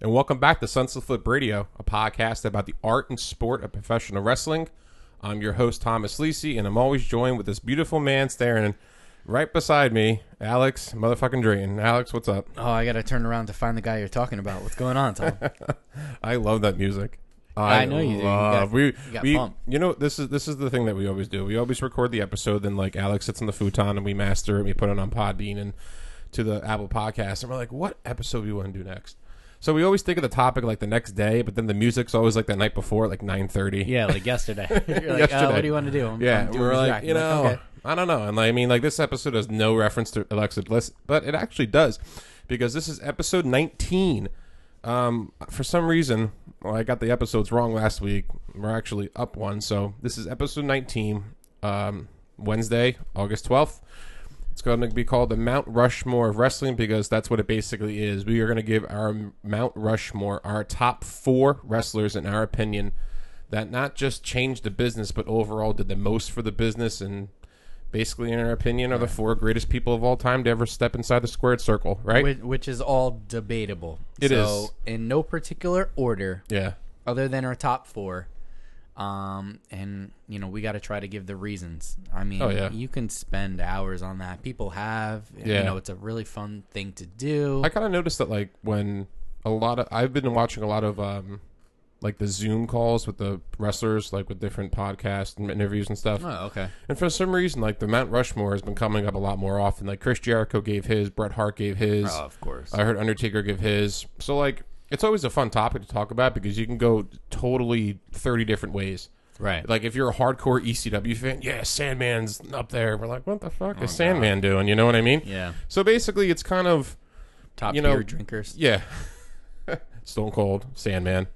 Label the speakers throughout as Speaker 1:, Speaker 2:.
Speaker 1: and welcome back to Sunset Flip Radio, a podcast about the art and sport of professional wrestling. I'm your host, Thomas Lisi, and I'm always joined with this beautiful man staring right beside me, Alex motherfucking Drayton. Alex, what's up?
Speaker 2: Oh, I gotta turn around to find the guy you're talking about. What's going on, Tom?
Speaker 1: I love that music.
Speaker 2: I know you do. You
Speaker 1: love-
Speaker 2: got-
Speaker 1: we,
Speaker 2: you got
Speaker 1: we-
Speaker 2: pumped.
Speaker 1: you know, this is this is the thing that we always do. We always record the episode, then like Alex sits on the futon and we master it. and We put it on Podbean and to the Apple Podcast, and we're like, what episode do we want to do next? So we always think of the topic like the next day, but then the music's always like the night before, like nine thirty.
Speaker 2: yeah, like yesterday. You're like,
Speaker 1: Yesterday.
Speaker 2: oh, what do you want to do? I'm,
Speaker 1: yeah.
Speaker 2: I'm doing
Speaker 1: we're
Speaker 2: this
Speaker 1: like,
Speaker 2: track.
Speaker 1: you
Speaker 2: I'm
Speaker 1: know,
Speaker 2: okay.
Speaker 1: I don't know, and like, I mean, like this episode has no reference to Alexa Bliss, but it actually does because this is episode nineteen. Um, for some reason, well, I got the episodes wrong last week. We're actually up one, so this is episode nineteen. Um, Wednesday, August twelfth. It's going to be called the Mount Rushmore of wrestling because that's what it basically is. We are going to give our Mount Rushmore, our top four wrestlers, in our opinion, that not just changed the business but overall did the most for the business and basically, in our opinion, are the four greatest people of all time to ever step inside the squared circle. Right?
Speaker 2: Which, which is all debatable.
Speaker 1: It
Speaker 2: It is
Speaker 1: is.
Speaker 2: in no particular order,
Speaker 1: yeah.
Speaker 2: other than our top four. Um, and you know we got to try to give the reasons. I mean,
Speaker 1: Oh, yeah.
Speaker 2: you can spend hours on that. People have,
Speaker 1: Yeah.
Speaker 2: you know, it's a really fun thing to do.
Speaker 1: I kind of noticed that like when a lot of I've been watching a lot of um like the Zoom calls with the wrestlers, like with different podcasts and interviews and stuff.
Speaker 2: oh, okay.
Speaker 1: And for some reason, like the Mount Rushmore has been coming up a lot more often. Like Chris Jericho gave his, Bret Hart gave his.
Speaker 2: Oh, of course.
Speaker 1: I heard Undertaker give his. So like it's always a fun topic to talk about because you can go totally thirty different ways.
Speaker 2: right.
Speaker 1: Like if you're a hardcore ECW fan, yeah, Sandman's up there. We're like, what the fuck is Sandman doing? You know what I mean?
Speaker 2: Oh, yeah.
Speaker 1: So basically, it's kind of
Speaker 2: Top
Speaker 1: you know-
Speaker 2: beer drinkers.
Speaker 1: yeah, Stone Cold, Sandman,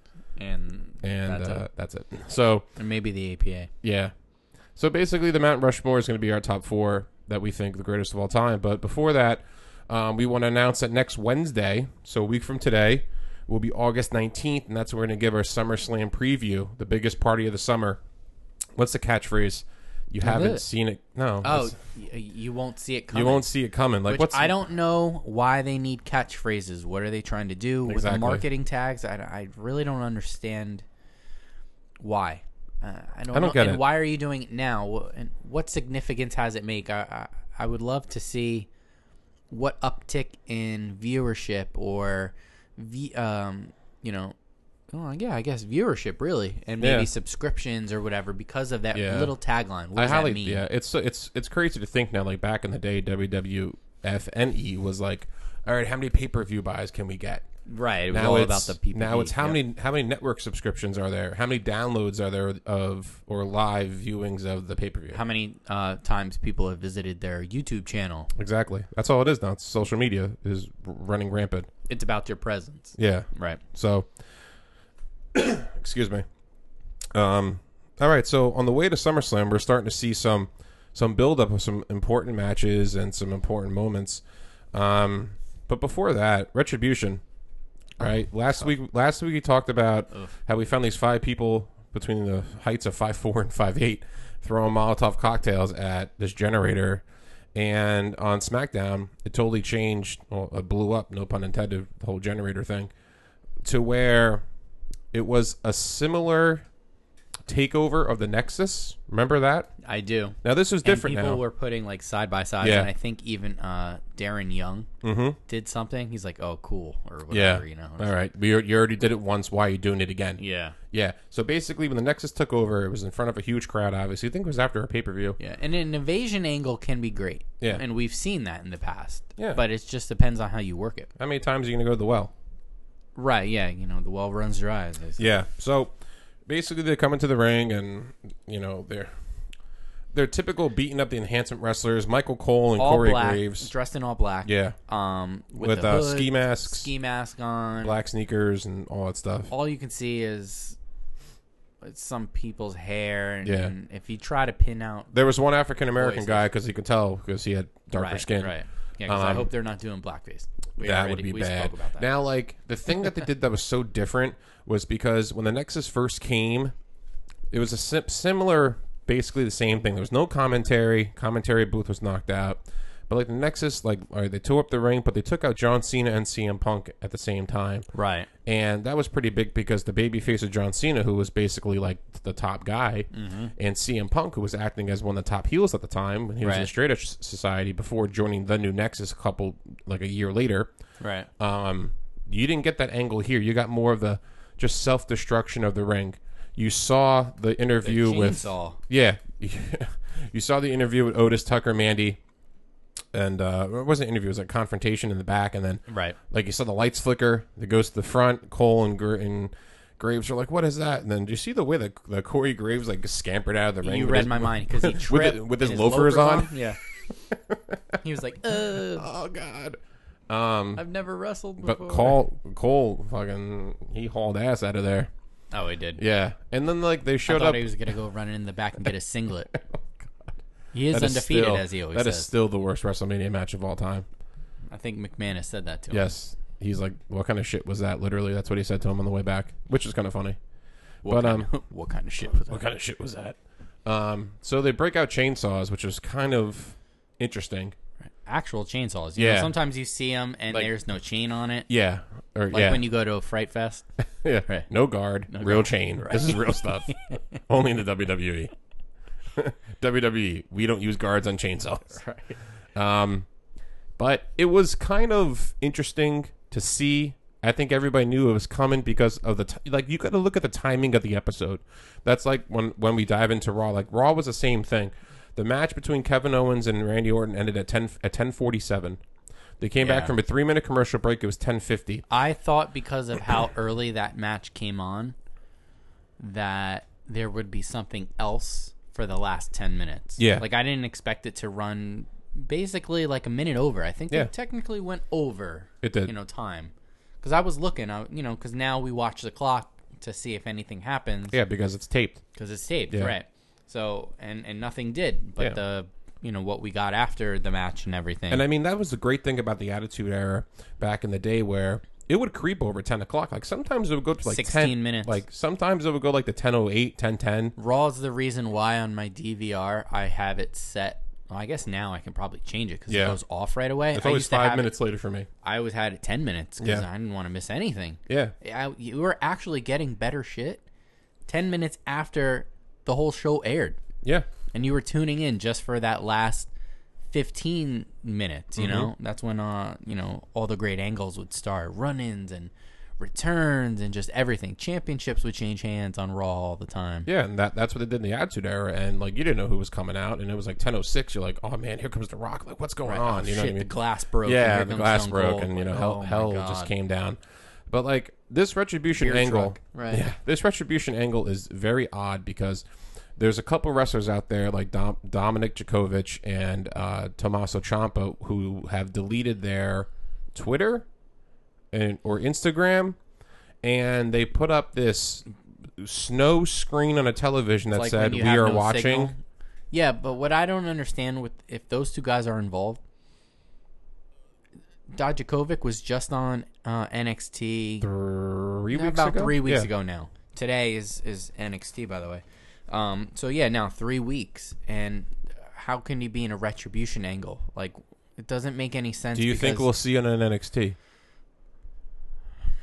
Speaker 2: and
Speaker 1: and
Speaker 2: that's
Speaker 1: that's, uh,
Speaker 2: it.
Speaker 1: that's it. So
Speaker 2: and maybe the APA.
Speaker 1: yeah, so basically the Mount Rushmore is going to be our top four that we think the greatest of all time. But before that, um, we want to announce that next Wednesday, so a week from today, will be August nineteenth, and that's when we're going to give our SummerSlam preview, the biggest party of the summer. What's the catchphrase? You haven't
Speaker 2: it?
Speaker 1: seen it? No.
Speaker 2: Oh,
Speaker 1: it's-
Speaker 2: y- you won't see it coming.
Speaker 1: you won't see it coming. Like
Speaker 2: Which
Speaker 1: what's
Speaker 2: I don't know why they need catchphrases. What are they trying to do with
Speaker 1: Exactly.
Speaker 2: the marketing tags? I, I really don't understand why. Uh, I don't.
Speaker 1: I don't
Speaker 2: know.
Speaker 1: get
Speaker 2: and
Speaker 1: it.
Speaker 2: Why are you doing it now? Wh- And what significance has it make? I, I I would love to see what uptick in viewership or, v, um, you know. Oh, yeah, I guess viewership really, and maybe
Speaker 1: Yeah.
Speaker 2: subscriptions or whatever because of that
Speaker 1: Yeah.
Speaker 2: little tagline. What
Speaker 1: I
Speaker 2: does
Speaker 1: highly
Speaker 2: that mean?
Speaker 1: yeah. It's it's it's crazy to think now. Like back in the day, WWFNE E was like, all right, how many pay per view buys can we get?
Speaker 2: Right. It was
Speaker 1: Now
Speaker 2: all
Speaker 1: it's
Speaker 2: about the people.
Speaker 1: now it's how many how many network subscriptions are there? How many downloads are there of or live viewings of the pay per view?
Speaker 2: how many uh, times people have visited their YouTube channel.
Speaker 1: Exactly. That's all it is now. It's social media is r- running rampant.
Speaker 2: It's about your presence.
Speaker 1: Yeah.
Speaker 2: Right.
Speaker 1: So, excuse me. Um, all right. So on the way to SummerSlam, we're starting to see some some buildup of some important matches and some important moments. Um, but before that, Retribution. Right. last week, last week we talked about how we found these five people between the heights of five four and five eight throwing Molotov cocktails at this generator. And on SmackDown, it totally changed. Well, it blew up, no pun intended, the whole generator thing to where it was a similar takeover of the Nexus. Remember that?
Speaker 2: I do.
Speaker 1: Now this is different
Speaker 2: and people
Speaker 1: now.
Speaker 2: were putting like side by side,
Speaker 1: Yeah. Mm-hmm.
Speaker 2: and I think even uh, Darren Young did something. He's like, "Oh, cool," or
Speaker 1: yeah.
Speaker 2: whatever. You know.
Speaker 1: All right. We, you already did it once. Why are you doing it again?
Speaker 2: Yeah.
Speaker 1: Yeah. So basically, when the Nexus took over, it was in front of a huge crowd. Obviously, I think it was after a pay per view.
Speaker 2: Yeah, and an invasion angle can be great.
Speaker 1: Yeah.
Speaker 2: and we've seen that in the past.
Speaker 1: Yeah.
Speaker 2: but it just depends on how you work it.
Speaker 1: How many times are you gonna go to the well?
Speaker 2: Right? Yeah, you know the well runs your eyes. they say.
Speaker 1: Yeah. So basically, they come into the ring, and you know they're they're typical beating up the enhancement wrestlers, Michael Cole and
Speaker 2: All
Speaker 1: Corey
Speaker 2: black,
Speaker 1: Graves.
Speaker 2: dressed in all black.
Speaker 1: Yeah.
Speaker 2: um, with,
Speaker 1: With
Speaker 2: the
Speaker 1: uh,
Speaker 2: hood,
Speaker 1: ski masks,
Speaker 2: ski mask on,
Speaker 1: black sneakers, and all that stuff.
Speaker 2: all you can see is some people's hair and,
Speaker 1: Yeah.
Speaker 2: and if you try to pin out
Speaker 1: There was one African American
Speaker 2: Voices.
Speaker 1: guy because he could tell because he had darker
Speaker 2: right,
Speaker 1: skin.
Speaker 2: right yeah 'cause i
Speaker 1: Um,
Speaker 2: hope they're not doing blackface we
Speaker 1: That
Speaker 2: already-
Speaker 1: would be
Speaker 2: we
Speaker 1: bad.
Speaker 2: spoke about that.
Speaker 1: Now, like the thing that they did that was so different was because when the Nexus first came, it was a sim- similar, basically the same thing. There was no commentary. Commentary booth was knocked out. But like the Nexus, like all right, they tore up the ring, but they took out John Cena and CM Punk at the same time,
Speaker 2: Right.
Speaker 1: and that was pretty big because the babyface of John Cena, who was basically like the top guy,
Speaker 2: Mm-hmm.
Speaker 1: and CM Punk, who was acting as one of the top heels at the time when he was in
Speaker 2: Right.
Speaker 1: the Straight Edge Society before joining the New Nexus a couple like a year later.
Speaker 2: Right.
Speaker 1: Um, you didn't get that angle here. You got more of the just self destruction of the ring. You saw the interview with
Speaker 2: Chainsaw.
Speaker 1: yeah, you saw the interview with Otis Tucker, Mandy, and uh, it wasn't an interview. It was a confrontation in the back, and then
Speaker 2: Right.
Speaker 1: like you saw the lights flicker. It goes to the front. Cole and, Gra- and Graves are like, "What is that?" And then do you see the way that the Corey Graves like scampered out of the ring?
Speaker 2: You
Speaker 1: with
Speaker 2: read
Speaker 1: his-
Speaker 2: my mind because he
Speaker 1: with
Speaker 2: tripped
Speaker 1: his- with his
Speaker 2: and
Speaker 1: loafers on?
Speaker 2: Yeah. he was like, "Uh,
Speaker 1: Oh God. Um,
Speaker 2: I've never wrestled
Speaker 1: but
Speaker 2: before."
Speaker 1: Cole, Cole, fucking, he hauled ass out of there.
Speaker 2: Oh, he did.
Speaker 1: Yeah, and then like they
Speaker 2: I
Speaker 1: showed
Speaker 2: thought
Speaker 1: up. Oh,
Speaker 2: he was gonna go running in the back and get a singlet. He
Speaker 1: That
Speaker 2: is
Speaker 1: is
Speaker 2: undefeated,
Speaker 1: still-
Speaker 2: as he always
Speaker 1: that is
Speaker 2: says.
Speaker 1: still the worst WrestleMania match of all time.
Speaker 2: I think McManus said that to him.
Speaker 1: Yes. He's like, what kind of shit was that? Literally, that's what he said to him on the way back, which is kind of funny.
Speaker 2: What
Speaker 1: but, um,
Speaker 2: kind of- what kind of shit was that?
Speaker 1: What kind of shit was that? Um, so they break out chainsaws, which is kind of interesting.
Speaker 2: Actual chainsaws. You know,
Speaker 1: Yeah.
Speaker 2: sometimes you see them and
Speaker 1: Like-
Speaker 2: there's no chain on it.
Speaker 1: Yeah. Or
Speaker 2: Like
Speaker 1: yeah.
Speaker 2: when you go to a fright fest.
Speaker 1: yeah.
Speaker 2: right.
Speaker 1: No guard, real chain. This is real stuff. Only in the E. WWE. WWE, E, we don't use guards on chainsaws. Um, but it was kind of interesting to see. I think everybody knew it was coming because of the t- like. You got to look at the timing of the episode. That's like when when we dive into Raw. Like Raw was the same thing. The match between Kevin Owens and Randy Orton ended at ten at ten forty seven. They came
Speaker 2: Yeah.
Speaker 1: back from a three minute commercial break. It was ten fifty.
Speaker 2: I thought because of how early that match came on that there would be something else for the last 10 minutes.
Speaker 1: Yeah.
Speaker 2: Like I didn't expect it to run basically like a minute over. I think
Speaker 1: Yeah.
Speaker 2: they technically went over.
Speaker 1: It did.
Speaker 2: You know, time. Cuz I was looking, I, you know, cuz now we watch the clock to see if anything happens
Speaker 1: Yeah, because it's taped.
Speaker 2: cuz it's taped,
Speaker 1: Yeah.
Speaker 2: right? So, and and nothing did, but
Speaker 1: Yeah.
Speaker 2: the you know what we got after the match and everything.
Speaker 1: And I mean, that was the great thing about the Attitude Era back in the day, where it would creep over ten o'clock. Like sometimes it would go to like
Speaker 2: 16
Speaker 1: 10
Speaker 2: minutes.
Speaker 1: Like sometimes it would go like to 10.08, 10.10.
Speaker 2: Raw's the reason why on my DVR I have it set. Well, I guess now I can probably change it because it
Speaker 1: Yeah.
Speaker 2: goes off right away.
Speaker 1: It's
Speaker 2: I
Speaker 1: always
Speaker 2: used to
Speaker 1: five
Speaker 2: have
Speaker 1: minutes later for me.
Speaker 2: It, I always had it ten minutes because
Speaker 1: Yeah.
Speaker 2: I didn't want to miss anything.
Speaker 1: Yeah.
Speaker 2: I, you were actually getting better shit ten minutes after the whole show aired,
Speaker 1: Yeah.
Speaker 2: and you were tuning in just for that last fifteen minutes. You know,
Speaker 1: Mm-hmm.
Speaker 2: that's when uh, you know all the great angles would start, run-ins and returns, and just everything. Championships would change hands on Raw all the time.
Speaker 1: Yeah, and that that's what they did in the Attitude Era, and like you didn't know who was coming out, and it was like ten oh six. You're like, oh man, here comes the Rock. Like, what's going on? You know what
Speaker 2: Oh, Shit,
Speaker 1: I
Speaker 2: the
Speaker 1: mean?
Speaker 2: glass broke. and
Speaker 1: yeah,
Speaker 2: here
Speaker 1: the
Speaker 2: comes
Speaker 1: glass
Speaker 2: Stone
Speaker 1: broke,
Speaker 2: Cold.
Speaker 1: and you know
Speaker 2: Like,
Speaker 1: hell
Speaker 2: oh my
Speaker 1: hell
Speaker 2: God.
Speaker 1: just came down. But like this retribution
Speaker 2: Beer
Speaker 1: angle,
Speaker 2: truck, right.
Speaker 1: yeah, this retribution angle is very odd because there's a couple wrestlers out there like Dom- Dominic Djokovic and uh, Tommaso Ciampa who have deleted their Twitter and or Instagram, and they put up this snow screen on a television that
Speaker 2: Like when
Speaker 1: said
Speaker 2: you
Speaker 1: we
Speaker 2: have
Speaker 1: are
Speaker 2: no
Speaker 1: watching.
Speaker 2: signal. Yeah, but what I don't understand with if those two guys are involved, Dijakovic was just on uh, NXT
Speaker 1: Three weeks
Speaker 2: about
Speaker 1: ago?
Speaker 2: three weeks
Speaker 1: Yeah.
Speaker 2: ago now. Today is is NXT by the way. Um, so yeah, now three weeks, and how can you be in a retribution angle? Like it doesn't make any sense.
Speaker 1: Do you think
Speaker 2: because-
Speaker 1: we'll see it on NXT?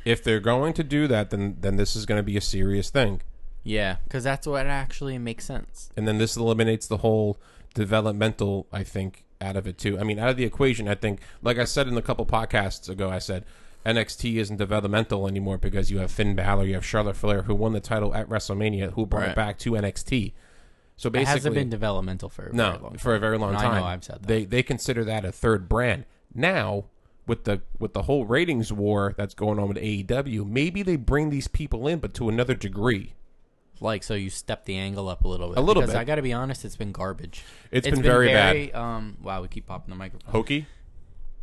Speaker 1: If they're going to do that, then then this is going to be a serious thing,
Speaker 2: Yeah, because that's what actually makes sense.
Speaker 1: and then this eliminates the whole developmental. I think out of it too. I mean, out of the equation, I think. Like I said in a couple podcasts ago, I said NXT isn't developmental anymore because you have Finn Balor, you have Charlotte Flair, who won the title at WrestleMania, who brought
Speaker 2: Right.
Speaker 1: it back to NXT. So basically,
Speaker 2: it hasn't been developmental for a very
Speaker 1: No,
Speaker 2: long
Speaker 1: for a very long
Speaker 2: I know
Speaker 1: time.
Speaker 2: I've said that.
Speaker 1: They they consider that a third brand. Now with the with the whole ratings war that's going on with AEW, maybe they bring these people in, but to another degree.
Speaker 2: like so you step the angle up a little bit.
Speaker 1: A little
Speaker 2: because
Speaker 1: bit.
Speaker 2: I got to be honest, it's been garbage.
Speaker 1: It's been very
Speaker 2: bad. Um, wow, we keep popping the microphone.
Speaker 1: Hokey.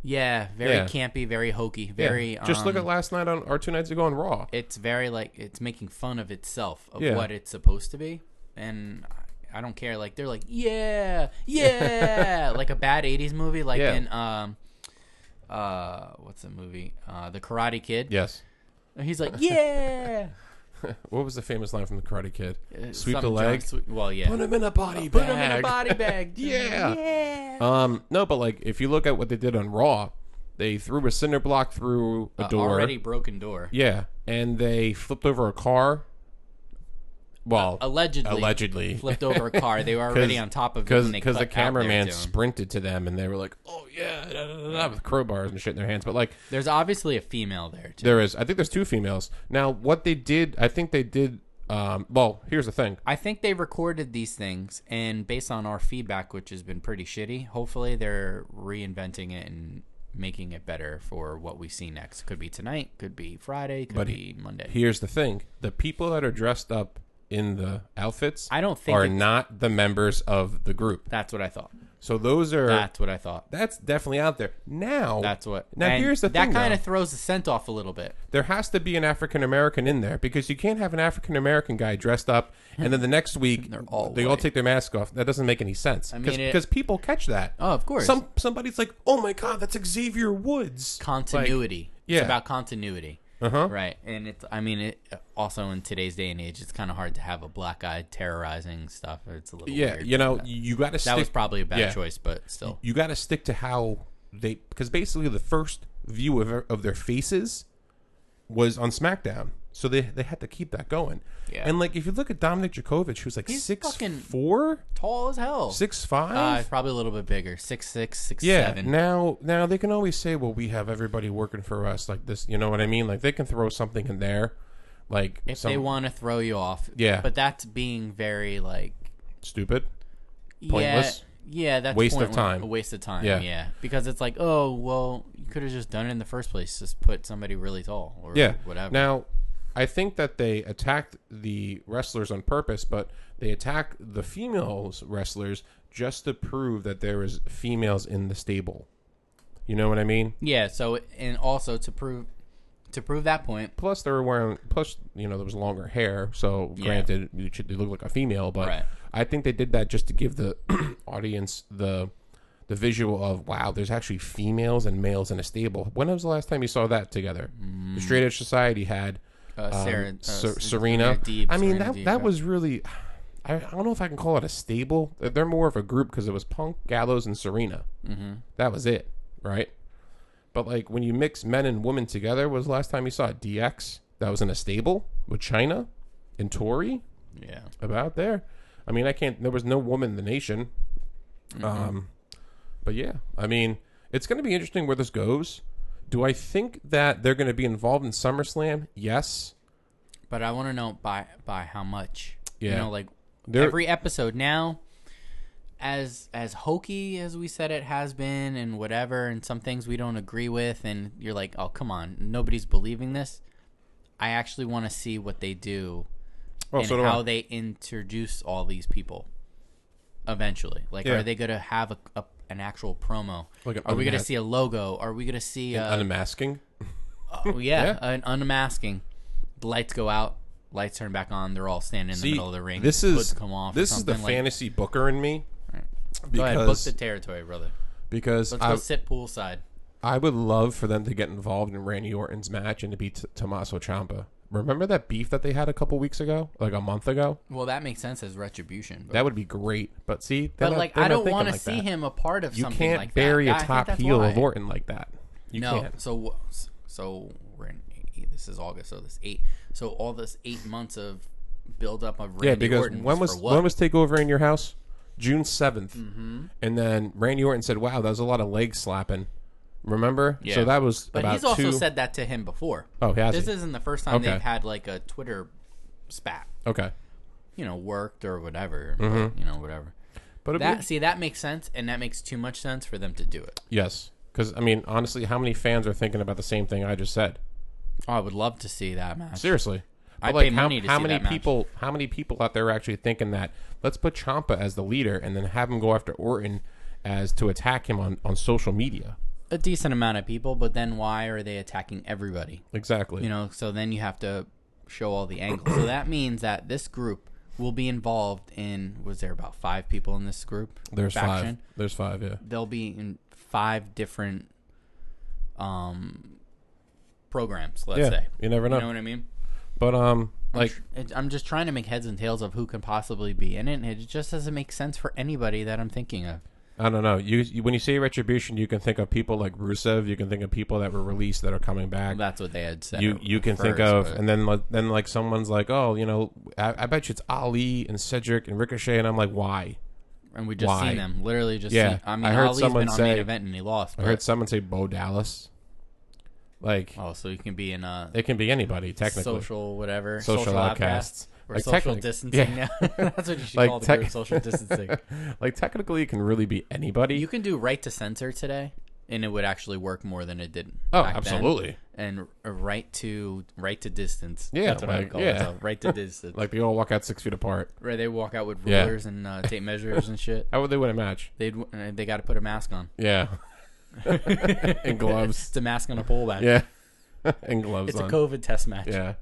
Speaker 2: Yeah, very
Speaker 1: Yeah.
Speaker 2: campy, very hokey, very.
Speaker 1: Just look
Speaker 2: um,
Speaker 1: at last night on or two nights ago on Raw.
Speaker 2: It's very like it's making fun of itself of
Speaker 1: Yeah.
Speaker 2: what it's supposed to be, and I don't care. Like they're like yeah, yeah, like a bad '80s movie, like
Speaker 1: Yeah.
Speaker 2: in um. Uh, what's the movie? Uh, The Karate Kid.
Speaker 1: yes.
Speaker 2: He's like, yeah,
Speaker 1: What was the famous line from the Karate Kid?
Speaker 2: Uh,
Speaker 1: Sweep the
Speaker 2: some
Speaker 1: leg.
Speaker 2: John Swe- well, yeah.
Speaker 1: Put him in a body
Speaker 2: Put
Speaker 1: bag.
Speaker 2: him in a body bag.
Speaker 1: Yeah.
Speaker 2: Yeah.
Speaker 1: Um, no, but like if you look at what they did on Raw, they threw a cinder block through a
Speaker 2: A
Speaker 1: door.
Speaker 2: Already broken door.
Speaker 1: Yeah, and they flipped over a car. Well,
Speaker 2: Uh, Allegedly.
Speaker 1: allegedly,
Speaker 2: Flipped over a car. They were already on top of it
Speaker 1: because
Speaker 2: when they
Speaker 1: because the
Speaker 2: cut out there
Speaker 1: cameraman
Speaker 2: to 'em.
Speaker 1: sprinted to them and they were like, "Oh yeah," da, da, da, da," with crowbars and shit in their hands. But like,
Speaker 2: There's obviously a female there too.
Speaker 1: there is, I think there's two females now. What they did, I think they did. Um, well, here's the thing.
Speaker 2: I think they recorded these things, and based on our feedback, which has been pretty shitty, hopefully they're reinventing it and making it better for what we see next. Could be tonight, could be Friday, could
Speaker 1: Buddy,
Speaker 2: be Monday.
Speaker 1: Here's the thing: the people that are dressed up in the outfits,
Speaker 2: I don't think
Speaker 1: are
Speaker 2: it's-
Speaker 1: not the members of the group.
Speaker 2: That's what I thought.
Speaker 1: So those are
Speaker 2: That's what I thought.
Speaker 1: that's definitely out there now.
Speaker 2: That's what.
Speaker 1: Now
Speaker 2: and
Speaker 1: here's the
Speaker 2: that
Speaker 1: thing,
Speaker 2: kind
Speaker 1: though.
Speaker 2: of throws the scent off a little bit.
Speaker 1: there has to be an African American in there because you can't have an African American guy dressed up and then the next week
Speaker 2: They're all
Speaker 1: they all
Speaker 2: white.
Speaker 1: take their mask off. That doesn't make any sense.
Speaker 2: I
Speaker 1: because
Speaker 2: mean, it-
Speaker 1: people catch that.
Speaker 2: Oh, of course.
Speaker 1: Some somebody's like, "Oh my god, that's Xavier Woods."
Speaker 2: continuity.
Speaker 1: yeah.
Speaker 2: It's about continuity.
Speaker 1: Uh-huh.
Speaker 2: Right. And it's I mean it also in today's day and age it's kind of hard to have a black guy terrorizing stuff. It's a little
Speaker 1: yeah,
Speaker 2: weird.
Speaker 1: you know, you got to stick.
Speaker 2: that was probably a bad
Speaker 1: yeah.
Speaker 2: choice, but still.
Speaker 1: you got to stick to how they because basically the first view of of their faces was on SmackDown, so they they had to keep that going.
Speaker 2: Yeah.
Speaker 1: And like if you look at Dominic Djokovic, who's like
Speaker 2: He's
Speaker 1: six
Speaker 2: fucking-
Speaker 1: four,
Speaker 2: Tall as hell.
Speaker 1: six
Speaker 2: Uh,
Speaker 1: five.
Speaker 2: probably a little bit bigger. Six six, six
Speaker 1: yeah.
Speaker 2: seven.
Speaker 1: Now now they can always say, well, we have everybody working for us, like this. You know what I mean? Like they can throw something in there, like
Speaker 2: if
Speaker 1: some
Speaker 2: they want to throw you off.
Speaker 1: Yeah.
Speaker 2: But that's being very like
Speaker 1: stupid.
Speaker 2: yeah,
Speaker 1: Pointless.
Speaker 2: Yeah, that's
Speaker 1: Waste of
Speaker 2: pointless-
Speaker 1: time.
Speaker 2: A waste of time.
Speaker 1: Yeah.
Speaker 2: Yeah. because it's like, oh well, you could have just done it in the first place. Just put somebody really tall or
Speaker 1: Yeah.
Speaker 2: whatever.
Speaker 1: Now, I think that they attacked the wrestlers on purpose, but they attack the females wrestlers just to prove that there is females in the stable. You know what I mean?
Speaker 2: Yeah. So and also to prove to prove that point,
Speaker 1: Plus, they were wearing. Plus, you know, there was longer hair. So, granted, you should, they look like a female, but
Speaker 2: Right.
Speaker 1: I think they did that just to give the audience the the visual of wow, there's actually females and males in a stable. When was the last time you saw that together? The Straight Edge Society had
Speaker 2: uh,
Speaker 1: um,
Speaker 2: Sarah, uh,
Speaker 1: Ser-
Speaker 2: S-
Speaker 1: Serena.
Speaker 2: Deeb,
Speaker 1: I mean
Speaker 2: Serena
Speaker 1: that
Speaker 2: Deeb,
Speaker 1: that
Speaker 2: yeah.
Speaker 1: was really. I, I don't know if I can call it a stable. They're- They're more of a group because it was Punk, Gallows, and Serena. Mm-hmm. That was it, right? But like when you mix men and women together, was the last time you saw DX that was in a stable with China and Tori
Speaker 2: yeah.
Speaker 1: about there. I mean, I can't. There was no woman in the nation.
Speaker 2: Mm-hmm.
Speaker 1: Um, but yeah, I mean, it's going to be interesting where this goes. Do I think that they're going to be involved in SummerSlam? Yes.
Speaker 2: But I want to know by by how much. You
Speaker 1: Yeah.
Speaker 2: know, like
Speaker 1: They're-
Speaker 2: every episode now. As as hokey as we said it has been, and whatever, and some things we don't agree with, and you're like, oh come on, nobody's believing this. I actually want to see what they do
Speaker 1: Oh,
Speaker 2: and
Speaker 1: so do
Speaker 2: how
Speaker 1: I.
Speaker 2: they introduce all these people eventually. Like,
Speaker 1: Yeah.
Speaker 2: are they going to have a, a- an actual promo?
Speaker 1: Like an
Speaker 2: are we going
Speaker 1: unma-
Speaker 2: to see a logo? Are we going to see a,
Speaker 1: unmasking.
Speaker 2: oh, yeah,
Speaker 1: yeah.
Speaker 2: an unmasking? The lights go out, lights turn back on. They're all standing in the middle of the ring.
Speaker 1: This
Speaker 2: hoods
Speaker 1: is
Speaker 2: come off. or
Speaker 1: this is the
Speaker 2: something, like-
Speaker 1: fantasy booker in me.
Speaker 2: Go ahead, book
Speaker 1: Because
Speaker 2: the territory, brother.
Speaker 1: because
Speaker 2: Let's
Speaker 1: I,
Speaker 2: go sit poolside.
Speaker 1: I would love for them to get involved in Randy Orton's match and to beat T- Tommaso Ciampa. Remember that beef that they had a couple weeks ago, like a month ago?
Speaker 2: Well, that makes sense as retribution. But,
Speaker 1: That would be great. But see, they're
Speaker 2: but
Speaker 1: not-
Speaker 2: like,
Speaker 1: they're
Speaker 2: I
Speaker 1: not
Speaker 2: don't
Speaker 1: thinking
Speaker 2: want to
Speaker 1: like
Speaker 2: see
Speaker 1: that.
Speaker 2: him a part of
Speaker 1: You
Speaker 2: something
Speaker 1: can't
Speaker 2: like
Speaker 1: bury
Speaker 2: that. I
Speaker 1: a
Speaker 2: think
Speaker 1: top
Speaker 2: that's
Speaker 1: heel
Speaker 2: why.
Speaker 1: of Orton like that. You
Speaker 2: no.
Speaker 1: can't.
Speaker 2: So w- s- so we're in eight, this is August. So this eight. So all this eight months of build up of Randy
Speaker 1: Yeah, because
Speaker 2: Orton
Speaker 1: when was
Speaker 2: for what? Mm-hmm.
Speaker 1: when was Takeover in your house? June 7th and then Randy Orton said, "Wow, that was a lot of leg slapping." Remember? So
Speaker 2: Yeah.
Speaker 1: that was
Speaker 2: but
Speaker 1: about
Speaker 2: he's also
Speaker 1: two.
Speaker 2: said that to him before.
Speaker 1: oh, has
Speaker 2: this
Speaker 1: he?
Speaker 2: isn't the first time
Speaker 1: Okay.
Speaker 2: they've had like a Twitter spat.
Speaker 1: okay.
Speaker 2: You know, worked or whatever.
Speaker 1: Mm-hmm.
Speaker 2: You know, whatever.
Speaker 1: But it
Speaker 2: That see that makes sense, and that makes too much sense for them to do it.
Speaker 1: Yes, because I mean, honestly, how many fans are thinking about the same thing I just said?
Speaker 2: Oh, I would love to see that match.
Speaker 1: Seriously,
Speaker 2: I'd
Speaker 1: But,
Speaker 2: pay
Speaker 1: how,
Speaker 2: money to
Speaker 1: how
Speaker 2: see
Speaker 1: many
Speaker 2: that match.
Speaker 1: people? How many people out there are actually thinking that? Let's put Champa as the leader, and then have him go after Orton as to attack him on on social media.
Speaker 2: A decent amount of people, but then why are they attacking everybody?
Speaker 1: Exactly.
Speaker 2: you know so then you have to show all the angles so that means that this group will be involved in was there about five people in this group
Speaker 1: There's
Speaker 2: faction?
Speaker 1: five. There's five. Yeah.
Speaker 2: they'll be in five different um programs let's
Speaker 1: yeah.
Speaker 2: say
Speaker 1: You never
Speaker 2: you
Speaker 1: know.
Speaker 2: know what i mean
Speaker 1: But um, like
Speaker 2: I'm, tr- I'm just trying to make heads and tails of who can possibly be in it, and it just doesn't make sense for anybody that I'm thinking of.
Speaker 1: I don't know. You, you when you say retribution, you can think of people like Rusev. You can think of people that were released that are coming back.
Speaker 2: That's what they had said.
Speaker 1: you you can think
Speaker 2: first,
Speaker 1: of,
Speaker 2: but-
Speaker 1: and then like, then like someone's like, oh, you know, I, I bet you it's Ali and Cedric and Ricochet, and I'm like, why?
Speaker 2: and we just
Speaker 1: why?
Speaker 2: seen them literally just.
Speaker 1: Yeah,
Speaker 2: seen, I mean,
Speaker 1: I heard
Speaker 2: Ali's
Speaker 1: someone
Speaker 2: been on
Speaker 1: say-
Speaker 2: main event and he lost.
Speaker 1: I
Speaker 2: But,
Speaker 1: heard someone say Bo Dallas. Like
Speaker 2: oh, so you can be in a
Speaker 1: it can be anybody technically.
Speaker 2: social whatever
Speaker 1: Social outcasts.
Speaker 2: Or
Speaker 1: Like,
Speaker 2: social
Speaker 1: technic-
Speaker 2: distancing
Speaker 1: yeah.
Speaker 2: now. That's what you should
Speaker 1: Like,
Speaker 2: call the
Speaker 1: tech-
Speaker 2: group social distancing.
Speaker 1: like technically, it can really be anybody.
Speaker 2: you can do right to censor today, and it would actually work more than it did.
Speaker 1: oh,
Speaker 2: back then.
Speaker 1: absolutely.
Speaker 2: And a right to right to distance.
Speaker 1: Yeah,
Speaker 2: that's what I
Speaker 1: like,
Speaker 2: would call
Speaker 1: yeah.
Speaker 2: it. a right to distance.
Speaker 1: Like they all walk out six feet apart.
Speaker 2: Right, they walk out with
Speaker 1: Yeah.
Speaker 2: rulers and uh, tape measures and shit.
Speaker 1: How would they win a match?
Speaker 2: They'd uh, they got to put a mask on
Speaker 1: Yeah, and gloves.
Speaker 2: It's a mask on a pole back.
Speaker 1: Yeah, and gloves.
Speaker 2: it's
Speaker 1: on.
Speaker 2: a COVID test match.
Speaker 1: Yeah,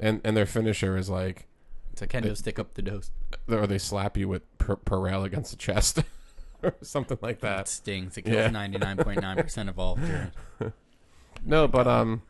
Speaker 1: and and their finisher is like,
Speaker 2: It's a kendo stick up the dose.
Speaker 1: or they slap you with per- Perel against the chest, or something like
Speaker 2: That
Speaker 1: that.
Speaker 2: stings. It
Speaker 1: Yeah.
Speaker 2: kills ninety nine point nine percent of all. germs.
Speaker 1: No, but um,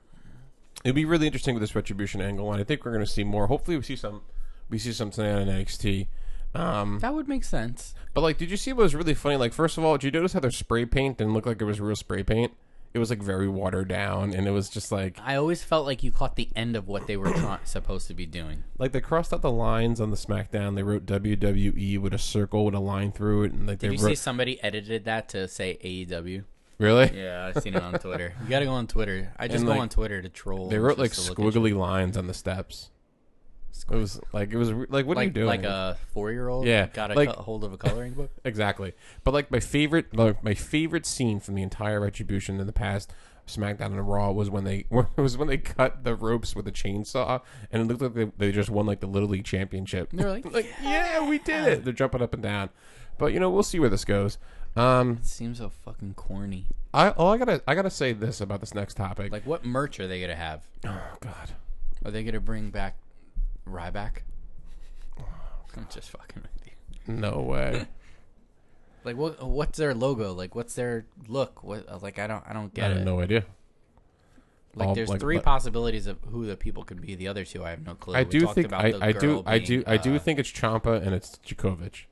Speaker 1: it'd be really interesting with this retribution angle, and I think we're going to see more. Hopefully, we see some, we see some tonight on NXT. Um,
Speaker 2: That would make sense.
Speaker 1: but like, did you see what was really funny? Like, first of all, did you notice how their spray paint didn't look like it was real spray paint? It was like very watered down, and it was just like
Speaker 2: I always felt like you caught the end of what they were try- supposed to be doing.
Speaker 1: like they crossed out the lines on the SmackDown. They wrote WWE with a circle with a line through it, and like
Speaker 2: Did
Speaker 1: they
Speaker 2: you
Speaker 1: wrote
Speaker 2: see somebody edited that to say AEW?
Speaker 1: really
Speaker 2: Yeah, I've seen it on Twitter. You got to go on Twitter. I just
Speaker 1: And,
Speaker 2: go
Speaker 1: like,
Speaker 2: on Twitter to troll.
Speaker 1: They wrote like
Speaker 2: just to look at
Speaker 1: squiggly lines on the steps. It was like it was re- like what
Speaker 2: like
Speaker 1: are you doing?
Speaker 2: like a four year old.
Speaker 1: Yeah,
Speaker 2: got a
Speaker 1: like-
Speaker 2: co- hold of a coloring book.
Speaker 1: exactly. But like my favorite like, my favorite scene from the entire Retribution in the past SmackDown and Raw was when they was when they cut the ropes with a chainsaw and it looked like they, they just won like the Little League championship.
Speaker 2: They're like,
Speaker 1: like yeah, we did it. They're jumping up and down. But you know we'll see where this goes. Um,
Speaker 2: Seems so fucking corny.
Speaker 1: I all I gotta I gotta say this about this next topic.
Speaker 2: Like, what merch are they gonna have?
Speaker 1: oh God,
Speaker 2: Are they gonna bring back Ryback? I'm just fucking with you.
Speaker 1: no way.
Speaker 2: Like, what? What's their logo? Like, what's their look? What? uh, Like, I don't, I don't
Speaker 1: I
Speaker 2: get it.
Speaker 1: have no idea.
Speaker 2: Like,
Speaker 1: All-
Speaker 2: there's
Speaker 1: like,
Speaker 2: three
Speaker 1: like-
Speaker 2: possibilities of who the people could be. The other two, I have no clue.
Speaker 1: I
Speaker 2: We
Speaker 1: do
Speaker 2: talked
Speaker 1: think
Speaker 2: about
Speaker 1: I,
Speaker 2: the
Speaker 1: I do
Speaker 2: girl
Speaker 1: I do
Speaker 2: being,
Speaker 1: I do
Speaker 2: uh,
Speaker 1: think it's Champa and it's Djokovic.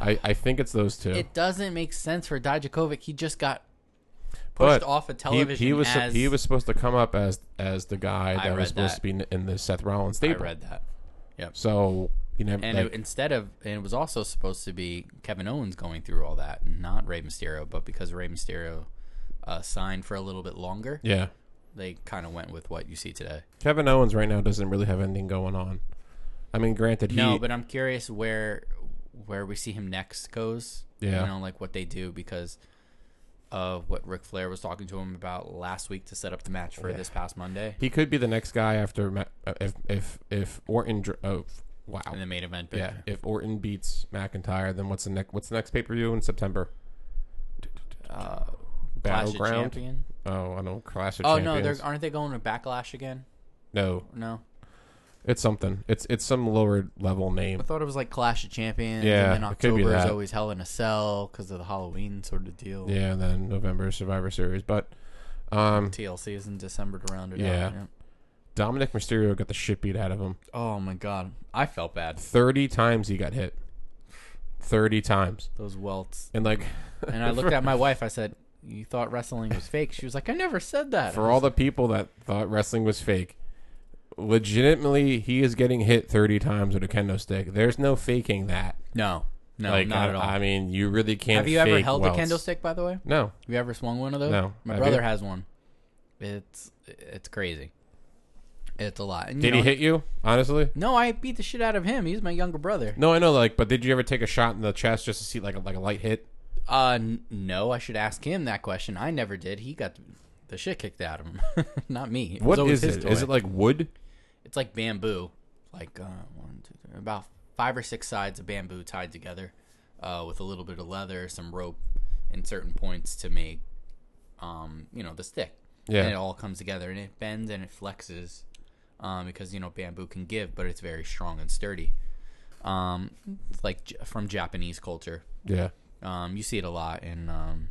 Speaker 1: I, I think it's those two.
Speaker 2: it doesn't make sense for Dijakovic. He just got pushed
Speaker 1: But
Speaker 2: off of
Speaker 1: he,
Speaker 2: television.
Speaker 1: he was sup-
Speaker 2: as,
Speaker 1: he was supposed to come up as as the guy that
Speaker 2: I
Speaker 1: was
Speaker 2: read
Speaker 1: supposed
Speaker 2: that.
Speaker 1: to be in, in the Seth Rollins
Speaker 2: I
Speaker 1: staple.
Speaker 2: read that,
Speaker 1: So you never
Speaker 2: and
Speaker 1: like,
Speaker 2: it, instead of and it was also supposed to be Kevin Owens going through all that, not Rey Mysterio, but because Rey Mysterio uh, signed for a little bit longer,
Speaker 1: yeah.
Speaker 2: they kind of went with what you see today.
Speaker 1: Kevin Owens right now doesn't really have anything going on. I mean, granted, he
Speaker 2: No, but I'm curious where where we see him next goes.
Speaker 1: Yeah.
Speaker 2: You know, like what they do because of what Ric Flair was talking to him about last week to set up the match for this past Monday
Speaker 1: he could be the next guy after Ma- uh, if if if Orton. dr- Oh, wow.
Speaker 2: in the main event. but-
Speaker 1: Yeah, if Orton beats McIntyre, then what's the next? What's the next pay per view in September?
Speaker 2: Uh, Clash of
Speaker 1: Battleground.
Speaker 2: Champion.
Speaker 1: Oh, I don't. Clash of
Speaker 2: Oh no,
Speaker 1: Champions.
Speaker 2: they're, aren't they going to Backlash again?
Speaker 1: no,
Speaker 2: No,
Speaker 1: It's something. It's it's some lower level name.
Speaker 2: I thought it was like Clash of Champions.
Speaker 1: Yeah,
Speaker 2: and then
Speaker 1: it could be
Speaker 2: October is
Speaker 1: that.
Speaker 2: always Hell in a Cell because of the Halloween sort of deal.
Speaker 1: Yeah, and then November Survivor Series. But um
Speaker 2: TLC is in December to round it
Speaker 1: Yeah.
Speaker 2: out. Yeah.
Speaker 1: Dominic Mysterio got the shit beat out of him.
Speaker 2: Oh my god, I felt bad.
Speaker 1: Thirty times he got hit. Thirty times.
Speaker 2: Those welts.
Speaker 1: And like
Speaker 2: And I looked at my wife. I said, "You thought wrestling was fake?" She was like, "I never said that."
Speaker 1: for all the people that thought wrestling was fake, legitimately he is getting hit thirty times with a kendo stick. There's no faking that.
Speaker 2: no, no,
Speaker 1: like
Speaker 2: not
Speaker 1: I,
Speaker 2: at all.
Speaker 1: I mean, you really can't.
Speaker 2: Have you ever
Speaker 1: fake
Speaker 2: held
Speaker 1: welts.
Speaker 2: a kendo stick? By the way, have
Speaker 1: No.
Speaker 2: you ever swung one of those?
Speaker 1: No.
Speaker 2: My
Speaker 1: Have
Speaker 2: brother
Speaker 1: you?
Speaker 2: has one. It's it's crazy. It's a lot. And, you
Speaker 1: Did he
Speaker 2: know-
Speaker 1: hit you? Honestly.
Speaker 2: No, I beat the shit out of him. He's my younger brother.
Speaker 1: No, I know. Like, but did you ever take a shot in the chest just to see like a, like a light hit?
Speaker 2: Uh, n- no, I should ask him that question. I never did. He got the shit kicked out of him, not me. It was
Speaker 1: What
Speaker 2: always
Speaker 1: is
Speaker 2: his
Speaker 1: it?
Speaker 2: toy.
Speaker 1: Is it like wood?
Speaker 2: It's like bamboo, like uh, one, two, three, about five or six sides of bamboo tied together, uh, with a little bit of leather, some rope, and certain points to make, um, you know, the stick.
Speaker 1: Yeah.
Speaker 2: And it all comes together, and it bends and it flexes, um, because you know bamboo can give, but it's very strong and sturdy. Um, it's like J- from Japanese culture.
Speaker 1: Yeah.
Speaker 2: Um, you see it a lot in um,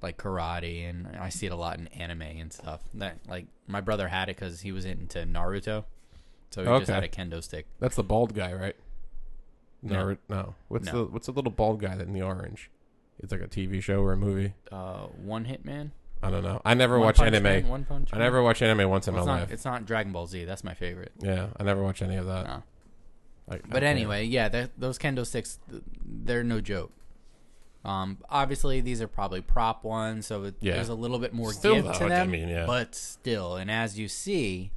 Speaker 2: like karate, and I see it a lot in anime and stuff. That like my brother had it because he was into Naruto, So he just
Speaker 1: Okay.
Speaker 2: had a kendo stick.
Speaker 1: That's the bald guy, right?
Speaker 2: No.
Speaker 1: No, no. What's
Speaker 2: No.
Speaker 1: the what's the little bald guy in the orange? It's like a TV show or a movie.
Speaker 2: Uh, one hit man.
Speaker 1: I don't know. I never
Speaker 2: One
Speaker 1: watch
Speaker 2: Punch
Speaker 1: anime.
Speaker 2: Man, one punch.
Speaker 1: I
Speaker 2: Man.
Speaker 1: never watch anime once in
Speaker 2: Well, it's
Speaker 1: my
Speaker 2: not.
Speaker 1: life. Uh,
Speaker 2: It's not Dragon Ball Z. That's my favorite.
Speaker 1: Yeah, I never watch any of that.
Speaker 2: No.
Speaker 1: Like,
Speaker 2: But
Speaker 1: okay.
Speaker 2: anyway, yeah, th those kendo sticks, th- they're no joke. Um, obviously these are probably prop ones, so it,
Speaker 1: Yeah.
Speaker 2: there's a little bit more
Speaker 1: Still,
Speaker 2: give
Speaker 1: though,
Speaker 2: to
Speaker 1: I
Speaker 2: them.
Speaker 1: mean, yeah.
Speaker 2: But still, and as you see,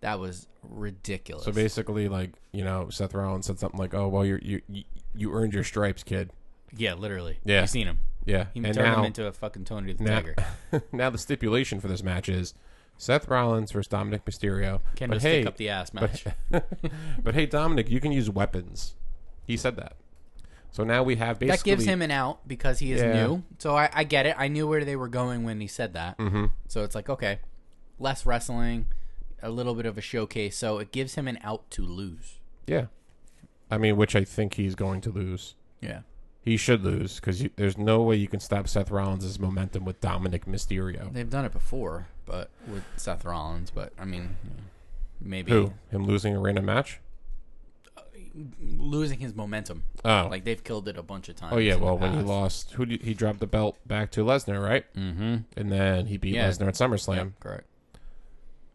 Speaker 2: that was ridiculous.
Speaker 1: So basically, like you know, Seth Rollins said something like, "Oh, well, you you you- you earned your stripes, kid."
Speaker 2: yeah, literally.
Speaker 1: Yeah.
Speaker 2: you seen him.
Speaker 1: Yeah,
Speaker 2: He
Speaker 1: and
Speaker 2: turned him
Speaker 1: now
Speaker 2: into a fucking Tony the
Speaker 1: now,
Speaker 2: Tiger.
Speaker 1: now the stipulation for this match is Seth Rollins versus Dominic Mysterio.
Speaker 2: Kendo
Speaker 1: but
Speaker 2: stick
Speaker 1: hey,
Speaker 2: up the ass match.
Speaker 1: but, but hey, Dominic, you can use weapons. He said that. So now we have basically
Speaker 2: that gives him an out because he is
Speaker 1: Yeah.
Speaker 2: new. So I, I get it. I knew where they were going when he said that. Mm-hmm. So it's like okay, less wrestling, a little bit of a showcase. So it gives him an out to lose.
Speaker 1: yeah. I mean, which I think he's going to lose.
Speaker 2: Yeah.
Speaker 1: He should lose because there's no way you can stop Seth Rollins' momentum with Dominic Mysterio.
Speaker 2: They've done it before, but with Seth Rollins. But I mean, maybe
Speaker 1: Who? Him losing a random match?
Speaker 2: losing his momentum.
Speaker 1: Oh,
Speaker 2: Like they've killed it a bunch of times.
Speaker 1: oh yeah.
Speaker 2: in the
Speaker 1: Well, when he
Speaker 2: past. Mm.
Speaker 1: lost, who did, he dropped the belt back to Lesnar, right? Mm-hmm. And then he beat
Speaker 2: Yeah.
Speaker 1: Lesnar at SummerSlam.
Speaker 2: correct.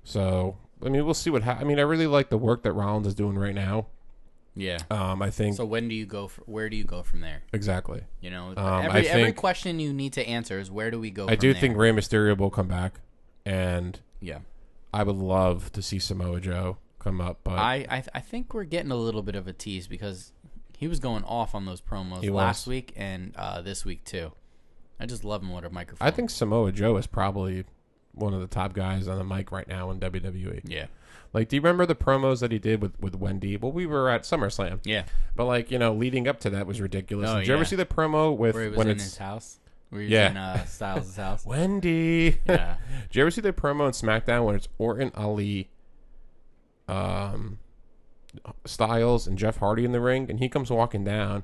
Speaker 1: So I mean, we'll see what. Ha- I mean, I really like the work that Rollins is doing right now.
Speaker 2: Yeah.
Speaker 1: Um, I think
Speaker 2: So when do you go? For, where do you go from there?
Speaker 1: exactly.
Speaker 2: You know,
Speaker 1: Um, I
Speaker 2: every, every
Speaker 1: think-
Speaker 2: question you need to answer is where do we go?
Speaker 1: I
Speaker 2: from
Speaker 1: do
Speaker 2: there?
Speaker 1: think Rey Mysterio will come back, and
Speaker 2: Yeah.
Speaker 1: I would love to see Samoa Joe come up, but
Speaker 2: I I, I think we're getting a little bit of a tease because he was going off on those promos
Speaker 1: He
Speaker 2: last
Speaker 1: was.
Speaker 2: week and uh, this week too. I just love him with a microphone.
Speaker 1: I think Samoa Joe is probably one of the top guys on the mic right now in WWE.
Speaker 2: Yeah.
Speaker 1: Like, do you remember the promos that he did with with Wendy? Well, we were at SummerSlam,
Speaker 2: Yeah.
Speaker 1: but like you know, leading up to that was ridiculous.
Speaker 2: Oh,
Speaker 1: Did you ever
Speaker 2: yeah.
Speaker 1: see the promo with
Speaker 2: Where he was
Speaker 1: when
Speaker 2: in
Speaker 1: it's
Speaker 2: his house. Where he was
Speaker 1: Yeah.
Speaker 2: in uh, Styles' house.
Speaker 1: Wendy?
Speaker 2: Yeah.
Speaker 1: Did you ever see the promo in SmackDown when it's Orton, Ali, um, Styles, and Jeff Hardy in the ring, and he comes walking down,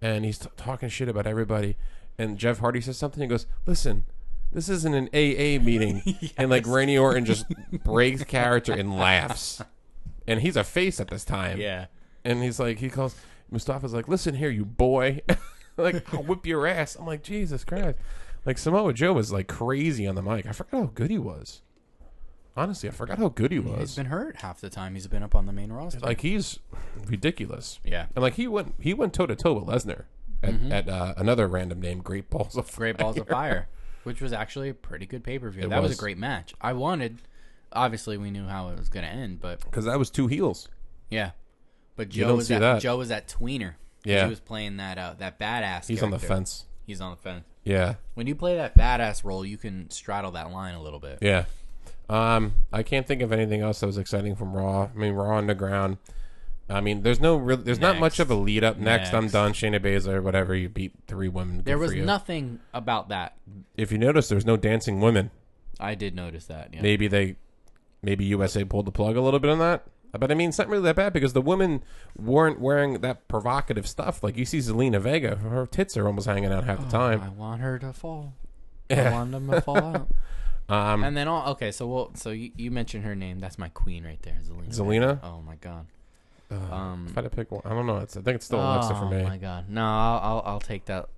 Speaker 1: and he's t- talking shit about everybody, and Jeff Hardy says something. He goes, "Listen, this isn't an AA meeting," and like Randy Orton just breaks character and laughs, and he's a face at this time.
Speaker 2: Yeah.
Speaker 1: and he's like, he calls Mustafa's like, "Listen here, you boy." like I'll whip your ass. I'm like Jesus Christ. Like Samoa Joe was like crazy on the mic. I forgot how good he was. Honestly, I forgot how good he
Speaker 2: He's
Speaker 1: was.
Speaker 2: been hurt half the time he's been up on the main roster.
Speaker 1: Like he's ridiculous.
Speaker 2: Yeah.
Speaker 1: And like he went he went toe to toe with Lesnar at, at uh, another random name, Great Balls of
Speaker 2: Great Balls of Fire, which was actually a pretty good pay per view. That was.
Speaker 1: was.
Speaker 2: a great match. I wanted, obviously, we knew how it was going to end, but
Speaker 1: Because that was two heels.
Speaker 2: yeah. But
Speaker 1: You
Speaker 2: Joe
Speaker 1: don't
Speaker 2: was
Speaker 1: see
Speaker 2: at,
Speaker 1: that.
Speaker 2: Joe was at tweener. 'Cause
Speaker 1: Yeah.
Speaker 2: he was playing that uh, that badass.
Speaker 1: He's on the
Speaker 2: character.
Speaker 1: fence.
Speaker 2: He's on the fence.
Speaker 1: Yeah.
Speaker 2: When you play that badass role, you can straddle that line a little bit.
Speaker 1: Yeah. Um, I can't think of anything else that was exciting from Raw. I mean, Raw Underground. I mean, there's no real, there's not much
Speaker 2: Next.
Speaker 1: of a lead up. Next, I'm
Speaker 2: Next.
Speaker 1: done. Shayna Baszler, whatever. You beat three women. Good
Speaker 2: there was
Speaker 1: for you.
Speaker 2: nothing about that.
Speaker 1: If you notice, there's no dancing women.
Speaker 2: I did notice that. Yeah.
Speaker 1: Maybe they, maybe USA pulled the plug a little bit on that. But I mean, it's not really that bad because the women weren't wearing that provocative stuff. Like you see Zelina Vega, her tits are almost hanging out half the time.
Speaker 2: I want her to fall. I want them to fall out.
Speaker 1: Um,
Speaker 2: And then all okay, so well, so you, you mentioned her name. That's my queen right there, Zelina.
Speaker 1: Zelina?
Speaker 2: Oh my god.
Speaker 1: Ugh,
Speaker 2: Um.
Speaker 1: if I had to pick one, I don't know. It's, I think it's still Alexa for
Speaker 2: oh
Speaker 1: me.
Speaker 2: my god. No, I'll I'll, I'll take that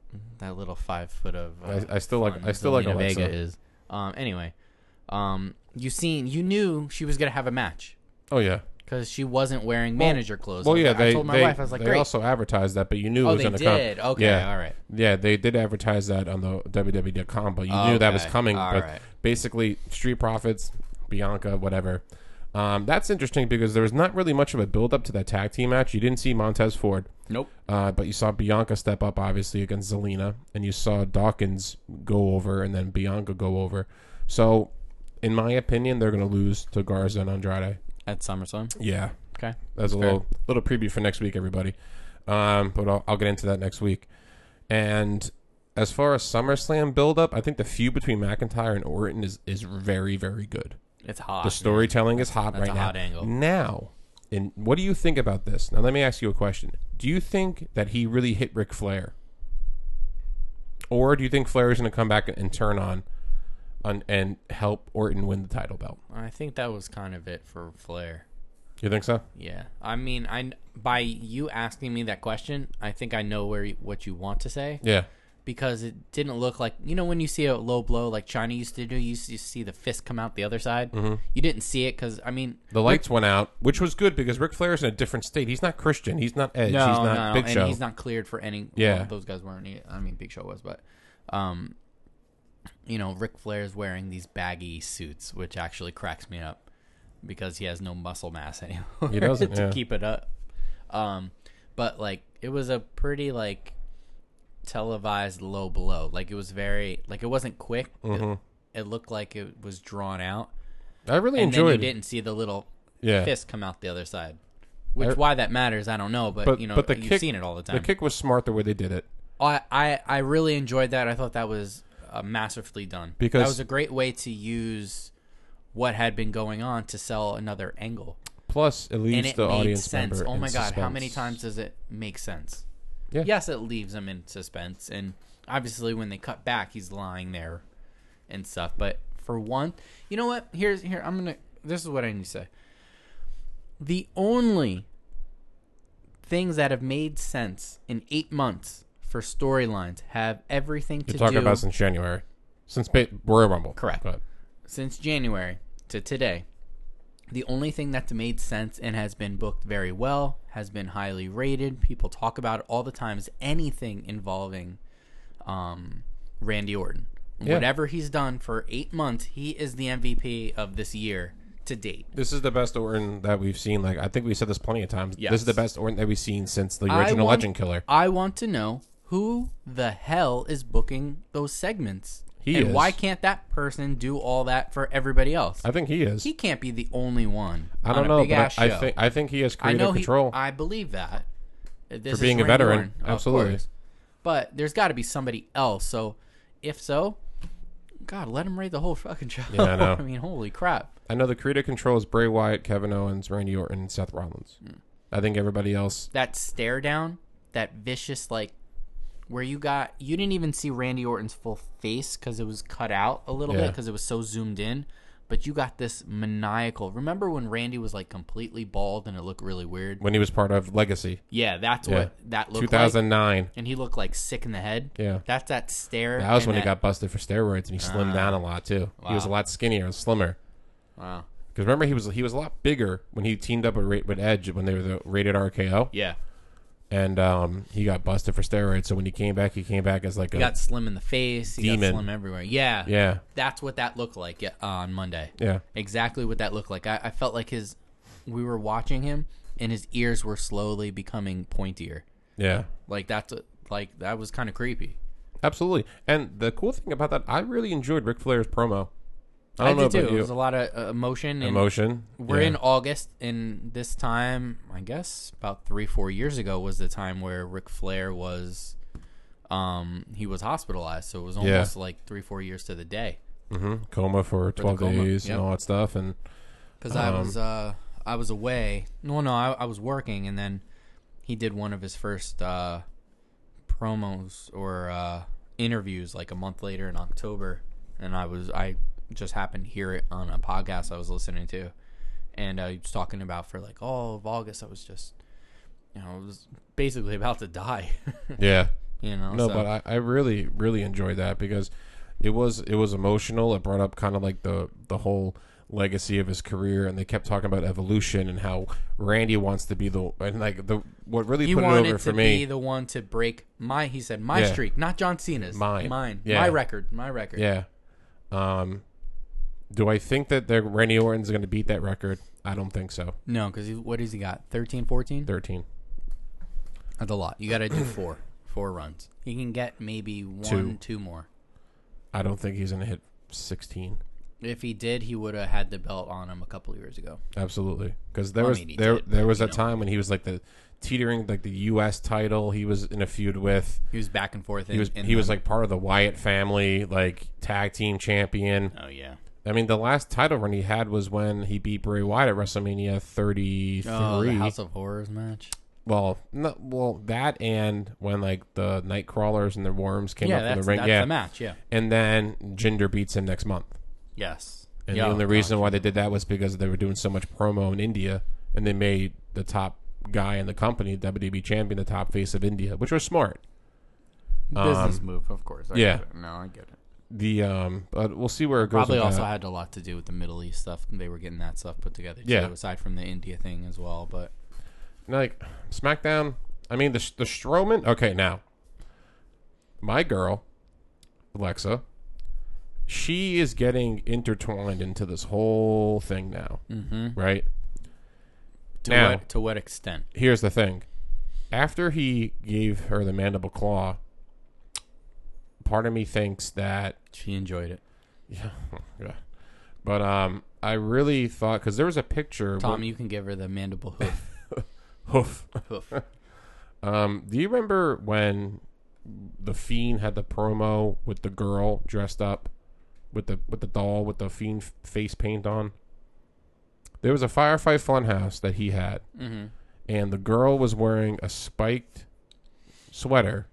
Speaker 2: that little five foot of. Uh,
Speaker 1: I, I still like
Speaker 2: fun
Speaker 1: I still like
Speaker 2: Zelina
Speaker 1: Alexa.
Speaker 2: Vega is. Um. Anyway, um. You seen? You knew she was gonna have a match
Speaker 1: Oh yeah.
Speaker 2: because she wasn't wearing
Speaker 1: Well-
Speaker 2: manager clothes.
Speaker 1: Well,
Speaker 2: I was
Speaker 1: yeah,
Speaker 2: like-
Speaker 1: they,
Speaker 2: I told my
Speaker 1: they,
Speaker 2: wife, I was like,
Speaker 1: they
Speaker 2: great.
Speaker 1: also advertised that, but you knew it
Speaker 2: oh,
Speaker 1: was
Speaker 2: they
Speaker 1: going to come.
Speaker 2: did. Okay,
Speaker 1: yeah.
Speaker 2: all right.
Speaker 1: Yeah, they did advertise that on the WWE.com, but you knew that was
Speaker 2: Okay,
Speaker 1: coming.
Speaker 2: all
Speaker 1: but
Speaker 2: right.
Speaker 1: basically, Street Profits, Bianca, whatever. Um, that's interesting because there was not really much of a build up to that tag team match. You didn't see Montez Ford,
Speaker 2: Nope.
Speaker 1: uh, but you saw Bianca step up, obviously, against Zelina, and you saw Dawkins go over and then Bianca go over. So, in my opinion, they're going to lose to Garza and Andrade.
Speaker 2: At SummerSlam.
Speaker 1: Yeah,
Speaker 2: Okay.
Speaker 1: that's a
Speaker 2: Fair.
Speaker 1: little little preview for next week, everybody. Um, but I'll, I'll get into that next week. And as far as SummerSlam build up, I think the feud between McIntyre and Orton is is very very good.
Speaker 2: It's hot.
Speaker 1: The storytelling is hot
Speaker 2: that's
Speaker 1: right
Speaker 2: a
Speaker 1: now.
Speaker 2: hot angle.
Speaker 1: Now, and what do you think about this? Now, let me ask you a question. Do you think that he really hit Ric Flair, or do you think Flair is going to come back and turn on, on and help Orton win the title belt?
Speaker 2: I think that was kind of it for Flair.
Speaker 1: You think so?
Speaker 2: Yeah, I mean, I by you asking me that question, I think I know where you- what you want to say
Speaker 1: Yeah.
Speaker 2: because it didn't look like you know when you see a low blow like China used to do. You used to see the fist come out the other side. You didn't see it because I mean
Speaker 1: The lights went out, which was good because Ric Flair's in a different state. He's not Christian. He's not Edge. he's not Big
Speaker 2: and
Speaker 1: Show.
Speaker 2: he's not cleared for any.
Speaker 1: Yeah.
Speaker 2: well, those guys weren't. e- I mean, Big Show was, but um, you know, Ric Flair's wearing these baggy suits, which actually cracks me up because he has no muscle mass anymore.
Speaker 1: He doesn't,
Speaker 2: to
Speaker 1: yeah.
Speaker 2: keep it up. Um, but like it was a pretty like televised low blow. Like it was very like it wasn't quick. It-
Speaker 1: Mm-hmm.
Speaker 2: It, looked like it was drawn out,
Speaker 1: I really
Speaker 2: and
Speaker 1: enjoyed.
Speaker 2: then you didn't see the little
Speaker 1: Yeah.
Speaker 2: fist come out the other side. Which
Speaker 1: I-
Speaker 2: why that matters, I don't know, but,
Speaker 1: But-
Speaker 2: you know
Speaker 1: but the
Speaker 2: you've
Speaker 1: kick-
Speaker 2: seen it all the
Speaker 1: The
Speaker 2: time.
Speaker 1: kick was smart the way they did it.
Speaker 2: I, I I really enjoyed that. I thought that was uh, masterfully done
Speaker 1: Because-
Speaker 2: that was a great way to use what had been going on to sell another angle,
Speaker 1: Plus, it leaves
Speaker 2: and it
Speaker 1: the
Speaker 2: made
Speaker 1: audience
Speaker 2: sense.
Speaker 1: member
Speaker 2: Oh
Speaker 1: in
Speaker 2: my god, how
Speaker 1: suspense.
Speaker 2: many times does it make sense?
Speaker 1: Yeah.
Speaker 2: Yes, it leaves him in suspense, and obviously when they cut back, he's lying there and stuff. But for one, you know what? Here's here I'm gonna. This is what I need to say. The only things that have made sense in eight months for storylines have everything to
Speaker 1: You're talking
Speaker 2: do
Speaker 1: about since January, since ba- Royal Rumble.
Speaker 2: Correct.
Speaker 1: But
Speaker 2: since January to today. The only thing that's made sense and has been booked very well, has been highly rated. People talk about it all the time. Is anything involving um, Randy Orton?
Speaker 1: Yeah.
Speaker 2: Whatever he's done for eight months, he is the MVP of this year to date.
Speaker 1: this is the best Orton that we've seen. Like I think we said this plenty of times. This
Speaker 2: Yes.
Speaker 1: is the best Orton that we've seen since the
Speaker 2: I
Speaker 1: original
Speaker 2: want-
Speaker 1: Legend Killer.
Speaker 2: I want to know who the hell is booking those segments.
Speaker 1: He
Speaker 2: and
Speaker 1: is.
Speaker 2: why can't that person do all that for everybody else?
Speaker 1: I think he is.
Speaker 2: he can't be the only one.
Speaker 1: I don't
Speaker 2: on a
Speaker 1: know,
Speaker 2: big
Speaker 1: but
Speaker 2: ass
Speaker 1: I, I
Speaker 2: show.
Speaker 1: think I think he has
Speaker 2: I
Speaker 1: creative
Speaker 2: know
Speaker 1: control.
Speaker 2: He, I believe that. This
Speaker 1: For being
Speaker 2: is
Speaker 1: a
Speaker 2: Randy
Speaker 1: veteran,
Speaker 2: Orton, of
Speaker 1: absolutely.
Speaker 2: course. But there's got to be somebody else. So, if so, God, let him raid the whole fucking show.
Speaker 1: Yeah, I know.
Speaker 2: I mean, holy crap.
Speaker 1: I know the creative control is Bray Wyatt, Kevin Owens, Randy Orton, and Seth Rollins.
Speaker 2: Hmm.
Speaker 1: I think everybody else.
Speaker 2: That stare down, that vicious like, where you got you didn't even see Randy Orton's full face because it was cut out a little bit
Speaker 1: Yeah.
Speaker 2: because it was so zoomed in. But you got this maniacal. Remember when Randy was like completely bald and it looked really weird?
Speaker 1: when he was part of Legacy,
Speaker 2: Yeah, that's what that looked like.
Speaker 1: 2009.
Speaker 2: and he looked like sick in the head.
Speaker 1: Yeah.
Speaker 2: that's that stare.
Speaker 1: That was
Speaker 2: and
Speaker 1: when he got busted for steroids, and he slimmed down a lot too. He was a
Speaker 2: Wow.
Speaker 1: lot skinnier and slimmer.
Speaker 2: Wow.
Speaker 1: Because remember, he was he was a lot bigger when he teamed up with, Ra- with Edge when they were the Rated RKO,
Speaker 2: Yeah,
Speaker 1: and um, he got busted for steroids. So when he came back, he came back as like a
Speaker 2: he got slim in the face. He
Speaker 1: Demon.
Speaker 2: got slim everywhere. Yeah,
Speaker 1: yeah,
Speaker 2: That's what that looked like yeah, on Monday.
Speaker 1: yeah,
Speaker 2: Exactly what that looked like. I, I felt like his. We were watching him, and his ears were slowly becoming pointier.
Speaker 1: yeah.
Speaker 2: Like that's a, like that was kind of creepy.
Speaker 1: Absolutely. And the cool thing about that, I really enjoyed Ric Flair's promo. I
Speaker 2: I
Speaker 1: don't know
Speaker 2: did
Speaker 1: about
Speaker 2: too. It was a
Speaker 1: you.
Speaker 2: lot of uh, emotion. And
Speaker 1: Emotion.
Speaker 2: We're
Speaker 1: Yeah.
Speaker 2: in August, and this time, I guess, about three, four years ago, was the time where Ric Flair was, um, he was hospitalized. So it was
Speaker 1: Yeah.
Speaker 2: almost like three, four years to the day.
Speaker 1: Mhm. coma for twelve
Speaker 2: coma,
Speaker 1: days
Speaker 2: yep.
Speaker 1: and all that stuff. And
Speaker 2: Because I was,
Speaker 1: Um,
Speaker 2: uh, I was away. No, no, I, I was working, and then he did one of his first uh, promos or uh, interviews like a month later in October, and I was, I just happened to hear it on a podcast I was listening to. and uh, he was talking about for like all of August, I was just, you know, I was basically about to die,
Speaker 1: yeah,
Speaker 2: you know.
Speaker 1: no,
Speaker 2: so-
Speaker 1: but I, I really really enjoyed that because it was it was emotional. It brought up kind of like the the whole legacy of his career, and they kept talking about evolution and how Randy wants to be the and like the what really
Speaker 2: he
Speaker 1: put it
Speaker 2: wanted
Speaker 1: over
Speaker 2: to
Speaker 1: for
Speaker 2: be
Speaker 1: me.
Speaker 2: the one to break my. He said my
Speaker 1: Yeah.
Speaker 2: streak, not John Cena's,
Speaker 1: Mine.
Speaker 2: mine,
Speaker 1: Yeah.
Speaker 2: my record, my record.
Speaker 1: yeah. Um. Do I think that the Randy Orton's going to beat that record? I don't think so.
Speaker 2: No, because what has he got? 13, 14?
Speaker 1: Thirteen.
Speaker 2: That's a lot. You got to do four, four runs. He can get maybe one,
Speaker 1: Two.
Speaker 2: two, more.
Speaker 1: I don't think he's going to hit sixteen.
Speaker 2: If he did, he would have had the belt on him a couple of years ago.
Speaker 1: Absolutely, because there
Speaker 2: Well, I
Speaker 1: was
Speaker 2: mean, he
Speaker 1: there
Speaker 2: did,
Speaker 1: there was a time when he was like the teetering like the U.S. title. He was in a feud with.
Speaker 2: He was back and forth. In,
Speaker 1: He was
Speaker 2: in
Speaker 1: he was
Speaker 2: the-
Speaker 1: like part of the Wyatt family, like tag team champion.
Speaker 2: oh yeah,
Speaker 1: I mean, the last title run he had was when he beat Bray Wyatt at WrestleMania 33.
Speaker 2: oh the House of Horrors match.
Speaker 1: well, no, well that and when like the Nightcrawlers and the Worms came
Speaker 2: Yeah,
Speaker 1: up in the
Speaker 2: that's,
Speaker 1: ring,
Speaker 2: that's
Speaker 1: yeah,
Speaker 2: the match. Yeah.
Speaker 1: and then Jinder beats him next month.
Speaker 2: Yes.
Speaker 1: And
Speaker 2: Yeah,
Speaker 1: the
Speaker 2: oh
Speaker 1: only
Speaker 2: my
Speaker 1: reason why they did that was because they were doing so much promo in India and they made the top guy in the company, WWE champion, the top face of India, which was smart.
Speaker 2: Business move, of course. I
Speaker 1: um, yeah.
Speaker 2: get it. No, I get it.
Speaker 1: The um, but we'll see where it goes.
Speaker 2: Probably
Speaker 1: with
Speaker 2: also
Speaker 1: that.
Speaker 2: had a lot to do with the Middle East stuff. They were getting that stuff put together.
Speaker 1: Yeah.
Speaker 2: Too, aside from the India thing as well, but
Speaker 1: And, like SmackDown. I mean the the Strowman. Okay, now my girl, Alexa, she is getting intertwined into this whole thing now,
Speaker 2: Mhm.
Speaker 1: right?
Speaker 2: to
Speaker 1: Now-
Speaker 2: what to what extent?
Speaker 1: Here's the thing: after he gave her the mandible claw, part of me thinks that
Speaker 2: She enjoyed it.
Speaker 1: yeah, yeah. But um, I really thought because there was a picture. of
Speaker 2: Tom, you can give her the mandible hoof.
Speaker 1: hoof.
Speaker 2: hoof.
Speaker 1: Um, do you remember when the Fiend had the promo with the girl dressed up with the with the doll with the Fiend f- face paint on? There was a Firefly Funhouse that he had,
Speaker 2: Mm-hmm.
Speaker 1: and the girl was wearing a spiked sweater,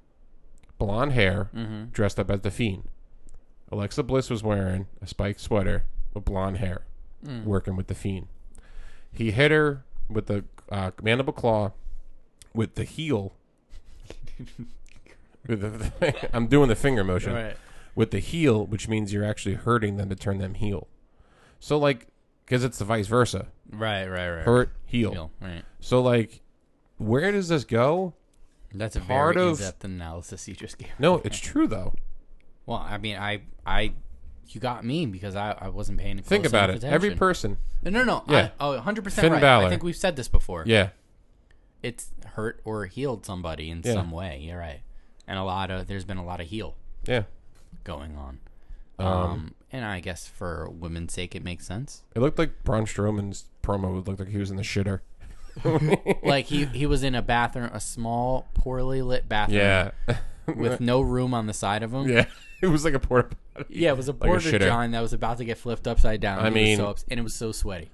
Speaker 1: blonde hair,
Speaker 2: Mm-hmm.
Speaker 1: dressed up as the Fiend. Alexa Bliss was wearing a spiked sweater with blonde hair,
Speaker 2: Mm.
Speaker 1: working with the Fiend. He hit her with the uh, mandible claw with the heel with the- I'm doing the finger motion
Speaker 2: Right.
Speaker 1: with the heel, which means you're actually hurting them to turn them heel. So like, because it's the vice versa,
Speaker 2: Right. Right. Right.
Speaker 1: hurt heel.
Speaker 2: Heel, Right.
Speaker 1: So like, where does this go?
Speaker 2: That's a
Speaker 1: Part
Speaker 2: very
Speaker 1: of-
Speaker 2: in-depth analysis you just gave.
Speaker 1: No, it's true though.
Speaker 2: Well, I mean, I, I, you got me because I, I wasn't paying.
Speaker 1: Think
Speaker 2: close
Speaker 1: about it.
Speaker 2: enough
Speaker 1: Every
Speaker 2: attention.
Speaker 1: person,
Speaker 2: No, no, no.
Speaker 1: Yeah.
Speaker 2: I, oh, 100 percent
Speaker 1: Finn
Speaker 2: right.
Speaker 1: Balor.
Speaker 2: I think we've said this before.
Speaker 1: yeah,
Speaker 2: It's hurt or healed somebody in
Speaker 1: Yeah.
Speaker 2: some way. You're right. And a lot of there's been a lot of heal
Speaker 1: yeah.
Speaker 2: going on. Um, and I guess for women's sake, it makes sense.
Speaker 1: It looked like Braun Strowman's promo looked like he was in the shitter.
Speaker 2: like he he was in a bathroom, a small, poorly lit bathroom
Speaker 1: Yeah,
Speaker 2: with no room on the side of him.
Speaker 1: yeah. It was like a porta. potty.
Speaker 2: Yeah, it was a
Speaker 1: a
Speaker 2: porter
Speaker 1: shitter.
Speaker 2: john that was about to get flipped upside down.
Speaker 1: I
Speaker 2: He was
Speaker 1: mean-
Speaker 2: so ups- and it was so sweaty.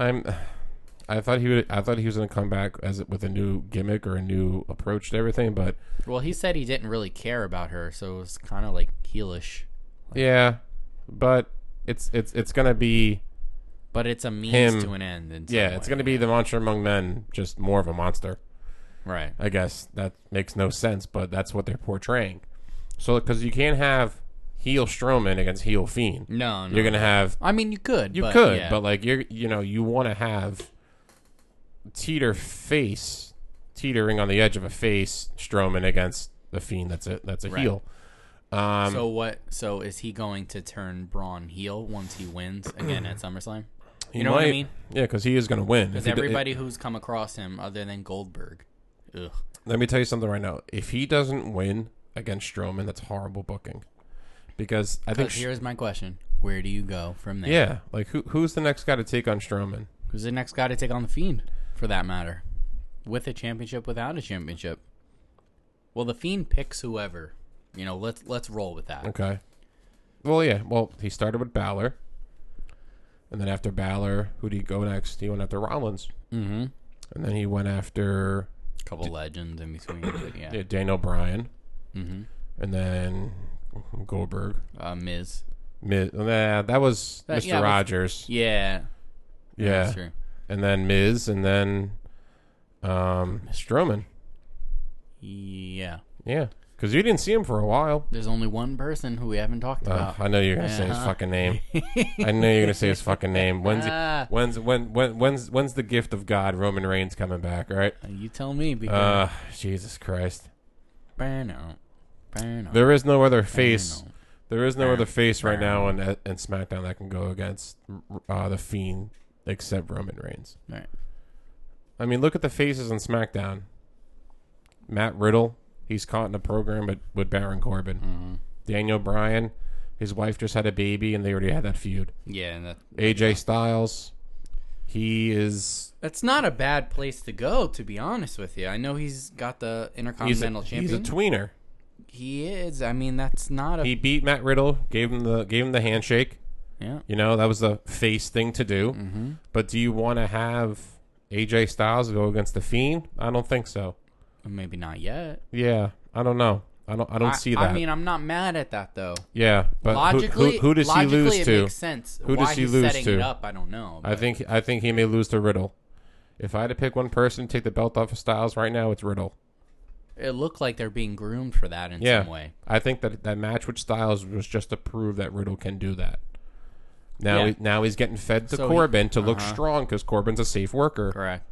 Speaker 1: I'm. I thought he would. I thought he was going to come back as with a new gimmick or a new approach to everything, but
Speaker 2: Well, he said he didn't really care about her, so it was kind of like heelish.
Speaker 1: Yeah, but it's it's it's gonna be
Speaker 2: But it's a means
Speaker 1: Him-
Speaker 2: to an end. In some
Speaker 1: yeah, it's
Speaker 2: way.
Speaker 1: gonna be the monster among men, just more of a monster.
Speaker 2: right.
Speaker 1: I guess that makes no sense, but that's what they're portraying. So because you can't have heel Strowman against heel Fiend,
Speaker 2: No, no.
Speaker 1: you're gonna have
Speaker 2: I mean, you could.
Speaker 1: you
Speaker 2: but,
Speaker 1: could,
Speaker 2: yeah.
Speaker 1: but like you're you know you want to have teeter face teetering on the edge of a face Strowman against the Fiend. That's a that's a
Speaker 2: Right.
Speaker 1: heel. Um,
Speaker 2: so what? So is he going to turn Braun heel once he wins again at SummerSlam?
Speaker 1: he
Speaker 2: you know what I
Speaker 1: might-
Speaker 2: mean?
Speaker 1: Yeah, because he is gonna win. If
Speaker 2: Because
Speaker 1: he d-
Speaker 2: everybody who's come across him, other than Goldberg, ugh.
Speaker 1: Let me tell you something right now. If he doesn't win against Strowman, that's horrible booking. Because I think,
Speaker 2: But
Speaker 1: Sh-
Speaker 2: here's my question: Where do you go from there?
Speaker 1: yeah, like who who's the next guy to take on Strowman?
Speaker 2: Who's the next guy to take on the Fiend, for that matter? With a championship, without a championship. Well, the Fiend picks whoever. You know, let's let's roll with that.
Speaker 1: Okay. Well, yeah. Well, he started with Balor, and then after Balor, who did he go next? He went after Rollins,
Speaker 2: Mm-hmm.
Speaker 1: and then he went after
Speaker 2: A couple legends in between, but yeah.
Speaker 1: yeah, Daniel Bryan,
Speaker 2: Mm-hmm.
Speaker 1: and then Goldberg.
Speaker 2: Uh, Miz.
Speaker 1: Miz, nah, that was
Speaker 2: That-
Speaker 1: Mr.
Speaker 2: yeah, that was-
Speaker 1: Rogers.
Speaker 2: Yeah.
Speaker 1: yeah,
Speaker 2: That's true.
Speaker 1: and then Miz, and then um, Strowman.
Speaker 2: Yeah.
Speaker 1: Yeah, because you didn't see him for a while.
Speaker 2: There's only one person who we haven't talked
Speaker 1: Uh,
Speaker 2: about.
Speaker 1: I know you're gonna say his
Speaker 2: Uh-huh.
Speaker 1: fucking name. I know you're gonna say his fucking name. When's he,
Speaker 2: Ah,
Speaker 1: when's when when when's when's the gift of God Roman Reigns coming back? All right.
Speaker 2: you tell me because
Speaker 1: Uh, Jesus Christ.
Speaker 2: burn out. Burn out.
Speaker 1: There is no other
Speaker 2: burn
Speaker 1: face.
Speaker 2: out.
Speaker 1: There is no other face right now in in SmackDown that can go against uh, the Fiend except Roman Reigns.
Speaker 2: Right.
Speaker 1: I mean, look at the faces on SmackDown. Matt Riddle, he's caught in a program with, with Baron Corbin. Daniel Bryan, his wife just had a baby and they already had that feud.
Speaker 2: Yeah, and that,
Speaker 1: AJ Styles. He is
Speaker 2: that's not a bad place to go, to be honest with you. I know he's got the
Speaker 1: he's
Speaker 2: Intercontinental
Speaker 1: a,
Speaker 2: Champion.
Speaker 1: he's a tweener.
Speaker 2: He is. I mean, that's not a
Speaker 1: He beat Matt Riddle, gave him the gave him the handshake.
Speaker 2: yeah.
Speaker 1: You know that was the face thing to do.
Speaker 2: Mm-hmm.
Speaker 1: But do you want to have AJ Styles go against the Fiend? I don't think so.
Speaker 2: Maybe not yet.
Speaker 1: Yeah, I don't know. I don't. I don't
Speaker 2: I,
Speaker 1: see that.
Speaker 2: I mean, I'm not mad at that though.
Speaker 1: yeah, but who-
Speaker 2: Logically,
Speaker 1: who, who, does he
Speaker 2: logically
Speaker 1: lose
Speaker 2: it
Speaker 1: to?
Speaker 2: Makes sense.
Speaker 1: Who
Speaker 2: Why
Speaker 1: does he
Speaker 2: he's
Speaker 1: lose
Speaker 2: setting
Speaker 1: to?
Speaker 2: It up, I don't know.
Speaker 1: I think I think he may lose to Riddle. If I had to pick one person to take the belt off of Styles right now, it's Riddle.
Speaker 2: It looked like they're being groomed for that in
Speaker 1: Yeah.
Speaker 2: some way.
Speaker 1: I think that that match with Styles was just to prove that Riddle can do that. Now,
Speaker 2: Yeah.
Speaker 1: he, now he's getting fed to
Speaker 2: So he-
Speaker 1: Corbin to look
Speaker 2: uh-huh.
Speaker 1: strong because Corbin's a safe worker.
Speaker 2: Correct.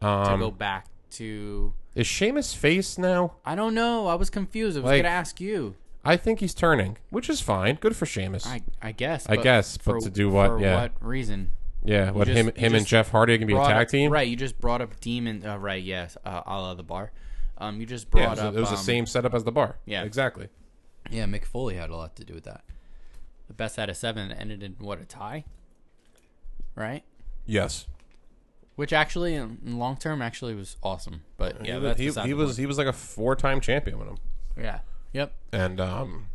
Speaker 2: to go
Speaker 1: Um,
Speaker 2: back to,
Speaker 1: is Sheamus face now?
Speaker 2: I don't know. I was confused. I was
Speaker 1: Like-
Speaker 2: gonna ask you.
Speaker 1: I think he's turning, which is fine. Good for Sheamus.
Speaker 2: I I guess.
Speaker 1: I guess, but to do what?
Speaker 2: For
Speaker 1: Yeah.
Speaker 2: what reason?
Speaker 1: yeah, what
Speaker 2: just-
Speaker 1: him
Speaker 2: you
Speaker 1: him and
Speaker 2: just
Speaker 1: Jeff Hardy are gonna be a
Speaker 2: Brought
Speaker 1: tag
Speaker 2: up-
Speaker 1: team.
Speaker 2: Right. You just brought up demon. Uh, right. Yes. Uh, a la the bar. Um. You just
Speaker 1: Yeah, it was,
Speaker 2: brought
Speaker 1: it
Speaker 2: up.
Speaker 1: was the
Speaker 2: um,
Speaker 1: same setup as the bar.
Speaker 2: yeah.
Speaker 1: exactly.
Speaker 2: Yeah. Mick Foley had a lot to do with that. The best out of seven ended in what a tie. Right.
Speaker 1: Yes.
Speaker 2: Which actually, in in long term, actually was awesome. But yeah,
Speaker 1: he,
Speaker 2: that's
Speaker 1: he,
Speaker 2: beside
Speaker 1: he
Speaker 2: the
Speaker 1: was
Speaker 2: point.
Speaker 1: he was like a four time champion with him,
Speaker 2: Yeah. Yep.
Speaker 1: and um,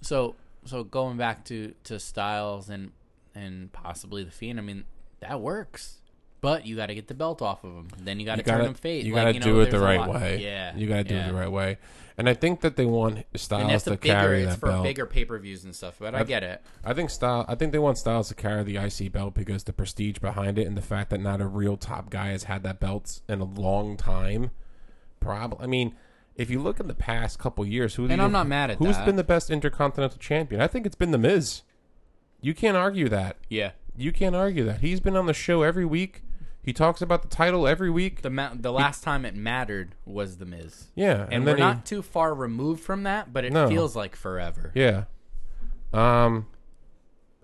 Speaker 2: So so going back to to Styles and and possibly the Fiend. I mean, that works. But you got to get the belt off of him. Then you got to
Speaker 1: you gotta,
Speaker 2: turn him face.
Speaker 1: You
Speaker 2: Like,
Speaker 1: gotta
Speaker 2: you know,
Speaker 1: do it the
Speaker 2: there's a
Speaker 1: right
Speaker 2: lot-
Speaker 1: way.
Speaker 2: Yeah.
Speaker 1: you gotta do
Speaker 2: yeah.
Speaker 1: it the right way. And I think that they want
Speaker 2: And
Speaker 1: Styles
Speaker 2: that's
Speaker 1: to
Speaker 2: the bigger.
Speaker 1: carry
Speaker 2: it's
Speaker 1: that
Speaker 2: for
Speaker 1: belt.
Speaker 2: bigger pay per views and stuff. But I,
Speaker 1: I've-
Speaker 2: get it.
Speaker 1: I think style. I think they want Styles to carry the IC belt because the prestige behind it and the fact that not a real top guy has had that belt in a long time. Probably. I mean, if you look in the past couple years, who do
Speaker 2: And
Speaker 1: you-
Speaker 2: I'm not mad at
Speaker 1: who's
Speaker 2: that.
Speaker 1: been the best intercontinental champion? I think it's been the Miz. You can't argue that.
Speaker 2: Yeah.
Speaker 1: You can't argue that. He's been on the show every week. He talks about the title every week.
Speaker 2: The ma- the last time it mattered was the Miz.
Speaker 1: yeah, and,
Speaker 2: And,
Speaker 1: then
Speaker 2: we're
Speaker 1: he,
Speaker 2: not too far removed from that, but it
Speaker 1: No.
Speaker 2: feels like forever.
Speaker 1: Yeah. Um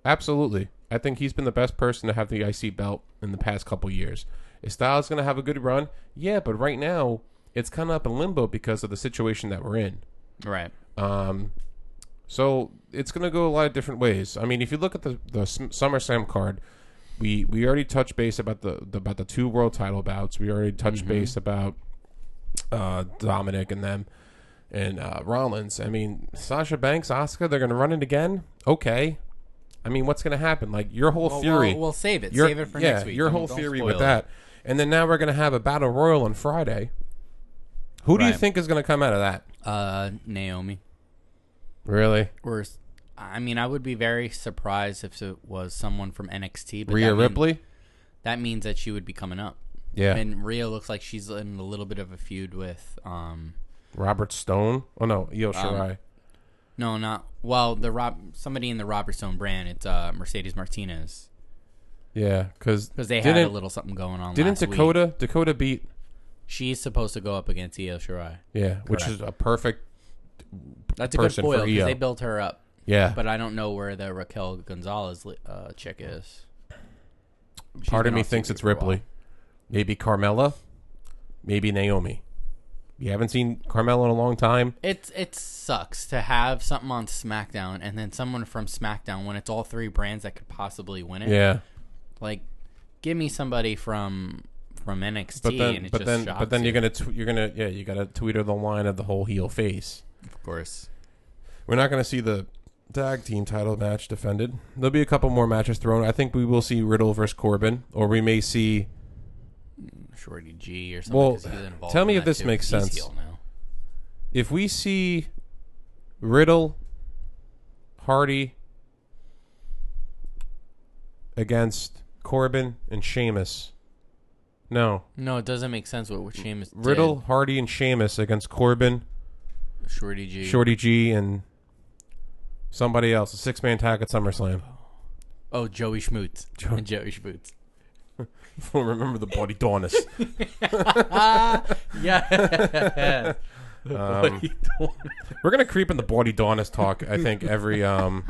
Speaker 1: absolutely. I think he's been the best person to have the IC belt in the past couple years. Is Styles going to have a good run? Yeah, but right now it's kind of up in limbo because of the situation that we're in.
Speaker 2: Right.
Speaker 1: Um so it's going to go a lot of different ways. I mean, if you look at the the Sm- SummerSlam card, we we already touched base about the, the about the two world title bouts. We already
Speaker 2: Mm-hmm.
Speaker 1: touched base about uh, Dominic and them and uh, Rollins. I mean, Sasha Banks, Oscar, they're going to run it again. Okay. I mean, what's going to happen? Like your whole
Speaker 2: Well,
Speaker 1: theory.
Speaker 2: we'll- we'll save it.
Speaker 1: Your-
Speaker 2: Save it for
Speaker 1: yeah,
Speaker 2: next week.
Speaker 1: Your
Speaker 2: Don't-
Speaker 1: whole
Speaker 2: don't
Speaker 1: theory
Speaker 2: spoil
Speaker 1: with
Speaker 2: it.
Speaker 1: that, and then now we're going to have a battle royal on Friday. Who do you
Speaker 2: Right.
Speaker 1: think is going to come out of that?
Speaker 2: Uh, Naomi.
Speaker 1: Really,
Speaker 2: Or, s- I mean, I would be very surprised if it was someone from NXT. But
Speaker 1: Rhea
Speaker 2: that mean-
Speaker 1: Ripley?
Speaker 2: that means that she would be coming up.
Speaker 1: Yeah,
Speaker 2: And Rhea looks like she's in a little bit of a feud with, um,
Speaker 1: Robert Stone. Oh no, Io Shirai.
Speaker 2: no, not well, the Rob, somebody in the Robert Stone brand. It's uh, Mercedes Martinez
Speaker 1: yeah, because
Speaker 2: because they
Speaker 1: didn't,
Speaker 2: had a little something going on.
Speaker 1: didn't
Speaker 2: last week.
Speaker 1: Dakota Dakota beat
Speaker 2: She's supposed to go up against Io Shirai.
Speaker 1: yeah, which is a perfect
Speaker 2: That's a
Speaker 1: Person
Speaker 2: good
Speaker 1: for E
Speaker 2: foil because
Speaker 1: Io.
Speaker 2: they built her up.
Speaker 1: yeah.
Speaker 2: But I don't know where the Raquel Gonzalez uh, chick is. She's
Speaker 1: Part of
Speaker 2: been
Speaker 1: me
Speaker 2: off
Speaker 1: thinks
Speaker 2: TV
Speaker 1: it's
Speaker 2: for a while.
Speaker 1: Ripley, maybe Carmella, maybe Naomi. You haven't seen Carmella in a long time.
Speaker 2: It's it sucks to have something on SmackDown and then someone from SmackDown when it's all three brands that could possibly win it.
Speaker 1: Yeah,
Speaker 2: Like, give me somebody from from NXT
Speaker 1: but then
Speaker 2: and it
Speaker 1: but
Speaker 2: just
Speaker 1: then
Speaker 2: shocks
Speaker 1: but then
Speaker 2: you.
Speaker 1: you're gonna tw- you're gonna yeah you gotta Twitter the line of the whole heel face.
Speaker 2: of course.
Speaker 1: We're not gonna see the tag team title match defended. There'll be a couple more matches thrown. I think we will see Riddle versus Corbin, or we may see
Speaker 2: Shorty G or something.
Speaker 1: Well,
Speaker 2: 'cause he was involved
Speaker 1: tell me
Speaker 2: in
Speaker 1: if
Speaker 2: that
Speaker 1: this
Speaker 2: too.
Speaker 1: makes
Speaker 2: He's
Speaker 1: sense.
Speaker 2: heel now.
Speaker 1: if we see Riddle, Hardy against Corbin and Sheamus. No,
Speaker 2: No, it doesn't make sense what, what Sheamus did.
Speaker 1: Riddle, Hardy, and Sheamus against Corbin,
Speaker 2: Shorty G.
Speaker 1: Shorty G, and somebody else. A six man tag at SummerSlam.
Speaker 2: Oh, Joey Schmutz.
Speaker 1: Jo-
Speaker 2: Joey Schmutz.
Speaker 1: Remember the Bloody Dawnus.
Speaker 2: Yeah.
Speaker 1: Um,
Speaker 2: What are you
Speaker 1: We're gonna creep in the Bloody Dawnus talk. I think every um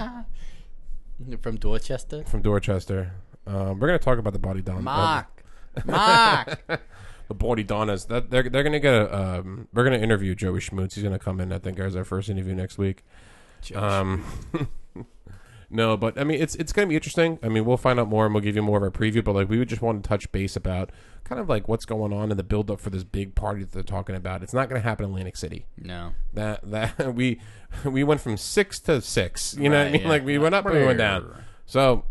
Speaker 2: doing? from Dorchester.
Speaker 1: from Dorchester. Um, we're gonna talk about the uh, Bloody Dawnus.
Speaker 2: Mark. Mark.
Speaker 1: the Bloody Donnas. That they're they're gonna get a. Um, we're gonna interview Joey Schmutz. He's gonna come in. I think as our first interview next week. Um, no, but I mean it's it's gonna be interesting. I mean we'll find out more and we'll give you more of our preview. But like we would just want to touch base about kind of like what's going on in the build up for this big party that they're talking about. It's not gonna happen in Atlantic City.
Speaker 2: no.
Speaker 1: That that we we went from six to six. You know what I
Speaker 2: Right,
Speaker 1: mean?
Speaker 2: yeah.
Speaker 1: Like we went up and we went down. So,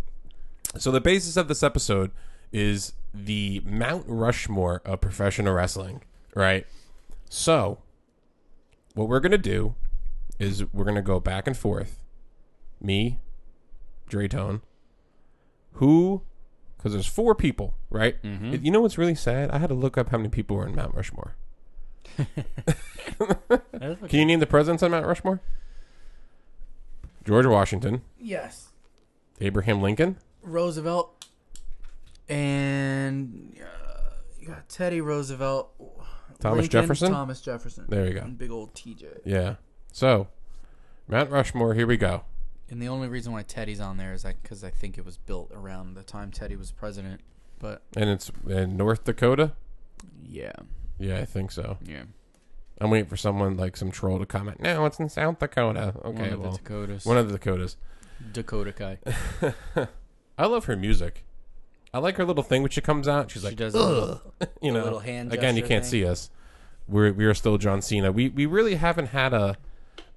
Speaker 1: so the basis of this episode is the Mount Rushmore of professional wrestling, right? So, what we're gonna do is we're gonna go back and forth. Me, Dre Tone. Who because there's four people, right?
Speaker 2: Mm-hmm.
Speaker 1: You know what's really sad? I had to look up how many people were in Mount Rushmore. Can you name the presidents on Mount Rushmore? George Washington,
Speaker 2: Yes.
Speaker 1: Abraham Lincoln,
Speaker 2: Roosevelt and uh, you got Teddy Roosevelt,
Speaker 1: Thomas
Speaker 2: Lincoln,
Speaker 1: Jefferson?
Speaker 2: Thomas Jefferson.
Speaker 1: There you go.
Speaker 2: And big old TJ.
Speaker 1: Yeah. So, Mount Rushmore, here we go.
Speaker 2: And the only reason why Teddy's on there is because I think it was built around the time Teddy was president. But
Speaker 1: And it's in North Dakota?
Speaker 2: yeah,
Speaker 1: Yeah, I think so.
Speaker 2: yeah.
Speaker 1: I'm waiting for someone, like some troll, to comment. No, it's in South Dakota.
Speaker 2: one
Speaker 1: Okay,
Speaker 2: of the
Speaker 1: well,
Speaker 2: Dakotas.
Speaker 1: one of the Dakotas.
Speaker 2: Dakota Kai.
Speaker 1: I love her music. I like her little thing when she comes out. She's
Speaker 2: She
Speaker 1: like,
Speaker 2: does a little,
Speaker 1: you know,
Speaker 2: little hand
Speaker 1: again, you
Speaker 2: gesture
Speaker 1: can't
Speaker 2: thing.
Speaker 1: see us. We're we are still John Cena. We we really haven't had a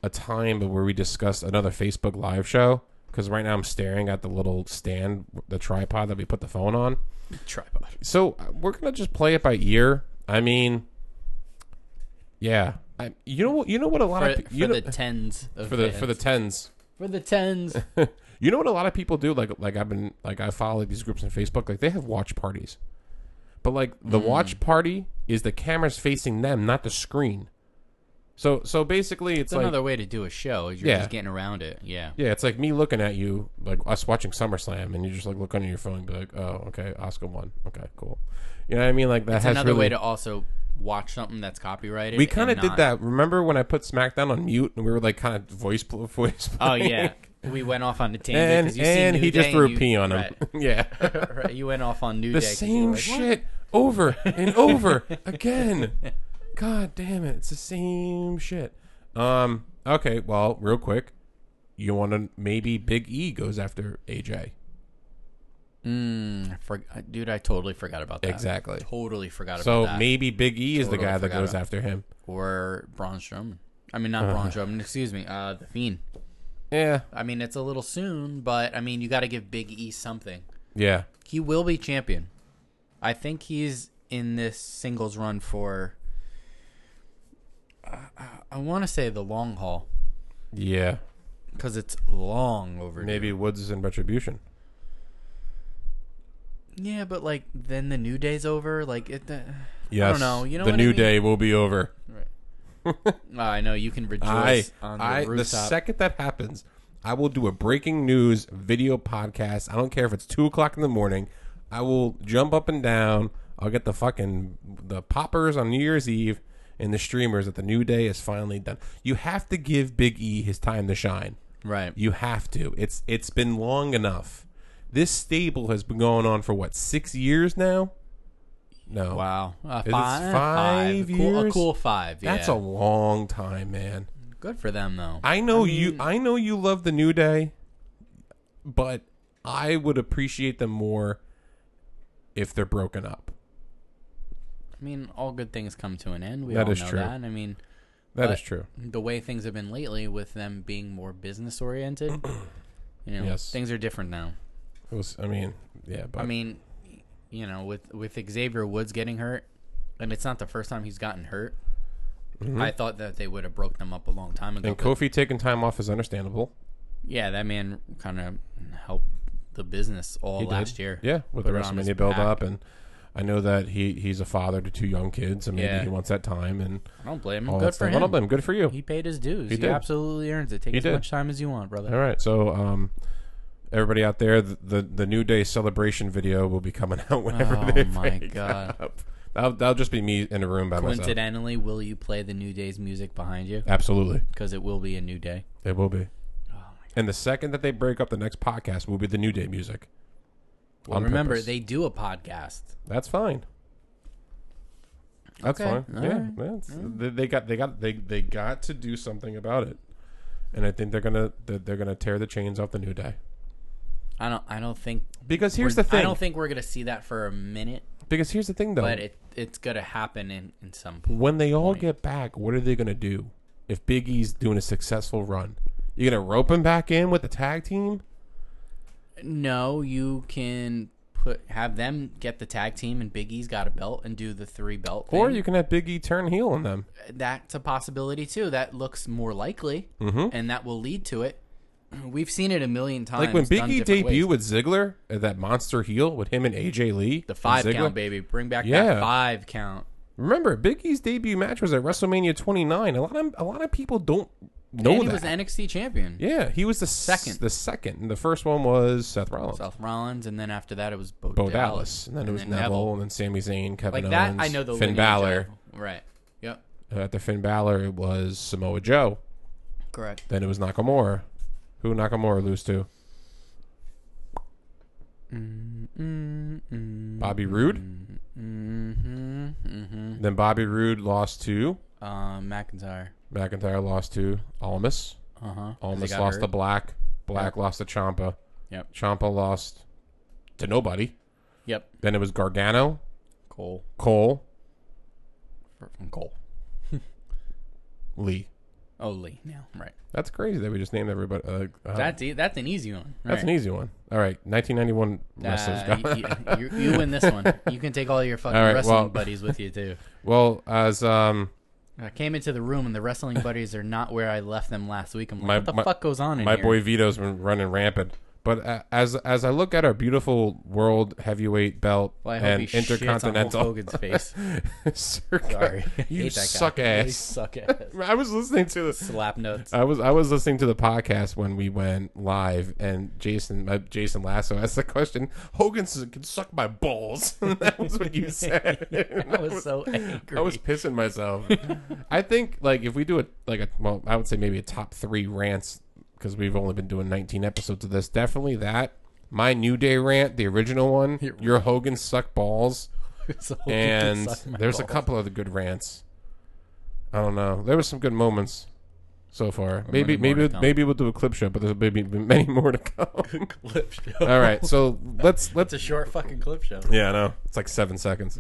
Speaker 1: a time where we discussed another Facebook live show because right now I'm staring at the little stand, the tripod that we put the phone on.
Speaker 2: tripod.
Speaker 1: So uh, we're gonna just play it by ear. I mean, yeah. I, you know, you know what a lot
Speaker 2: For,
Speaker 1: of pe-
Speaker 2: for
Speaker 1: you know,
Speaker 2: the tens of
Speaker 1: for the
Speaker 2: fans.
Speaker 1: for the tens.
Speaker 2: for the tens.
Speaker 1: You know what a lot of people do? Like like I've been like I follow these groups on Facebook. Like they have watch parties, but like the
Speaker 2: Hmm.
Speaker 1: watch party is the cameras facing them, not the screen. So so basically, it's,
Speaker 2: It's
Speaker 1: like
Speaker 2: another way to do a show. Is you're
Speaker 1: Yeah.
Speaker 2: just getting around it. Yeah.
Speaker 1: yeah, it's like me looking at you, like us watching SummerSlam, and you just like look under your phone and be like, oh okay, Oscar won. Okay, cool. You know what I mean? Like that
Speaker 2: It's
Speaker 1: has
Speaker 2: another
Speaker 1: really,
Speaker 2: way to also watch something that's copyrighted.
Speaker 1: We kind of
Speaker 2: and
Speaker 1: did
Speaker 2: not-
Speaker 1: that. Remember when I put SmackDown on mute and we were like kind of voice pl- voice.
Speaker 2: Oh
Speaker 1: playing?
Speaker 2: yeah, we went off on the tangent.
Speaker 1: and
Speaker 2: 'cause you seen
Speaker 1: and
Speaker 2: New
Speaker 1: he
Speaker 2: Day
Speaker 1: just threw
Speaker 2: you-
Speaker 1: a pee on him.
Speaker 2: right,
Speaker 1: yeah.
Speaker 2: right, you went off on New
Speaker 1: the
Speaker 2: Day. 'cause you
Speaker 1: same
Speaker 2: were like, "What?"
Speaker 1: shit over and over again. God damn it, it's the same shit. Um, okay, well, real quick, you want to maybe Big E goes after AJ?
Speaker 2: Mm, I forg- dude, I totally forgot about that.
Speaker 1: Exactly.
Speaker 2: Totally forgot about
Speaker 1: So
Speaker 2: that.
Speaker 1: maybe Big E is the
Speaker 2: Totally
Speaker 1: guy that
Speaker 2: forgot
Speaker 1: goes
Speaker 2: about-
Speaker 1: after him.
Speaker 2: or Braun Strowman. I mean, not Braun
Speaker 1: Uh-huh.
Speaker 2: Strowman. Excuse me. Uh, the Fiend.
Speaker 1: Yeah,
Speaker 2: I mean, it's a little soon, but I mean, you got to give Big E something.
Speaker 1: yeah,
Speaker 2: He will be champion. I think he's in this singles run for. I, I want to say the long haul
Speaker 1: yeah.
Speaker 2: because it's long overdue.
Speaker 1: Maybe Woods is in retribution.
Speaker 2: Yeah, but like then the new day's over. Like it. The,
Speaker 1: Yes,
Speaker 2: know, you know
Speaker 1: the
Speaker 2: what I
Speaker 1: new
Speaker 2: mean?
Speaker 1: day will be over.
Speaker 2: I know you can
Speaker 1: I,
Speaker 2: rejoice on the
Speaker 1: I, the
Speaker 2: rooftop.
Speaker 1: second that happens, I will do a breaking news video podcast. I don't care if it's two o'clock in the morning. I will jump up and down. I'll get the fucking the poppers on New Year's Eve and the streamers that the new day is finally done. You have to give Big E his time to shine.
Speaker 2: right.
Speaker 1: You have to. It's it's been long enough. This stable has been going on for what six years now. No,
Speaker 2: Wow. Uh,
Speaker 1: Is it
Speaker 2: five.
Speaker 1: five
Speaker 2: A cool, a
Speaker 1: years?
Speaker 2: cool five. Yeah.
Speaker 1: that's a long time, man.
Speaker 2: good for them though.
Speaker 1: I know you. I know you love the New Day, but I would appreciate them more if they're broken up.
Speaker 2: I mean, all good things come to an end. We
Speaker 1: That
Speaker 2: all
Speaker 1: is
Speaker 2: know
Speaker 1: true.
Speaker 2: that. I mean,
Speaker 1: That is
Speaker 2: But-
Speaker 1: true.
Speaker 2: the way things have been lately, with them being more business oriented, you know,
Speaker 1: Yes.
Speaker 2: things are different now.
Speaker 1: It was. I mean, yeah. But
Speaker 2: I mean, you know, with with Xavier Woods getting hurt, and it's not the first time he's gotten hurt.
Speaker 1: Mm-hmm.
Speaker 2: I thought that they would have broke them up a long time ago.
Speaker 1: and
Speaker 2: but-
Speaker 1: Kofi taking time off is understandable.
Speaker 2: yeah, that man kind of helped the business all
Speaker 1: He did.
Speaker 2: Oh, last year.
Speaker 1: yeah, with
Speaker 2: Put
Speaker 1: the
Speaker 2: it on his
Speaker 1: WrestleMania build
Speaker 2: back.
Speaker 1: up, and I know that he he's a father to two young kids, and maybe
Speaker 2: Yeah.
Speaker 1: he wants that time and
Speaker 2: I don't blame him.
Speaker 1: all that
Speaker 2: Good for
Speaker 1: stuff.
Speaker 2: him.
Speaker 1: I don't blame. him. Good for you.
Speaker 2: He paid his dues. He,
Speaker 1: did.
Speaker 2: absolutely earns it. Take as
Speaker 1: did.
Speaker 2: much time as you want, brother.
Speaker 1: All right, so um, everybody out there, the, the the New Day celebration video will be coming out whenever
Speaker 2: Oh
Speaker 1: they
Speaker 2: my
Speaker 1: break
Speaker 2: God.
Speaker 1: up. That'll, that'll just be me in a room by myself.
Speaker 2: Coincidentally, will you play the New Day's music behind you?
Speaker 1: Absolutely.
Speaker 2: Because it will be a new day.
Speaker 1: It will be. And the second that they break up, the next podcast will be the New Day music.
Speaker 2: Well,
Speaker 1: On
Speaker 2: remember,
Speaker 1: purpose.
Speaker 2: they do a podcast.
Speaker 1: That's fine. That's
Speaker 2: Okay,
Speaker 1: fine.
Speaker 2: all
Speaker 1: yeah,
Speaker 2: right.
Speaker 1: that's- They, they got they got they they got to do something about it, and I think they're gonna they're, they're gonna tear the chains off the New Day.
Speaker 2: I don't. I don't think.
Speaker 1: Because here's
Speaker 2: we're-
Speaker 1: the thing.
Speaker 2: I don't think we're gonna see that for a minute,
Speaker 1: because here's the thing though.
Speaker 2: but it it's gonna happen in in some. point.
Speaker 1: when they all get back, what are they gonna do? If Big E's doing a successful run, you're gonna rope him back in with the tag team.
Speaker 2: No, you can put have them get the tag team and Big E's got a belt and do the three belt.
Speaker 1: Or
Speaker 2: thing.
Speaker 1: you can have Big E turn heel on them. Mm-hmm.
Speaker 2: that's a possibility too. That looks more likely, and that will lead to it. We've seen it a million times.
Speaker 1: Like when
Speaker 2: done
Speaker 1: Biggie
Speaker 2: different
Speaker 1: debuted
Speaker 2: ways.
Speaker 1: with Ziggler, uh, that monster heel with him and AJ Lee,
Speaker 2: the five
Speaker 1: and Ziggler.
Speaker 2: count, baby, bring back
Speaker 1: Yeah.
Speaker 2: that five count.
Speaker 1: Remember, Biggie's debut match was at WrestleMania 29. A lot of a lot of people don't know
Speaker 2: and he
Speaker 1: that.
Speaker 2: was the NXT champion.
Speaker 1: yeah, he was the second.
Speaker 2: Second.
Speaker 1: The second. And the first one was Seth Rollins,
Speaker 2: Seth Rollins, and then after that it was Bo,
Speaker 1: Bo
Speaker 2: Dallas.
Speaker 1: Dallas, and then it
Speaker 2: and
Speaker 1: was
Speaker 2: then
Speaker 1: Neville,
Speaker 2: Neville.
Speaker 1: and then Sami Zayn, Kevin
Speaker 2: Like that,
Speaker 1: Owens,
Speaker 2: I know the
Speaker 1: Finn
Speaker 2: lineage
Speaker 1: Balor.
Speaker 2: of- Right. Yep.
Speaker 1: After Finn Balor, it was Samoa Joe.
Speaker 2: Correct.
Speaker 1: Then it was Nakamura. Who Nakamura lose to? Bobby Roode.
Speaker 2: Mm-hmm. Mm-hmm.
Speaker 1: Then Bobby Roode lost to
Speaker 2: Um, McIntyre.
Speaker 1: McIntyre. Lost to Almas.
Speaker 2: Uh huh.
Speaker 1: Almas lost to Black. Black lost to Champa.
Speaker 2: Yep.
Speaker 1: Champa lost to nobody.
Speaker 2: Yep.
Speaker 1: Then it was Gargano,
Speaker 2: Cole.
Speaker 1: Cole,
Speaker 2: From Cole.
Speaker 1: Lee.
Speaker 2: Oh, Lee. Now, right.
Speaker 1: That's crazy that we just named everybody. Uh, uh,
Speaker 2: That's e- that's an easy one.
Speaker 1: that's an easy one. All right, 1991 wrestlers.
Speaker 2: Uh, y- y- you, you win this one. You can take all your fucking
Speaker 1: All right,
Speaker 2: wrestling
Speaker 1: well-
Speaker 2: buddies with you too.
Speaker 1: well, as um,
Speaker 2: I came into the room and the wrestling buddies are not where I left them last week. I'm like,
Speaker 1: My-
Speaker 2: what the
Speaker 1: my-
Speaker 2: fuck goes on in
Speaker 1: my
Speaker 2: here?
Speaker 1: boy Vito's been running rampant. But uh, as as I look at our beautiful world heavyweight belt
Speaker 2: Well, I hope he
Speaker 1: and
Speaker 2: shits on Hulk
Speaker 1: intercontinental,
Speaker 2: Hogan's face.
Speaker 1: Circa,
Speaker 2: Sorry, I
Speaker 1: you
Speaker 2: hate that guy.
Speaker 1: suck
Speaker 2: You
Speaker 1: ass. Uh,
Speaker 2: suck ass.
Speaker 1: I was listening to this.
Speaker 2: Slap nuts.
Speaker 1: I was I was listening to the podcast when we went live, and Jason uh, Jason Lasso asked the question, "Hogan s- can suck my balls." that was what you said.
Speaker 2: I was so angry.
Speaker 1: I was pissing myself. I think like if we do a like a well, I would say maybe a top three rants because we've only been doing 19 episodes of this. Definitely that my New Day rant, the original one. Your Hogan suck balls,
Speaker 2: So Hogan
Speaker 1: and
Speaker 2: sucked my
Speaker 1: there's a
Speaker 2: balls.
Speaker 1: couple other good rants. I don't know. There were some good moments so far. Maybe
Speaker 2: many more
Speaker 1: maybe
Speaker 2: to come.
Speaker 1: maybe we'll do a clip show, but there's maybe many more to come.
Speaker 2: clip show.
Speaker 1: All right, so let's let's
Speaker 2: It's a short fucking clip show.
Speaker 1: yeah, I know. It's like seven seconds.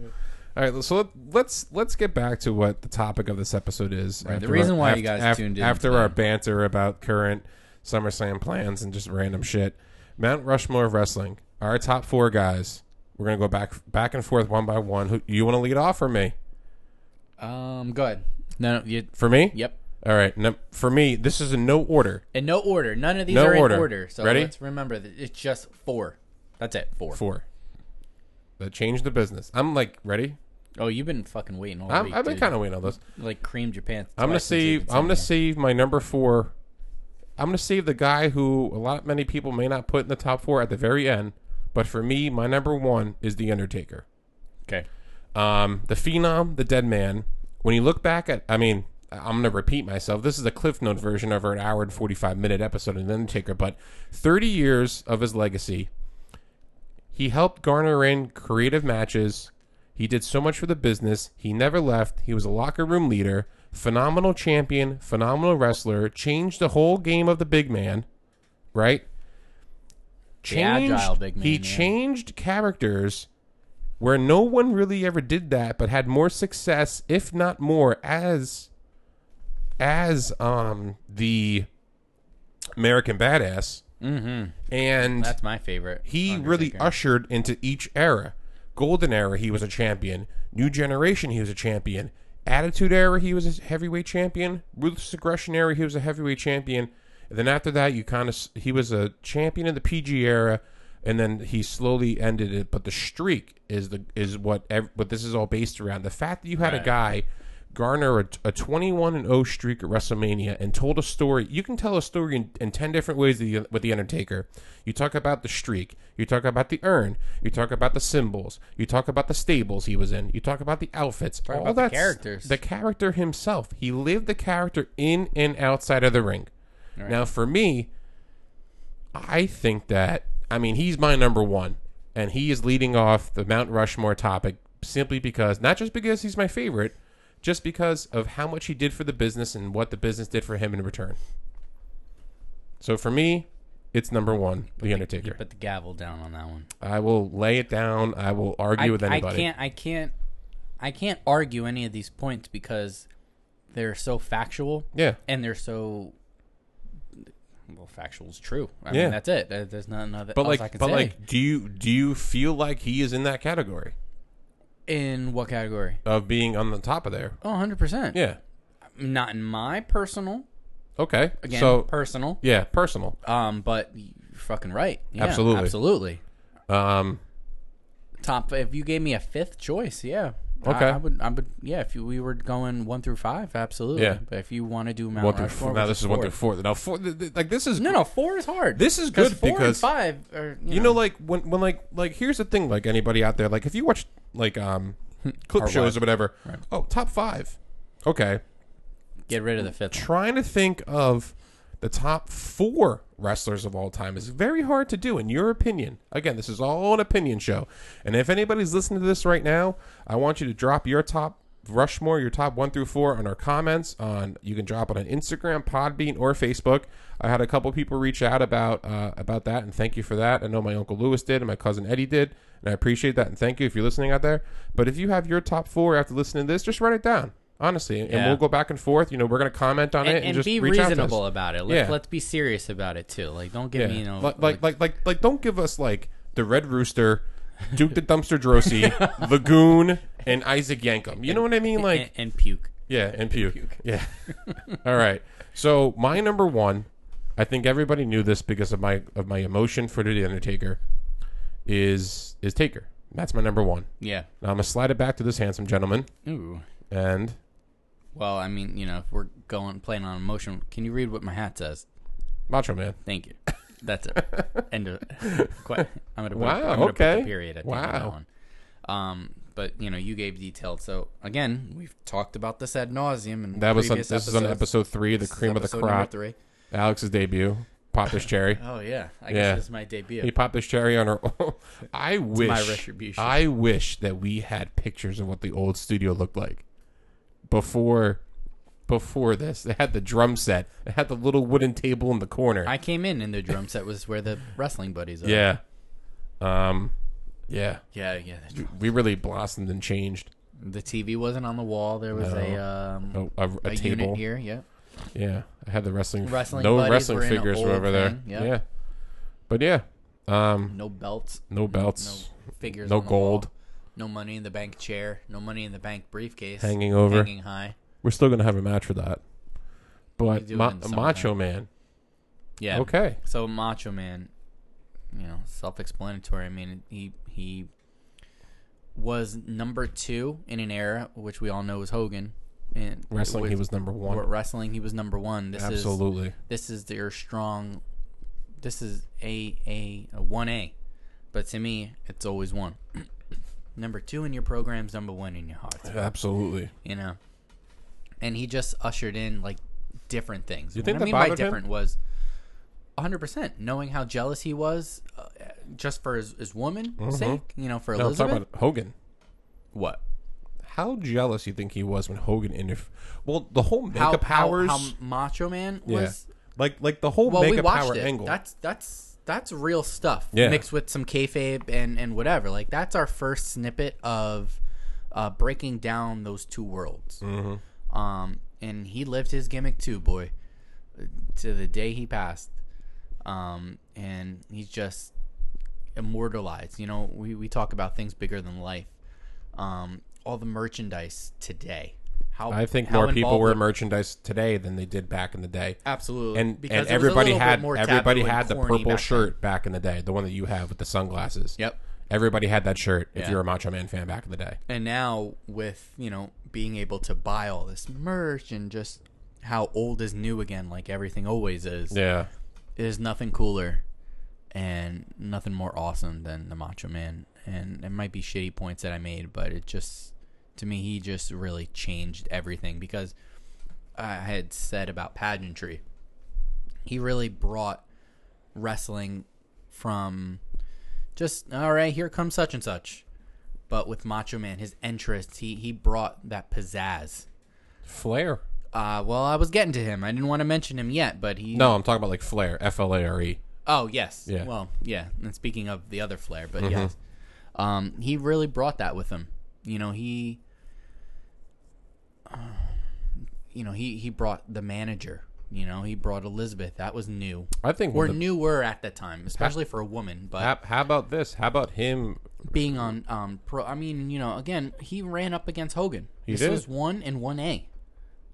Speaker 1: All right, so let, let's let's get back to what the topic of this episode is.
Speaker 2: the reason why you
Speaker 1: af-
Speaker 2: guys
Speaker 1: af-
Speaker 2: tuned in
Speaker 1: after
Speaker 2: today.
Speaker 1: our banter about current SummerSlam plans and just random shit, Mount Rushmore of wrestling. Our top four guys. We're gonna go back back and forth one by one. Who you want to lead off for me?
Speaker 2: Um, go ahead. No, no, you.
Speaker 1: For me?
Speaker 2: Yep.
Speaker 1: All right. num- for me, this is in no order.
Speaker 2: In no order. None of these
Speaker 1: No
Speaker 2: are
Speaker 1: order.
Speaker 2: in order. So
Speaker 1: Ready?
Speaker 2: let's remember that it's just four. That's it. Four.
Speaker 1: Four. That changed the business. I'm like ready.
Speaker 2: Oh, you've been fucking waiting all
Speaker 1: I'm,
Speaker 2: week.
Speaker 1: I've been
Speaker 2: dude.
Speaker 1: kind of waiting on this.
Speaker 2: like creamed your pants.
Speaker 1: I'm gonna
Speaker 2: twice since you've
Speaker 1: save.
Speaker 2: been
Speaker 1: I'm
Speaker 2: saying
Speaker 1: gonna
Speaker 2: that.
Speaker 1: save my number four. I'm gonna save the guy who a lot many people may not put in the top four at the very end, but for me, my number one is the Undertaker.
Speaker 2: Okay.
Speaker 1: Um, the Phenom, the Dead Man. When you look back at, I mean, I'm gonna repeat myself. This is a Cliff Note version of an hour and 45 minute episode of the Undertaker, but 30 years of his legacy. He helped garner in creative matches. He did so much for the business. He never left. He was a locker room leader, phenomenal champion, phenomenal wrestler, changed the whole game of the big man, right?
Speaker 2: agile big man,
Speaker 1: He
Speaker 2: yeah.
Speaker 1: changed characters where no one really ever did that, but had more success, if not more, as as um the American badass. Mm-hmm. And
Speaker 2: That's my favorite.
Speaker 1: he really ushered into each era. Golden era, he was a champion. New generation, he was a champion. Attitude era, he was a heavyweight champion. Ruthless aggression era, he was a heavyweight champion. And then after that, you kind of he was a champion in the PG era, and then he slowly ended it. But the streak is the is what ev- what this is all based around. The fact that you had a guy garner a, a 21 and 0 streak at WrestleMania and told a story. You can tell a story in, in 10 different ways with the, with the Undertaker. You talk about the streak, you talk about the urn, you talk about the symbols, you talk about the stables he was in, you talk about the outfits, all
Speaker 2: about the
Speaker 1: that's-
Speaker 2: characters.
Speaker 1: The character himself. He lived the character in and outside of the ring. Now for me, I think that I mean he's my number one, and he is leading off the Mount Rushmore topic simply because not just because he's my favorite, just because of how much he did for the business and what the business did for him in return. So for me, it's number one, The Undertaker.
Speaker 2: put the gavel down on that one.
Speaker 1: I will lay it down. I will argue
Speaker 2: I,
Speaker 1: with
Speaker 2: I
Speaker 1: anybody.
Speaker 2: can't. I can't. I can't argue any of these points because they're so factual
Speaker 1: Yeah,
Speaker 2: and they're so. Well, factual's true. I
Speaker 1: Yeah.
Speaker 2: mean, that's it. There- There's nothing other,
Speaker 1: but
Speaker 2: else
Speaker 1: like,
Speaker 2: I can
Speaker 1: but
Speaker 2: say.
Speaker 1: like, do you do you feel like he is in that category
Speaker 2: in what category?
Speaker 1: of being on the top of there?
Speaker 2: Oh, 100%.
Speaker 1: Yeah,
Speaker 2: Not in my personal
Speaker 1: Okay.
Speaker 2: Again,
Speaker 1: so
Speaker 2: personal.
Speaker 1: yeah, personal.
Speaker 2: Um, but you're fucking right. Yeah,
Speaker 1: Absolutely.
Speaker 2: Absolutely.
Speaker 1: Um,
Speaker 2: Top. If you gave me a fifth choice, yeah. I-
Speaker 1: Okay.
Speaker 2: I, would. I would. Yeah. If you, we were going one through five, absolutely.
Speaker 1: Yeah.
Speaker 2: But if you want to do Mount
Speaker 1: one through
Speaker 2: Rushmore,
Speaker 1: four.
Speaker 2: which
Speaker 1: Now this is one
Speaker 2: four.
Speaker 1: through four. Now four. th- th- Like this is
Speaker 2: No, no, four is hard.
Speaker 1: This is
Speaker 2: 'Cause
Speaker 1: good
Speaker 2: four and
Speaker 1: because-
Speaker 2: five are you,
Speaker 1: You know, like when, when, like, like here's the thing, like anybody out there, like if you watch like um clip
Speaker 2: Our
Speaker 1: shows
Speaker 2: lives.
Speaker 1: or whatever, oh, top five, okay.
Speaker 2: get rid of the fifth.
Speaker 1: Trying to think of the top four wrestlers of all time is very hard to do, in your opinion. Again, this is all an opinion show, and if anybody's listening to this right now, I want you to drop your top. Rushmore, your top one through four on our comments on you can drop it on Instagram, Podbean, or Facebook. I had a couple people reach out about uh, about that, and thank you for that. I know my uncle Lewis did, and my cousin Eddie did, and I appreciate that. And thank you if you're listening out there. But if you have your top four after listening to this, just write it down honestly, and
Speaker 2: Yeah.
Speaker 1: we'll go back and forth. You know, we're gonna comment on
Speaker 2: And,
Speaker 1: it and,
Speaker 2: and
Speaker 1: just
Speaker 2: be
Speaker 1: reach out to us.
Speaker 2: reasonable about it. Let,
Speaker 1: Yeah.
Speaker 2: Let's be serious about it too. Like, don't give
Speaker 1: Yeah.
Speaker 2: me you know
Speaker 1: like, like, like, like, like, don't give us like the Red Rooster, Duke the Dumpster Drosy, Lagoon, and Isaac Yankum. You know what I mean? Like,
Speaker 2: and, and puke.
Speaker 1: yeah, and puke. Yeah. All right. So my number one, I think everybody knew this because of my of my emotion for the Undertaker, is is Taker. That's my number one.
Speaker 2: Yeah.
Speaker 1: Now I'm gonna slide it back to this handsome gentleman,
Speaker 2: Ooh.
Speaker 1: and
Speaker 2: Well, I mean, you know, if we're going playing on emotion, can you read what my hat says?
Speaker 1: Macho Man.
Speaker 2: Thank you. That's it. End of. Quite, I'm gonna put,
Speaker 1: Wow,
Speaker 2: I'm gonna put the
Speaker 1: okay.
Speaker 2: period at the end of that
Speaker 1: Wow.
Speaker 2: one. Um, but you know, you gave detailed. So again, we've talked about this ad nauseum, and
Speaker 1: That was on,
Speaker 2: previous
Speaker 1: this is on
Speaker 2: episodes.
Speaker 1: episode three, the
Speaker 2: This is
Speaker 1: cream of the
Speaker 2: episode number
Speaker 1: crop.
Speaker 2: Three.
Speaker 1: Alex's debut. Pop this cherry.
Speaker 2: Oh yeah, I
Speaker 1: Yeah.
Speaker 2: guess this is my debut.
Speaker 1: He popped this cherry on her. I wish.
Speaker 2: retribution.
Speaker 1: I wish that we had pictures of what the old studio looked like before. Before this, they had the drum set. They had the little wooden table in the corner.
Speaker 2: I came in, and the drum set was where the wrestling buddies. Are.
Speaker 1: yeah, um, yeah.
Speaker 2: yeah, yeah. The, drum-
Speaker 1: We really blossomed and changed
Speaker 2: the TV wasn't on the wall. There was a um,
Speaker 1: a, a, a
Speaker 2: a,
Speaker 1: table.
Speaker 2: unit here. Yeah,
Speaker 1: Yeah, I had the wrestling.
Speaker 2: Wrestling
Speaker 1: no
Speaker 2: buddies
Speaker 1: wrestling
Speaker 2: were in an
Speaker 1: figures were
Speaker 2: old
Speaker 1: over there.
Speaker 2: thing, yeah.
Speaker 1: Yeah, but yeah, um,
Speaker 2: no belts,
Speaker 1: no belts,
Speaker 2: no figures,
Speaker 1: no
Speaker 2: on the wall,
Speaker 1: gold.
Speaker 2: no money in the bank chair, no money in the bank briefcase,
Speaker 1: hanging over.
Speaker 2: hanging high.
Speaker 1: We're still gonna have a match for that.
Speaker 2: We
Speaker 1: But
Speaker 2: do it
Speaker 1: ma-
Speaker 2: in the
Speaker 1: Macho Man.
Speaker 2: Yeah.
Speaker 1: Okay.
Speaker 2: So Macho Man, you know, self-explanatory. I mean, he he was number two in an era which we all know was Hogan. And
Speaker 1: Wrestling,
Speaker 2: with-
Speaker 1: he was number
Speaker 2: with
Speaker 1: one.
Speaker 2: wrestling, he was number one. This is
Speaker 1: Absolutely.
Speaker 2: this is their strong this is a a a one a but to me it's always one number two in your programs number one in your heart
Speaker 1: Absolutely.
Speaker 2: you know and he just ushered in like different things
Speaker 1: You
Speaker 2: What
Speaker 1: think
Speaker 2: i
Speaker 1: that
Speaker 2: mean by
Speaker 1: bothered him?
Speaker 2: different was 100% knowing how jealous he was uh, just for his, his woman sake you know for
Speaker 1: Mm-hmm. No, I'm
Speaker 2: elizabeth
Speaker 1: talking about Hogan.
Speaker 2: what
Speaker 1: How jealous you think he was when Hogan interfered? Well, the whole
Speaker 2: how,
Speaker 1: makeup
Speaker 2: how,
Speaker 1: powers.
Speaker 2: how macho man
Speaker 1: yeah.
Speaker 2: was
Speaker 1: Like like the whole
Speaker 2: well, we
Speaker 1: makeup
Speaker 2: watched
Speaker 1: power
Speaker 2: it.
Speaker 1: angle.
Speaker 2: That's that's that's real stuff
Speaker 1: Yeah.
Speaker 2: mixed with some kayfabe and and whatever. Like that's our first snippet of uh, breaking down those two worlds.
Speaker 1: Mm-hmm.
Speaker 2: Um, and he lived his gimmick too, boy, to the day he passed. Um, and he's just immortalized. You know, we we talk about things bigger than life. Um, all the merchandise today. How
Speaker 1: I think
Speaker 2: how
Speaker 1: more people
Speaker 2: involved
Speaker 1: wear
Speaker 2: with-
Speaker 1: merchandise today than they did back in the day.
Speaker 2: absolutely
Speaker 1: And and
Speaker 2: because it was a
Speaker 1: everybody
Speaker 2: little bit
Speaker 1: had
Speaker 2: more taboo
Speaker 1: everybody
Speaker 2: and
Speaker 1: had the
Speaker 2: corny
Speaker 1: purple
Speaker 2: back then.
Speaker 1: shirt back in the day, the one that you have with the sunglasses.
Speaker 2: Yep.
Speaker 1: Everybody had that shirt if
Speaker 2: Yeah.
Speaker 1: you're a Macho Man fan back in the day.
Speaker 2: and now with you know being able to buy all this merch and just how old is new again like everything always is
Speaker 1: Yeah.
Speaker 2: there's nothing cooler and nothing more awesome than the macho man and it might be shitty points that i made but it just to me he just really changed everything because i had said about pageantry he really brought wrestling from just all right here comes such and such but with macho man his entrance he he brought that pizzazz
Speaker 1: Flair.
Speaker 2: uh well i was getting to him i didn't want to mention him yet but he
Speaker 1: No, I'm talking about like Flair. F L A R E.
Speaker 2: Oh yes.
Speaker 1: Yeah. Mm-hmm.
Speaker 2: Well, yeah. And speaking of the other Flair, but yes, um, he really brought that with him. You know, he, uh, you know, he he brought the manager. You know, he brought Elizabeth. That was new
Speaker 1: I think
Speaker 2: or
Speaker 1: one of the
Speaker 2: newer at that time, especially for a woman. But
Speaker 1: How, how about this? How about him?
Speaker 2: being on um pro, I mean, you know, again, he ran up against Hogan.
Speaker 1: He
Speaker 2: this
Speaker 1: did.
Speaker 2: was one and one A.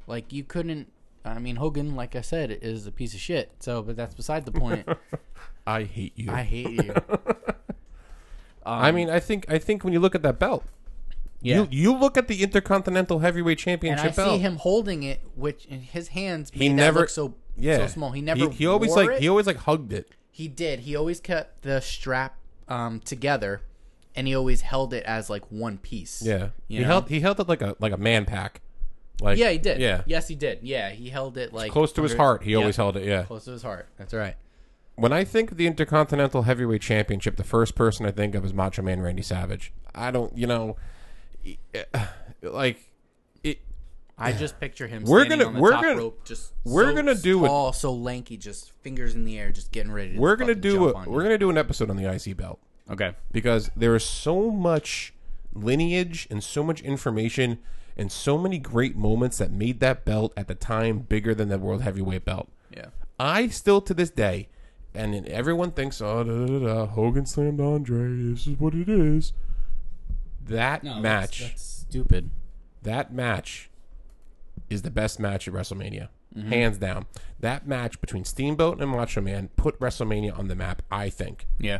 Speaker 2: Like you couldn't. I mean, Hogan, like I said, is a piece of shit. So, but that's beside the point.
Speaker 1: I hate you.
Speaker 2: I
Speaker 1: I,
Speaker 2: hate you.
Speaker 1: I mean, I think I think when you look at that belt,
Speaker 2: Yeah.
Speaker 1: you you look at the Intercontinental Heavyweight
Speaker 2: and
Speaker 1: Championship
Speaker 2: I see
Speaker 1: belt.
Speaker 2: him holding it, which in his hands made
Speaker 1: He never-
Speaker 2: that look so
Speaker 1: yeah,
Speaker 2: so small. He never.
Speaker 1: He, he always
Speaker 2: wore
Speaker 1: like
Speaker 2: it.
Speaker 1: he always like hugged it.
Speaker 2: He did. He always kept the strap um, together, and he always held it as like one piece.
Speaker 1: Yeah, he
Speaker 2: You know?
Speaker 1: held he held it like a like a man pack. Like
Speaker 2: Yeah, he did.
Speaker 1: Yeah,
Speaker 2: Yes, he did. Yeah, he held it like
Speaker 1: close to his
Speaker 2: under-
Speaker 1: heart. He always
Speaker 2: Yeah,
Speaker 1: held it. Yeah.
Speaker 2: close to his heart. That's right.
Speaker 1: When I think of the Intercontinental Heavyweight Championship, the first person I think of is Macho Man Randy Savage. I don't, you know, e- like it.
Speaker 2: I just picture him.
Speaker 1: We're
Speaker 2: standing
Speaker 1: gonna-
Speaker 2: on the
Speaker 1: we're
Speaker 2: top
Speaker 1: gonna-
Speaker 2: rope, just
Speaker 1: we're
Speaker 2: so
Speaker 1: gonna do it-
Speaker 2: tall, so lanky, just fingers in the air, just getting ready. To
Speaker 1: We're gonna
Speaker 2: fucking jump
Speaker 1: do a,
Speaker 2: on
Speaker 1: we're
Speaker 2: you.
Speaker 1: gonna do an episode on the IC belt.
Speaker 2: okay.
Speaker 1: because there is so much lineage and so much information and so many great moments that made that belt at the time bigger than the world heavyweight belt.
Speaker 2: Yeah.
Speaker 1: I still to this day, and then everyone thinks, oh, da, da, da, da, Hogan slammed Andre. This is what it is. That match,
Speaker 2: stupid.
Speaker 1: that match, is the best match at WrestleMania,
Speaker 2: Mm-hmm.
Speaker 1: hands down. That match between Steamboat and Macho Man put WrestleMania on the map. I think.
Speaker 2: Yeah.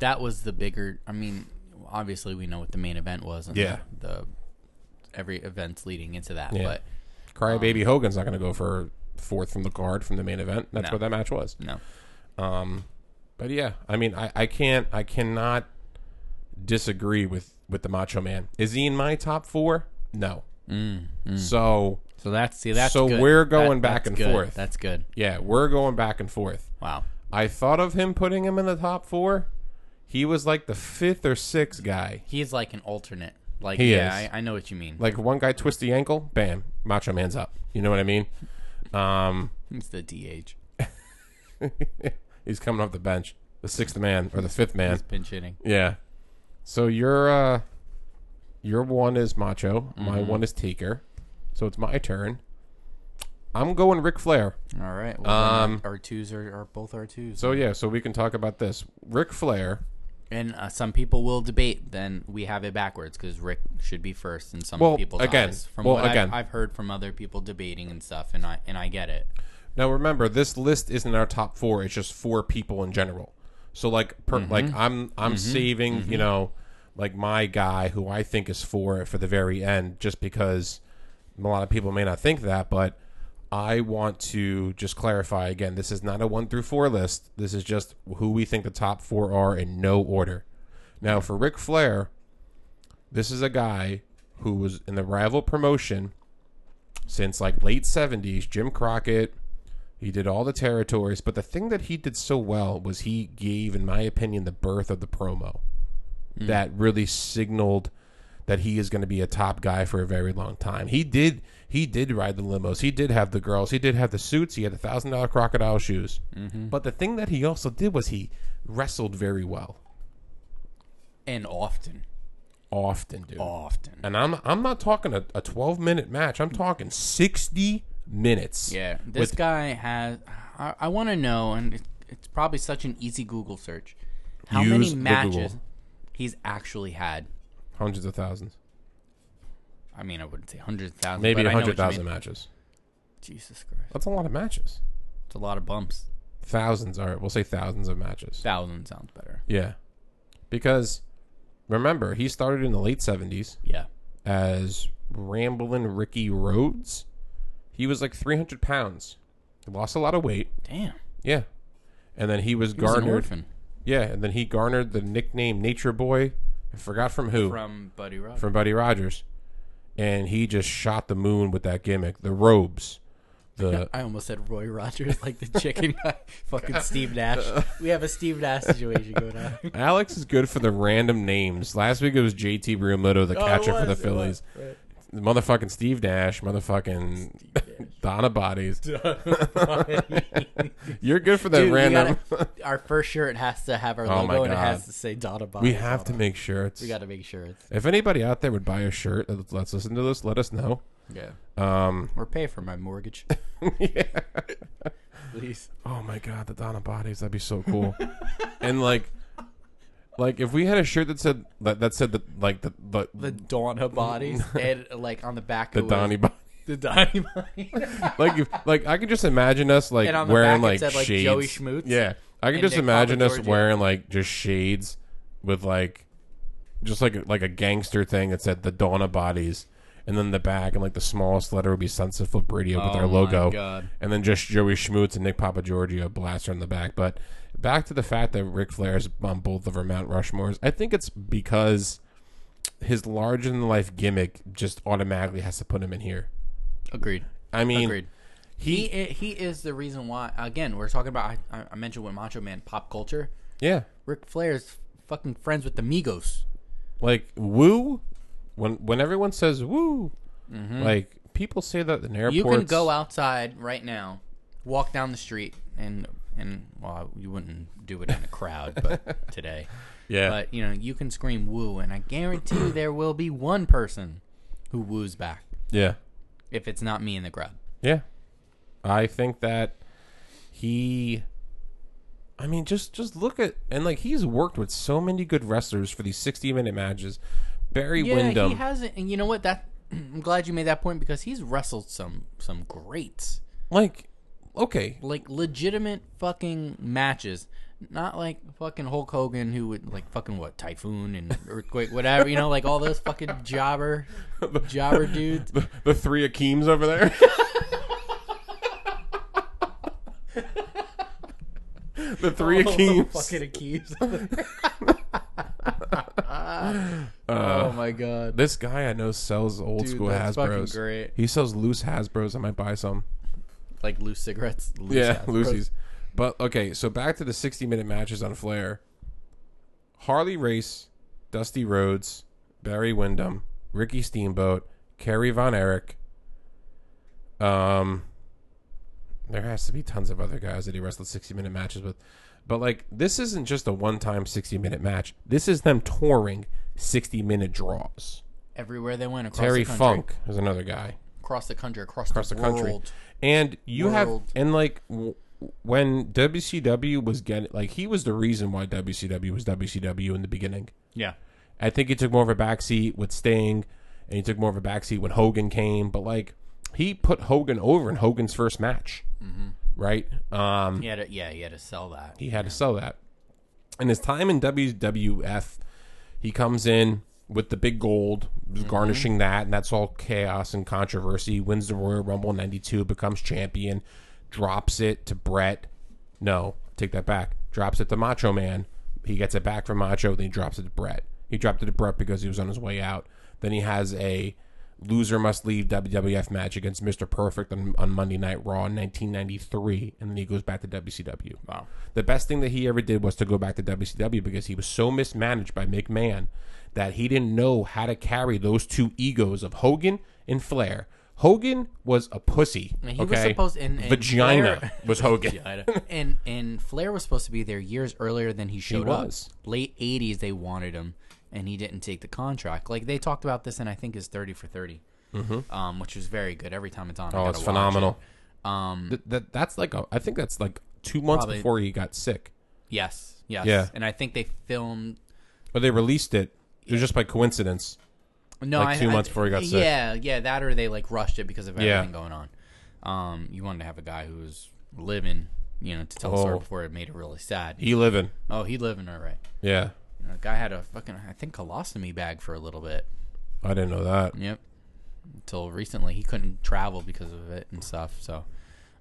Speaker 2: That was the bigger. I mean, obviously we know what the main event was. And
Speaker 1: Yeah.
Speaker 2: The, every events leading into that,
Speaker 1: Yeah.
Speaker 2: but
Speaker 1: Crybaby Hogan's not going to go for fourth from the card from the main event. That's
Speaker 2: No.
Speaker 1: what that match was.
Speaker 2: no.
Speaker 1: But yeah, I mean, I, I can't, I cannot disagree with with the Macho Man. Is he in my top four? No. So
Speaker 2: So that's see that's
Speaker 1: So
Speaker 2: good.
Speaker 1: we're going back
Speaker 2: that's
Speaker 1: and
Speaker 2: good.
Speaker 1: forth.
Speaker 2: That's good.
Speaker 1: yeah, we're going back and forth.
Speaker 2: Wow.
Speaker 1: I thought of him putting him in the top four. He was like the fifth or sixth guy.
Speaker 2: He's like an alternate. Like
Speaker 1: He
Speaker 2: yeah,
Speaker 1: is.
Speaker 2: I, I know what you mean.
Speaker 1: Like one guy twists the ankle, bam, Macho Man's up. You know what I mean? Um,
Speaker 2: it's the DH.
Speaker 1: he's coming off the bench, the sixth man or the fifth man.
Speaker 2: He's pinch hitting.
Speaker 1: Yeah. So your uh your one is Macho, my one is Taker. So it's my turn. I'm going Ric Flair.
Speaker 2: All right. Well,
Speaker 1: Um,
Speaker 2: our twos are, are both our twos.
Speaker 1: So yeah, so we can talk about this. Ric Flair.
Speaker 2: and uh, some people will debate. Then we have it backwards because Rick should be first, and some
Speaker 1: Well,
Speaker 2: people
Speaker 1: again,
Speaker 2: From
Speaker 1: well,
Speaker 2: what I've-
Speaker 1: again.
Speaker 2: I've, heard from other people debating and stuff, and I and I get it.
Speaker 1: Now remember, this list isn't our top four, it's just four people in general. So like per, like I'm I'm saving, you know, like my guy who I think is four for the very end, just because a lot of people may not think that, but I want to just clarify again, this is not a one through four list. This is just who we think the top four are in no order. Now for Ric Flair, this is a guy who was in the rival promotion since like late 70s, Jim Crockett, he did all the territories, but the thing that he did so well was he gave, in my opinion, the birth of the promo
Speaker 2: Mm.
Speaker 1: that really signaled that he is going to be a top guy for a very long time. He did he did ride the limos, he did have the girls, he did have the suits, he had the thousand dollar crocodile shoes.
Speaker 2: Mm-hmm.
Speaker 1: But the thing that he also did was he wrestled very well,
Speaker 2: And often,
Speaker 1: often, dude.
Speaker 2: often.
Speaker 1: And I'm I'm not talking a, a 12 minute match. I'm talking 60 minutes.
Speaker 2: Yeah, this guy has. I, I want to know, and it, it's probably such an easy Google search. How
Speaker 1: Use
Speaker 2: many
Speaker 1: the
Speaker 2: matches
Speaker 1: Google.
Speaker 2: he's actually had?
Speaker 1: hundreds of thousands,
Speaker 2: I mean, I wouldn't say hundreds of thousands.
Speaker 1: maybe
Speaker 2: but I know what you
Speaker 1: hundred thousand
Speaker 2: mean.
Speaker 1: matches.
Speaker 2: Jesus Christ,
Speaker 1: That's a lot of matches.
Speaker 2: it's a lot of bumps.
Speaker 1: thousands all right we'll say thousands of matches
Speaker 2: Thousand sounds better.
Speaker 1: yeah because remember he started in the late 70s
Speaker 2: Yeah.
Speaker 1: as rambling ricky rhodes he was like 300 pounds he lost a lot of weight
Speaker 2: Damn.
Speaker 1: yeah and then he was
Speaker 2: He was an
Speaker 1: garnered
Speaker 2: orphan
Speaker 1: yeah and then he garnered the nickname nature boy i forgot from who from,
Speaker 2: from Buddy Rogers.
Speaker 1: buddy rogers and he just shot the moon with that gimmick the robes the
Speaker 2: I almost said Roy Rogers, like the chicken guy. Fucking Steve Nash. We have a Steve Nash situation going on.
Speaker 1: Alex is good for the random names. Last week it was JT Realmuto,
Speaker 2: Oh,
Speaker 1: the catcher for the Phillies. Motherfucking Steve Nash, motherfucking Donna Bodies. You're good for the
Speaker 2: Dude, we
Speaker 1: random.
Speaker 2: gotta- our first shirt has to have our
Speaker 1: Oh my
Speaker 2: logo and it
Speaker 1: God.
Speaker 2: has to say Dada Bond.
Speaker 1: we have to make shirts.
Speaker 2: We got to make sure it's.
Speaker 1: if anybody out there would buy a shirt that lets listen to this, let us know.
Speaker 2: Yeah.
Speaker 1: Um,
Speaker 2: Or pay for my mortgage. Please.
Speaker 1: oh my god, the Donna Bodies, that'd be so cool. and like, like if we had a shirt that said that, that said that like the the,
Speaker 2: The Donna bodies. and like on the back
Speaker 1: the
Speaker 2: of
Speaker 1: Donnie Bodies.
Speaker 2: the dynamite.
Speaker 1: like if, like I can just imagine us like
Speaker 2: And on the
Speaker 1: wearing
Speaker 2: back
Speaker 1: like
Speaker 2: it said, like,
Speaker 1: shades.
Speaker 2: Joey Schmutz
Speaker 1: yeah, I can
Speaker 2: and
Speaker 1: just
Speaker 2: Nick
Speaker 1: imagine us
Speaker 2: Papageorgiou.
Speaker 1: wearing like just shades with like just like like a gangster thing that said the Dawn of Bodies, and then the back and like the smallest letter would be Sunset Flip Radio with
Speaker 2: Oh
Speaker 1: our
Speaker 2: my
Speaker 1: logo,
Speaker 2: God.
Speaker 1: and then just Joey Schmutz and Nick Papagiorgio blaster on the back. But back to the fact that Ric Flair is on both of our Mount Rushmores, I think it's because his larger than life gimmick just automatically has to put him in here.
Speaker 2: Agreed.
Speaker 1: I mean,
Speaker 2: Agreed. He i- he is the reason why. Again, we're talking about. I, I mentioned with Macho Man pop culture.
Speaker 1: yeah.
Speaker 2: Ric Flair is fucking friends with the Migos.
Speaker 1: like woo when when everyone says woo like people say that in airports
Speaker 2: Mm-hmm. You can go outside right now, walk down the street, and and well, you wouldn't do it in a crowd, but today,
Speaker 1: yeah
Speaker 2: but you know, you can scream "woo," and I guarantee you there will be one person who woos back
Speaker 1: yeah
Speaker 2: if it's not me in the crowd.
Speaker 1: yeah i think that he i mean just just look at and like he's worked with so many good wrestlers for these 60 minute matches barry
Speaker 2: Yeah,
Speaker 1: windham
Speaker 2: he hasn't, and you know what? That I'm glad you made that point because he's wrestled some some greats.
Speaker 1: like okay
Speaker 2: like legitimate fucking matches. Not like fucking Hulk Hogan who would like fucking what typhoon and earthquake whatever you know like all those fucking jobber jobber dudes.
Speaker 1: the, the three Akeems over there the three Akeems.
Speaker 2: Oh, fucking Akeems.
Speaker 1: Uh, Uh,
Speaker 2: oh my god.
Speaker 1: This guy I know sells old
Speaker 2: Dude,
Speaker 1: school
Speaker 2: that's fucking
Speaker 1: Hasbro's.
Speaker 2: great.
Speaker 1: He sells loose Hasbro's. I might buy some.
Speaker 2: Like loose cigarettes. Loose
Speaker 1: Yeah,
Speaker 2: ass.
Speaker 1: Lucy's. But okay, so back to the 60 minute matches on Flair. Harley Race, Dusty Rhodes, Barry Windham, Ricky Steamboat, Kerry Von Erich. Um, there has to be tons of other guys that he wrestled 60 minute matches with. But like, this isn't just a one time 60 minute match. This is them touring 60 minute draws.
Speaker 2: Everywhere they went across
Speaker 1: Terry
Speaker 2: the country,
Speaker 1: Funk is another guy
Speaker 2: across the country, across,
Speaker 1: across the country.
Speaker 2: world.
Speaker 1: And you have
Speaker 2: World.
Speaker 1: and like w- when WCW was getting like he was the reason why WCW was WCW in the beginning.
Speaker 2: Yeah.
Speaker 1: I think he took more of a backseat with Sting, and he took more of a backseat when Hogan came. But like he put Hogan over in Hogan's first match,
Speaker 2: Mm-hmm.
Speaker 1: right? Um,
Speaker 2: He had to, yeah, he had to sell that.
Speaker 1: he had to sell that. And his time in WWF, he comes in with the big gold, garnishing that, and that's all chaos and controversy. Wins the Royal Rumble in '92, becomes champion, drops it to Brett. No, take that back. Drops it to Macho Man. He gets it back from Macho, then he drops it to Brett. He dropped it to Brett because he was on his way out. Then he has a loser must leave WWF match against Mr. Perfect on, on Monday Night Raw in 1993, and then he goes back to WCW.
Speaker 2: Wow.
Speaker 1: The best thing that he ever did was to go back to WCW because he was so mismanaged by McMahon that he didn't know how to carry those two egos of Hogan and Flair. Hogan was a pussy.
Speaker 2: And he was
Speaker 1: okay?
Speaker 2: supposed- and- and
Speaker 1: vagina
Speaker 2: Flair-
Speaker 1: was Hogan.
Speaker 2: and and Flair was supposed to be there years earlier than he showed
Speaker 1: was.
Speaker 2: up. Late eighties, they wanted him, and he didn't take the contract. Like they talked about this, and I think his thirty for 30 um, which was very good. Every time it's on, I
Speaker 1: Mm-hmm. Oh,
Speaker 2: gotta
Speaker 1: it's
Speaker 2: watch
Speaker 1: phenomenal.
Speaker 2: it. Um,
Speaker 1: Th- that that's like a, I think that's like two months
Speaker 2: Probably-
Speaker 1: before he got sick,
Speaker 2: yes, yes,
Speaker 1: Yeah.
Speaker 2: and I think they filmed.
Speaker 1: or they released it. It was just by coincidence.
Speaker 2: No,
Speaker 1: Like
Speaker 2: I-
Speaker 1: two
Speaker 2: I-
Speaker 1: months before he got sick.
Speaker 2: Yeah, yeah, that or they like rushed it because of
Speaker 1: Yeah.
Speaker 2: everything going on. Um, you wanted to have a guy who was living, you know, to tell the
Speaker 1: Oh.
Speaker 2: story before it made it really sad.
Speaker 1: He living,
Speaker 2: Oh, he living all right.
Speaker 1: yeah.
Speaker 2: You know, the guy had a fucking, I think, colostomy bag for a little bit.
Speaker 1: I didn't know that.
Speaker 2: Yep. Until recently, he couldn't travel because of it and stuff. So,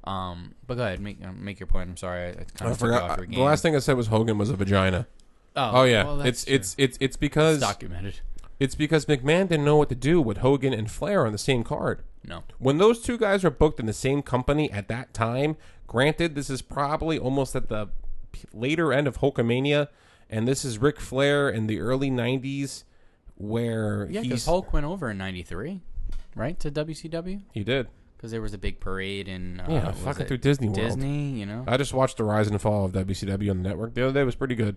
Speaker 2: um, but go ahead, make uh, make your point. I'm sorry, I, I kind
Speaker 1: I
Speaker 2: of
Speaker 1: forgot. uh,
Speaker 2: Off your
Speaker 1: The last thing I said was Hogan was a vagina. Oh yeah,
Speaker 2: well, that's
Speaker 1: it's it's it's it's because
Speaker 2: documented.
Speaker 1: It's because McMahon didn't know what to do with Hogan and Flair on the same card.
Speaker 2: No,
Speaker 1: When those two guys were booked in the same company at that time, granted, this is probably almost at the p- later end of Hulkamania, and this is Ric Flair in the early 90s, where
Speaker 2: yeah, because
Speaker 1: he's.
Speaker 2: Hulk went over in '93, right to WCW
Speaker 1: he did.
Speaker 2: because there was a big parade and uh,
Speaker 1: Yeah,
Speaker 2: was
Speaker 1: fucking
Speaker 2: it
Speaker 1: through Disney World.
Speaker 2: Disney, you know.
Speaker 1: I just watched the rise and fall of WCW on the network the other day. It was pretty good.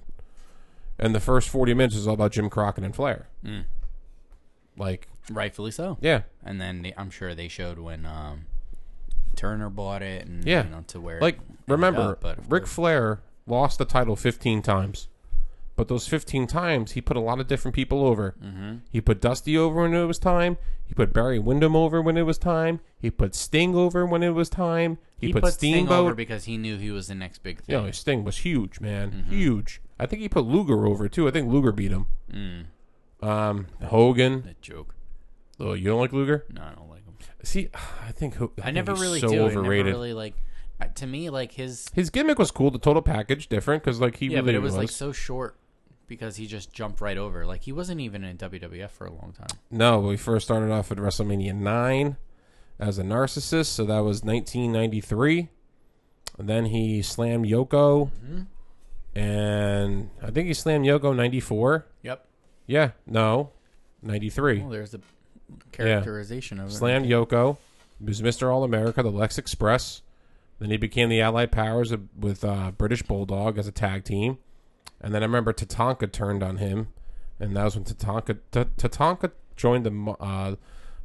Speaker 1: And the first 40 minutes is all about Jim Crockett and Flair.
Speaker 2: Mm.
Speaker 1: Like,
Speaker 2: Rightfully so.
Speaker 1: yeah.
Speaker 2: And then they, I'm sure they showed when um, Turner bought it and
Speaker 1: Yeah.
Speaker 2: you know to where it
Speaker 1: Like,
Speaker 2: ended
Speaker 1: remember,
Speaker 2: up, but of
Speaker 1: Ric
Speaker 2: course-
Speaker 1: Flair lost the title 15 times. But those 15 times, he put a lot of different people over.
Speaker 2: Mm-hmm.
Speaker 1: He put Dusty over when it was time. He put Barry Windham over when it was time. He put Sting over when it was time. He, put,
Speaker 2: Sting over
Speaker 1: Steamboat.
Speaker 2: because he knew he was the next big Mm-hmm.
Speaker 1: you
Speaker 2: thing.
Speaker 1: know, Sting was huge, man. Huge. I think he put Luger over, too. I think Luger beat him.
Speaker 2: Mm.
Speaker 1: Um, Hogan.
Speaker 2: That joke.
Speaker 1: Oh, you don't like Luger?
Speaker 2: No, I don't like him.
Speaker 1: See, I think Ho- I,
Speaker 2: I
Speaker 1: think
Speaker 2: never
Speaker 1: he's
Speaker 2: really
Speaker 1: so
Speaker 2: do.
Speaker 1: overrated.
Speaker 2: I never really like. uh, To me, like his
Speaker 1: His gimmick was cool. The total package different because like he
Speaker 2: yeah,
Speaker 1: really
Speaker 2: but it was like so short because he just jumped right over. Like he wasn't even in WWF for a long time.
Speaker 1: No, we first started off at WrestleMania 9 as a narcissist, so that was 1993. And then he slammed Yoko. And I think he slammed Yoko 94.
Speaker 2: Yep.
Speaker 1: Yeah, no, 93.
Speaker 2: Well, Oh, there's the characterization of it.
Speaker 1: Slammed Yoko. He was Mr. All America, the Lex Express. Then he became the Allied Powers of- with uh, British Bulldog as a tag team. And then I remember Tatanka turned on him, and that was when Tatanka Ta- Tatanka joined the Mo- uh,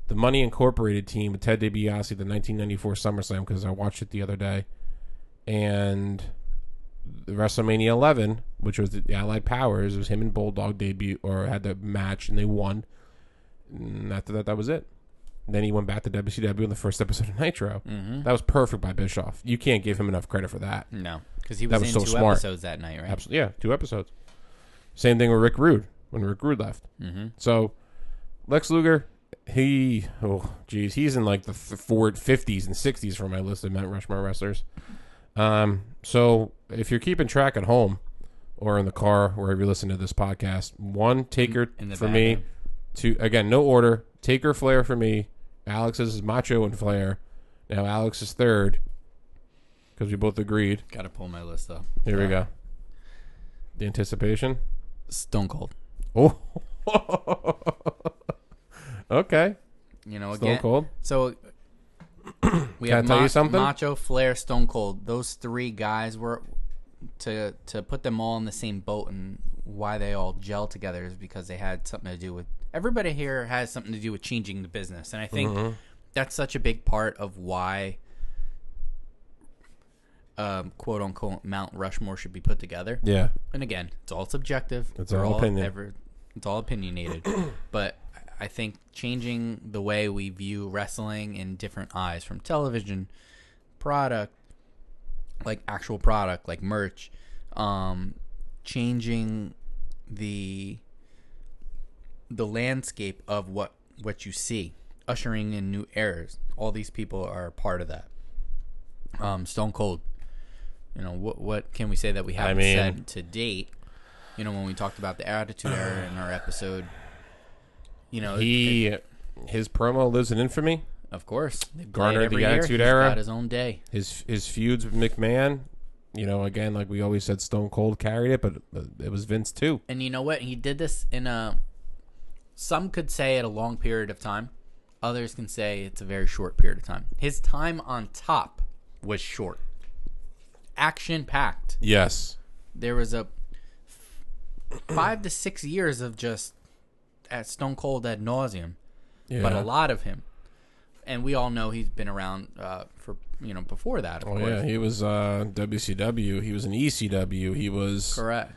Speaker 1: the Money Incorporated team with Ted DiBiase the 1994 SummerSlam because I watched it the other day, and the WrestleMania 11, which was the Allied Powers, it was him and Bulldog debut or had the match and they won. And after that, that was it. Then he went back to WCW in the first episode of Nitro. That was perfect by Bischoff. You can't give him enough credit for that.
Speaker 2: No, because he was,
Speaker 1: That was
Speaker 2: in
Speaker 1: so
Speaker 2: two
Speaker 1: smart.
Speaker 2: episodes that night, right?
Speaker 1: Absolutely, yeah, two episodes. Same thing with Rick Rude when Rick Rude left. Mm-hmm. So Lex Luger, he oh geez, he's in like the th- forward fifties and sixties for my list of Mount Rushmore wrestlers. Um, so if you're keeping track at home or in the car wherever you listen to this podcast, one Taker
Speaker 2: In the
Speaker 1: for me,
Speaker 2: bathroom.
Speaker 1: two again no order Taker Flair for me. Alex's is Macho and Flair. Now Alex is third because we both agreed.
Speaker 2: Gotta pull my list up.
Speaker 1: Here we go. The anticipation.
Speaker 2: Stone Cold.
Speaker 1: Oh. okay.
Speaker 2: You know,
Speaker 1: Stone
Speaker 2: again.
Speaker 1: Cold.
Speaker 2: So we
Speaker 1: Can I
Speaker 2: have
Speaker 1: tell you
Speaker 2: Ma-
Speaker 1: something?
Speaker 2: Macho, Flair, Stone Cold. Those three guys were to to put them all in the same boat, and why they all gel together is because they had something to do with. Everybody here has something to do with changing the business, and I think
Speaker 1: Mm-hmm.
Speaker 2: that's such a big part of why. Um, quote unquote Mount Rushmore should be put together.
Speaker 1: Yeah.
Speaker 2: and again, it's all subjective.
Speaker 1: It's
Speaker 2: We're
Speaker 1: all opinion.
Speaker 2: ever- it's all opinionated. but I- I think changing the way we view wrestling in different eyes from television, product, like actual product, like merch, um, changing the the landscape of what what you see, ushering in new eras. All these people are a part of that. Um, Stone Cold. You know what? What can we say that we haven't
Speaker 1: mean-
Speaker 2: said to date? You know when we talked about the Attitude Era in our episode. You know,
Speaker 1: He his promo lives in infamy.
Speaker 2: of course, they play it
Speaker 1: Garnered the
Speaker 2: every year.
Speaker 1: Attitude
Speaker 2: He's
Speaker 1: Era.
Speaker 2: got his own day.
Speaker 1: His his feuds with McMahon, you know, again like we always said Stone Cold carried it, but it was Vince too.
Speaker 2: and you know what he did this in a some could say at a long period of time others can say it's a very short period of time his time on top was short action packed
Speaker 1: Yes.
Speaker 2: there was a f- five to six years of just at stone cold ad nauseum
Speaker 1: Yeah.
Speaker 2: but a lot of him and we all know he's been around uh, for you know before that of
Speaker 1: Oh
Speaker 2: course
Speaker 1: yeah, he was uh, WCW. He was in ECW. He was
Speaker 2: correct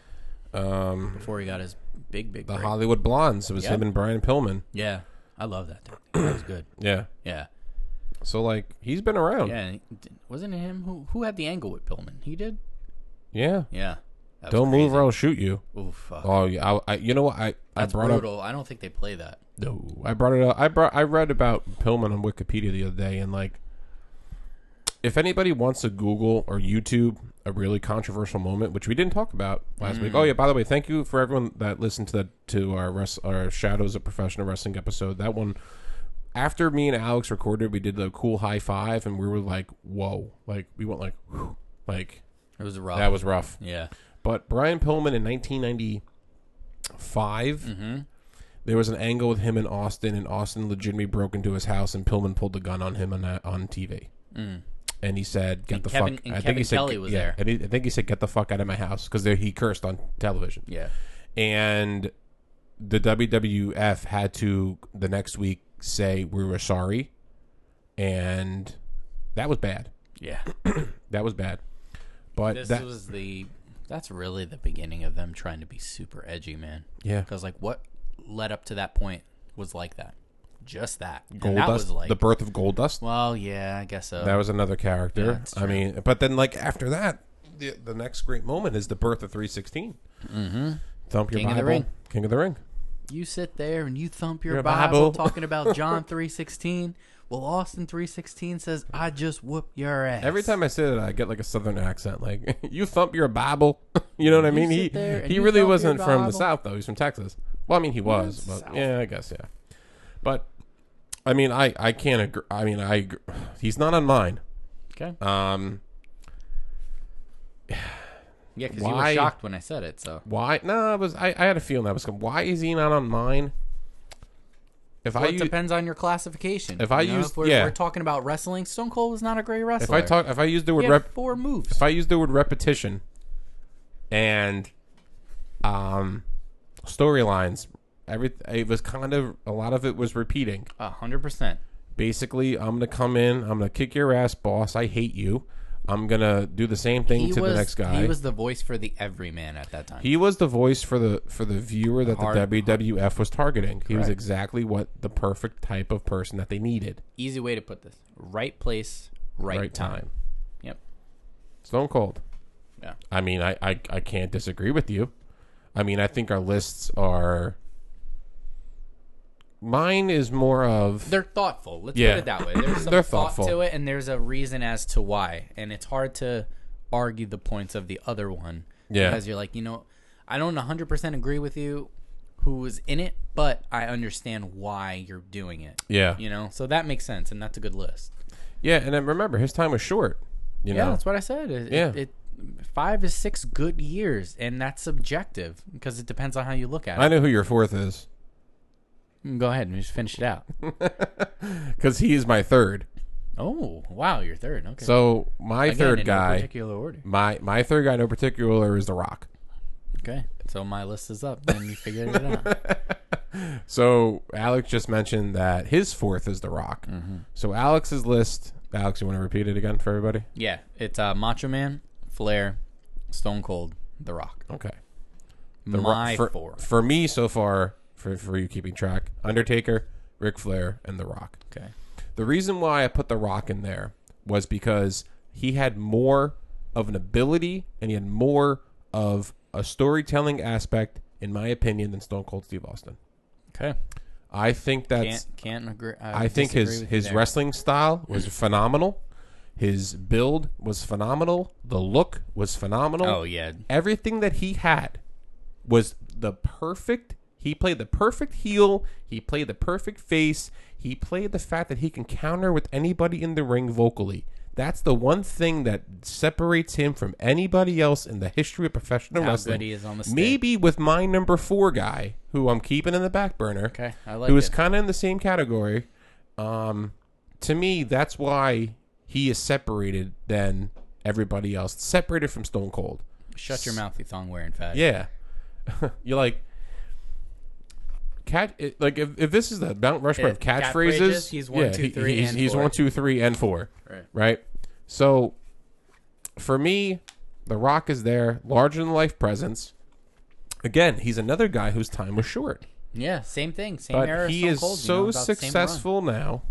Speaker 1: um,
Speaker 2: before he got his big big
Speaker 1: the
Speaker 2: break.
Speaker 1: Hollywood Blondes. It was
Speaker 2: Yep.
Speaker 1: him and Brian Pillman.
Speaker 2: yeah i love that dude. that was good
Speaker 1: Yeah.
Speaker 2: yeah
Speaker 1: So like he's been around.
Speaker 2: Yeah, and he- d- wasn't it him who who had the angle with Pillman? He did.
Speaker 1: Yeah.
Speaker 2: Yeah. That was
Speaker 1: Don't move or I'll shoot you.
Speaker 2: cra- Ooh, fuck.
Speaker 1: Oh yeah, I, I you know what I I
Speaker 2: That's
Speaker 1: brought up
Speaker 2: brutal. I don't think they play that.
Speaker 1: No, I brought it up. I brought. I read about Pillman on Wikipedia the other day, and like, if anybody wants to Google or YouTube a really controversial moment, which we didn't talk about last week. Oh yeah, by the way, thank you for everyone that listened to that to our rest, our Shadows of Professional Wrestling episode. That one. After me and Alex recorded, we did the cool high five, and we were like, "Whoa!" Like we went like, whew, like
Speaker 2: It was a rough.
Speaker 1: that was rough.
Speaker 2: yeah.
Speaker 1: But Brian Pillman in 1995,
Speaker 2: Mm-hmm.
Speaker 1: there was an angle with him in Austin, and Austin legitimately broke into his house, and Pillman pulled the gun on him on, uh, on TV. And he said, "Get the
Speaker 2: Kevin-
Speaker 1: fuck."
Speaker 2: Mm. and
Speaker 1: I think
Speaker 2: Kevin
Speaker 1: he said,
Speaker 2: Kelly was
Speaker 1: yeah,
Speaker 2: there.
Speaker 1: And he, I think he said, "Get the fuck out of my house," because he cursed on television.
Speaker 2: Yeah.
Speaker 1: And the WWF had to the next week say we were sorry, and that was bad.
Speaker 2: Yeah.
Speaker 1: That was bad. But
Speaker 2: This
Speaker 1: that
Speaker 2: was the That's really the beginning of them trying to be super edgy, man.
Speaker 1: Yeah.
Speaker 2: Because like what led up to that point was like that, just that. And
Speaker 1: Gold
Speaker 2: that
Speaker 1: Dust,
Speaker 2: was like,
Speaker 1: the birth of Gold Dust.
Speaker 2: well, yeah, I guess so.
Speaker 1: That was another
Speaker 2: Yeah,
Speaker 1: character.
Speaker 2: that's
Speaker 1: I mean, but then like after that, the, the next great moment is the birth of 316. Mm-hmm. Thump your
Speaker 2: King of
Speaker 1: Bible,
Speaker 2: the Ring.
Speaker 1: King of the Ring.
Speaker 2: you sit there and you thump your
Speaker 1: Your
Speaker 2: Bible,
Speaker 1: Bible.
Speaker 2: talking about John three sixteen. Well, Austin three sixteen says, "I just whoop your ass."
Speaker 1: Every time I say that, I get like a southern accent. Like you thump your Bible. you know what I mean?
Speaker 2: sit
Speaker 1: He
Speaker 2: there and
Speaker 1: he
Speaker 2: you
Speaker 1: really
Speaker 2: thump your
Speaker 1: wasn't from
Speaker 2: Bible.
Speaker 1: the south though. He's from Texas. Well, I mean, he was, but
Speaker 2: that's South.
Speaker 1: yeah, I guess yeah. But I mean, I I can't agree. I mean, I agr- he's not on mine.
Speaker 2: okay,
Speaker 1: Um,
Speaker 2: yeah, because you were
Speaker 1: why-
Speaker 2: shocked when I said it. So
Speaker 1: why? No, it was I. I had a feeling that was coming. Why is he not on mine? If
Speaker 2: well,
Speaker 1: I
Speaker 2: it
Speaker 1: u-
Speaker 2: depends on your classification.
Speaker 1: If I
Speaker 2: you know,
Speaker 1: used-
Speaker 2: if we're,
Speaker 1: yeah.
Speaker 2: we're talking about wrestling, Stone Cold was not a great
Speaker 1: if
Speaker 2: wrestler.
Speaker 1: I talk if I use the
Speaker 2: he
Speaker 1: word
Speaker 2: had
Speaker 1: rep,
Speaker 2: four moves.
Speaker 1: if I use the word repetition and um storylines, every it was kind of a lot of it was repeating.
Speaker 2: A hundred percent.
Speaker 1: Basically, I'm gonna come in, I'm gonna kick your ass, boss. I hate you. I'm gonna do the same thing
Speaker 2: He
Speaker 1: to
Speaker 2: was
Speaker 1: the next guy.
Speaker 2: he was the voice for the everyman at that time.
Speaker 1: He was the voice for the for the viewer that
Speaker 2: Hard-
Speaker 1: the WWF was targeting. He was
Speaker 2: Correct.
Speaker 1: exactly what the perfect type of person that they needed.
Speaker 2: Easy way to put this: right place, right,
Speaker 1: Right
Speaker 2: time.
Speaker 1: time.
Speaker 2: Yep.
Speaker 1: Stone Cold.
Speaker 2: Yeah.
Speaker 1: I mean, I, I, I can't disagree with you. I mean, I think our lists are. Mine is more of.
Speaker 2: They're thoughtful. Let's
Speaker 1: Yeah.
Speaker 2: put it that way. There's some
Speaker 1: They're
Speaker 2: thought
Speaker 1: thoughtful.
Speaker 2: to it, and there's a reason as to why. And it's hard to argue the points of the other one.
Speaker 1: Yeah.
Speaker 2: Because you're like, you know, I don't 100% agree with you who was in it, but I understand why you're doing it.
Speaker 1: Yeah.
Speaker 2: You know, so that makes sense, and that's a good list.
Speaker 1: Yeah, and then remember, his time was short. You
Speaker 2: Yeah,
Speaker 1: know?
Speaker 2: that's what I said. It,
Speaker 1: Yeah.
Speaker 2: It, it, five is six good years, and that's subjective because it depends on how you look at
Speaker 1: I
Speaker 2: it.
Speaker 1: know who your fourth is
Speaker 2: Go ahead and just finish it out.
Speaker 1: because he is my third.
Speaker 2: oh, wow, you're third. Okay.
Speaker 1: So, my
Speaker 2: Again,
Speaker 1: third
Speaker 2: in no
Speaker 1: guy.
Speaker 2: particular order.
Speaker 1: my, my third guy, no particular, is The Rock.
Speaker 2: Okay, so my list is up, and you figured it out.
Speaker 1: So Alex just mentioned that his fourth is The Rock.
Speaker 2: Mm-hmm.
Speaker 1: So Alex's list. Alex, you want to repeat it again for everybody?
Speaker 2: Yeah, it's uh, Macho Man, Flair, Stone Cold, The Rock.
Speaker 1: Okay.
Speaker 2: The
Speaker 1: Ro-
Speaker 2: My
Speaker 1: for,
Speaker 2: four.
Speaker 1: for me so far. For for you keeping track, Undertaker, Ric Flair, and The Rock.
Speaker 2: Okay.
Speaker 1: The reason why I put The Rock in there was because he had more of an ability and he had more of a storytelling aspect, in my opinion, than Stone Cold Steve Austin.
Speaker 2: Okay.
Speaker 1: I think that's
Speaker 2: Can't can't agree. uh,
Speaker 1: I think his his wrestling style was phenomenal. His build was phenomenal. The look was phenomenal.
Speaker 2: Oh yeah,
Speaker 1: Everything that he had was the perfect. He played the perfect heel. He played the perfect face. He played the fact that he can counter with anybody in the ring vocally. That's the one thing that separates him from anybody else in the history of professional
Speaker 2: How
Speaker 1: wrestling.
Speaker 2: good he is on the stage.
Speaker 1: Maybe with my number four guy, who I'm keeping in the back burner
Speaker 2: Okay, I like
Speaker 1: who is
Speaker 2: it.
Speaker 1: kind of in the same category. Um, to me, that's why he is separated than everybody else, separated from Stone Cold.
Speaker 2: Shut your mouth, you thong wearing fag.
Speaker 1: Yeah, you're like cat. It, like if, if this is the Mount Rushmore of
Speaker 2: Yeah,
Speaker 1: catchphrases,
Speaker 2: catchphrases, he's one,
Speaker 1: yeah,
Speaker 2: two,
Speaker 1: he-
Speaker 2: three,
Speaker 1: he's,
Speaker 2: and
Speaker 1: he's
Speaker 2: four.
Speaker 1: one, two, three, and four.
Speaker 2: Right.
Speaker 1: right. So for me, The Rock is there, larger than life presence. Again, he's another guy whose time was short
Speaker 2: Yeah, same thing. Same era.
Speaker 1: but
Speaker 2: as
Speaker 1: he
Speaker 2: Stone
Speaker 1: is
Speaker 2: Cold, you know,
Speaker 1: so
Speaker 2: about the same run.
Speaker 1: successful now,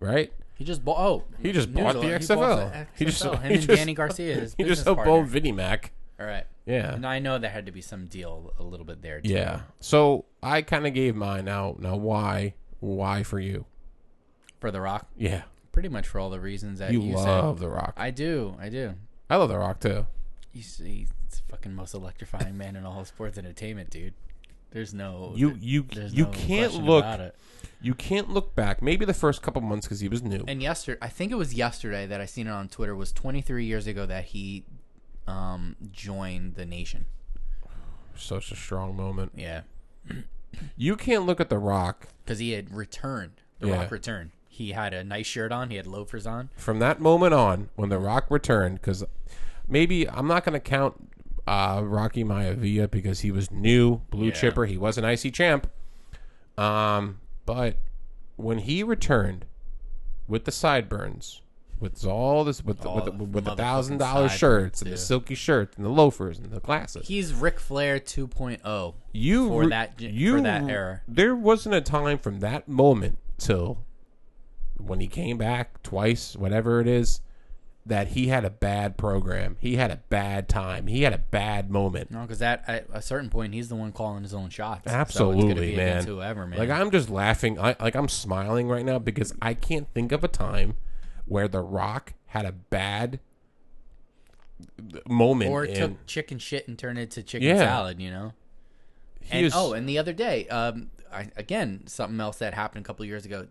Speaker 1: right?
Speaker 2: He just bought. Oh,
Speaker 1: He just
Speaker 2: news
Speaker 1: bought the
Speaker 2: alert, he
Speaker 1: XFL.
Speaker 2: bought the
Speaker 1: He just-
Speaker 2: XFL. him
Speaker 1: he
Speaker 2: and
Speaker 1: just-
Speaker 2: Danny Garcia. His
Speaker 1: He just
Speaker 2: business
Speaker 1: helped old
Speaker 2: partner.
Speaker 1: Vinnie Mac.
Speaker 2: All right.
Speaker 1: Yeah,
Speaker 2: And I know there had to be some deal a little bit there. Too.
Speaker 1: yeah. So I kind of gave mine out. Now why? Why for you?
Speaker 2: For The Rock,
Speaker 1: Yeah,
Speaker 2: pretty much for all the reasons that
Speaker 1: you,
Speaker 2: you,
Speaker 1: love
Speaker 2: said.
Speaker 1: The Rock. I,
Speaker 2: I do. I do.
Speaker 1: love The Rock too.
Speaker 2: He's, he's the fucking most electrifying man in all of sports entertainment, dude. There's no
Speaker 1: You you
Speaker 2: there's
Speaker 1: you
Speaker 2: no
Speaker 1: can't
Speaker 2: question
Speaker 1: look
Speaker 2: about it.
Speaker 1: you can't look back. Maybe the first couple months because he was new.
Speaker 2: And yesterday, I think it was yesterday that I seen it on Twitter. Was 23 years ago that he um joined the nation.
Speaker 1: Such a strong moment.
Speaker 2: Yeah,
Speaker 1: You can't look at The Rock
Speaker 2: because he had returned. The
Speaker 1: Yeah.
Speaker 2: Rock returned. He had a nice shirt on. He had loafers on.
Speaker 1: from that moment on when The Rock returned, because maybe I'm not going to count uh, Rocky Maivia because he was new, blue
Speaker 2: Yeah.
Speaker 1: chipper. He was an icy champ. Um, but when he returned with the sideburns, with all this with the,
Speaker 2: All
Speaker 1: with the,
Speaker 2: the
Speaker 1: with the
Speaker 2: motherfucking
Speaker 1: thousand dollar
Speaker 2: side
Speaker 1: shirts and
Speaker 2: too.
Speaker 1: the silky shirts and the loafers and the glasses.
Speaker 2: He's Ric Flair oh. 2.0.
Speaker 1: you
Speaker 2: for
Speaker 1: re-
Speaker 2: that gen- for that era.
Speaker 1: There wasn't a time from that moment till when he came back twice, whatever it is, that he had a bad program. He had a bad time. He had a bad moment.
Speaker 2: No, because at, at a certain point, he's the one calling his own shots. so it's gonna
Speaker 1: Absolutely,
Speaker 2: be
Speaker 1: man.
Speaker 2: Against whoever, man.
Speaker 1: Like I'm just laughing. I like I'm smiling right now because I can't think of a time where The Rock had a bad uh, moment.
Speaker 2: or
Speaker 1: in-
Speaker 2: took chicken shit and turned it to chicken
Speaker 1: Yeah.
Speaker 2: salad, you know? And
Speaker 1: is-
Speaker 2: oh, and the other day, um, I, again, something else that happened a couple years ago.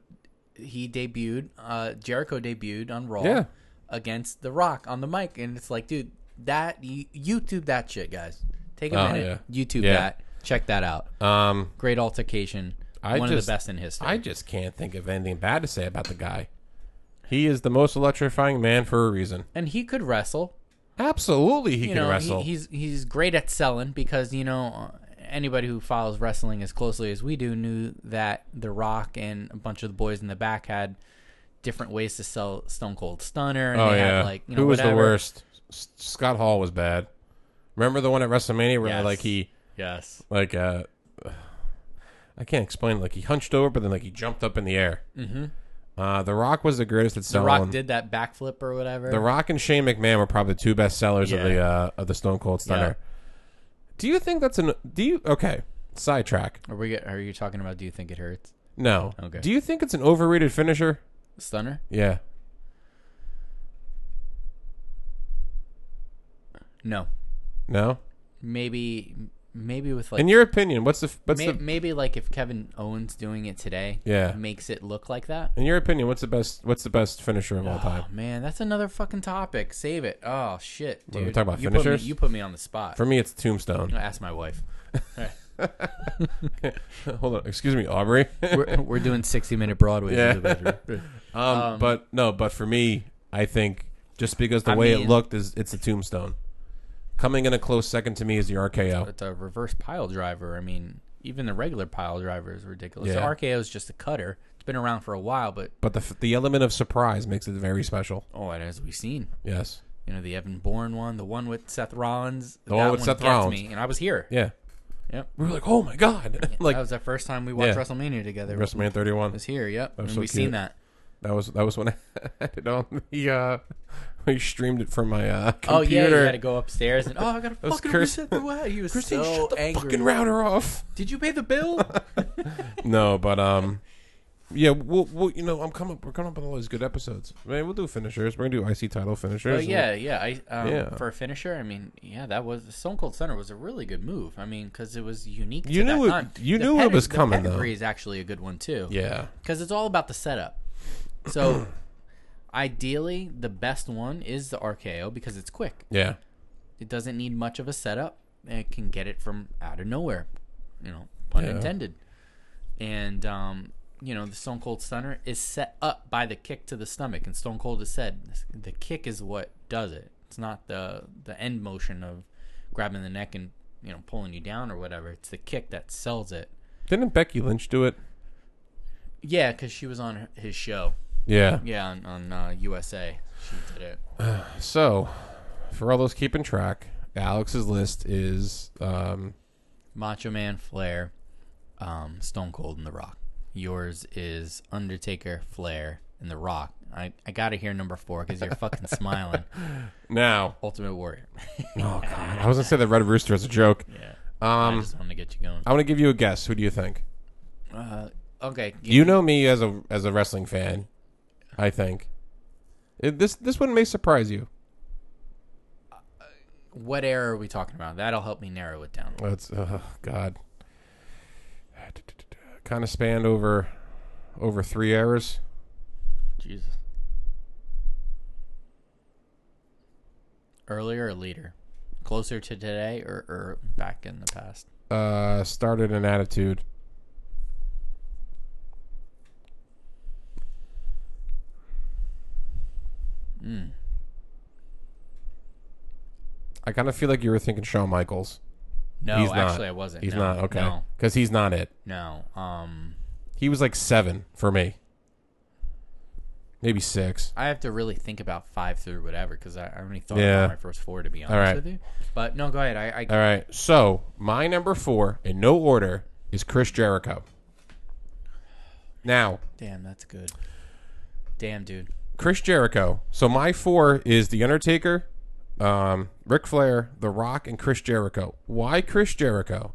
Speaker 2: He debuted, uh, Jericho debuted on Raw
Speaker 1: Yeah.
Speaker 2: against The Rock on the mic, and it's like, dude, that you, YouTube that shit, guys. Take a
Speaker 1: Oh,
Speaker 2: minute, YouTube
Speaker 1: Yeah.
Speaker 2: that, check that out.
Speaker 1: um,
Speaker 2: Great altercation,
Speaker 1: I
Speaker 2: one of
Speaker 1: just-
Speaker 2: the best in history.
Speaker 1: I just can't think of anything bad to say about the guy. He is the most electrifying man for a reason.
Speaker 2: and he could wrestle.
Speaker 1: Absolutely, he
Speaker 2: you
Speaker 1: can
Speaker 2: know,
Speaker 1: wrestle.
Speaker 2: He, he's he's great at selling because you know anybody who follows wrestling as closely as we do knew that The Rock and a bunch of the boys in the back had different ways to sell Stone Cold Stunner. And
Speaker 1: oh
Speaker 2: they
Speaker 1: yeah.
Speaker 2: had, like you know,
Speaker 1: Who was the
Speaker 2: whatever.
Speaker 1: worst? S- Scott Hall was bad. Remember the one at WrestleMania where
Speaker 2: Yes.
Speaker 1: like he
Speaker 2: Yes,
Speaker 1: like uh I can't explain. Like he hunched over, but then like he jumped up in the air. Mm-hmm. Uh, the Rock was the greatest at
Speaker 2: The
Speaker 1: selling.
Speaker 2: Rock did that backflip or whatever.
Speaker 1: The Rock and Shane McMahon were probably the two best sellers of
Speaker 2: Yeah.
Speaker 1: the uh, of the Stone Cold Stunner. Do you think that's an? Do you okay? Sidetrack.
Speaker 2: are we? get- Are you talking about? Do you think it hurts?
Speaker 1: No.
Speaker 2: Okay.
Speaker 1: Do you think it's an overrated finisher?
Speaker 2: Stunner?
Speaker 1: Yeah.
Speaker 2: No.
Speaker 1: No.
Speaker 2: Maybe maybe with like
Speaker 1: In your opinion, what's the f- what's
Speaker 2: may,
Speaker 1: the
Speaker 2: maybe like if Kevin Owens doing it today,
Speaker 1: Yeah.
Speaker 2: makes it look like that.
Speaker 1: in your opinion what's the best what's the best finisher of all time?
Speaker 2: Oh man, that's another fucking topic. Save it. Oh shit, dude.
Speaker 1: we talking about
Speaker 2: you put me-
Speaker 1: finishers?
Speaker 2: you put me on the spot.
Speaker 1: For me, it's Tombstone.
Speaker 2: Ask my wife.
Speaker 1: Hold on. Excuse me, Aubrey.
Speaker 2: We're, we're doing sixty minute Broadway.
Speaker 1: Yeah. um, but no, but for me, I think just because the
Speaker 2: I
Speaker 1: way it
Speaker 2: mean-
Speaker 1: looked is it's a Tombstone. Coming in a close second to me is the RKO.
Speaker 2: it's a reverse pile driver. I mean, even the regular pile driver is ridiculous.
Speaker 1: Yeah.
Speaker 2: The RKO is just a cutter. It's been around for a while, but
Speaker 1: But the f- the element of surprise makes it very special.
Speaker 2: oh, and as we've seen,
Speaker 1: Yes.
Speaker 2: you know, the Evan Bourne one, the one with Seth Rollins, the
Speaker 1: one with Seth Rollins.
Speaker 2: me, and I was here.
Speaker 1: Yeah.
Speaker 2: Yep.
Speaker 1: We were like, oh my god, like
Speaker 2: that was the first time we watched
Speaker 1: Yeah.
Speaker 2: WrestleMania together. I
Speaker 1: WrestleMania 31.
Speaker 2: was here. Yep, and
Speaker 1: so
Speaker 2: we've
Speaker 1: cute.
Speaker 2: seen that.
Speaker 1: That was that was when I had it on the uh, we streamed it from my uh, computer.
Speaker 2: Oh yeah, you had to go upstairs and oh, I gotta
Speaker 1: was
Speaker 2: fucking
Speaker 1: Chris-
Speaker 2: reset the way. He was
Speaker 1: Christine,
Speaker 2: so
Speaker 1: shut the
Speaker 2: angry.
Speaker 1: fucking router off.
Speaker 2: Did you pay the bill?
Speaker 1: no, but um, yeah, we'll, we'll you know I'm coming we're coming up with all these good episodes. Man, we'll do finishers. We're gonna do IC title finishers.
Speaker 2: Oh
Speaker 1: and-
Speaker 2: yeah, yeah. I um,
Speaker 1: Yeah.
Speaker 2: for a finisher, I mean, yeah, that was Stone Cold Center was a really good move. I mean, because it was unique.
Speaker 1: You
Speaker 2: to
Speaker 1: knew
Speaker 2: that
Speaker 1: it-
Speaker 2: time.
Speaker 1: you
Speaker 2: The
Speaker 1: knew it was
Speaker 2: the
Speaker 1: coming, though.
Speaker 2: pedigree is actually a good one too.
Speaker 1: yeah.
Speaker 2: because it's all about the setup. So, ideally, the best one is the RKO because it's quick.
Speaker 1: Yeah.
Speaker 2: It doesn't need much of a setup. And it can get it from out of nowhere, you know, pun
Speaker 1: Yeah.
Speaker 2: intended. And um, you know, the Stone Cold Stunner is set up by the kick to the stomach, and Stone Cold has said the kick is what does it. It's not the the end motion of grabbing the neck and you know pulling you down or whatever. It's the kick that sells it.
Speaker 1: Didn't Becky Lynch do it?
Speaker 2: Yeah, because she was on her- his show.
Speaker 1: Yeah.
Speaker 2: Yeah, on, on uh, USA, she did it.
Speaker 1: So, for all those keeping track, Alex's list is um,
Speaker 2: Macho Man, Flair, um, Stone Cold, and The Rock. Yours is Undertaker, Flair, and The Rock. I, I gotta hear number four because you're fucking smiling.
Speaker 1: now.
Speaker 2: Ultimate Warrior.
Speaker 1: Oh God, I was gonna say the Red Rooster as a joke.
Speaker 2: yeah. I
Speaker 1: Um,
Speaker 2: just wanted to get you going.
Speaker 1: I want to give you a guess. Who do you think?
Speaker 2: Uh, okay. give
Speaker 1: You know me as a as a wrestling fan. I think It- this this one may surprise you.
Speaker 2: me- what era are we talking about? That'll help me narrow it down.
Speaker 1: That's oh God. Kind of spanned over over three hours.
Speaker 2: Jesus. Earlier or later? Closer to today or, or back in the past?
Speaker 1: Uh, started an attitude.
Speaker 2: Hmm.
Speaker 1: I kind of feel like you were thinking Shawn Michaels.
Speaker 2: No,
Speaker 1: He's not.
Speaker 2: actually, I wasn't.
Speaker 1: He's
Speaker 2: Uh, No,
Speaker 1: not okay
Speaker 2: No,
Speaker 1: because he's not it.
Speaker 2: no. Um,
Speaker 1: He was like seven for me. maybe six.
Speaker 2: I have to really think about five through whatever because I, I only thought
Speaker 1: Yeah.
Speaker 2: about my first four to be honest
Speaker 1: right.
Speaker 2: with you. But no, go ahead. I, I
Speaker 1: All right. So my number four, in no order, is Chris Jericho. Now,
Speaker 2: damn, that's good. Damn, dude.
Speaker 1: Chris Jericho. So my four is The Undertaker, um, Ric Flair, The Rock, and Chris Jericho. Why Chris Jericho?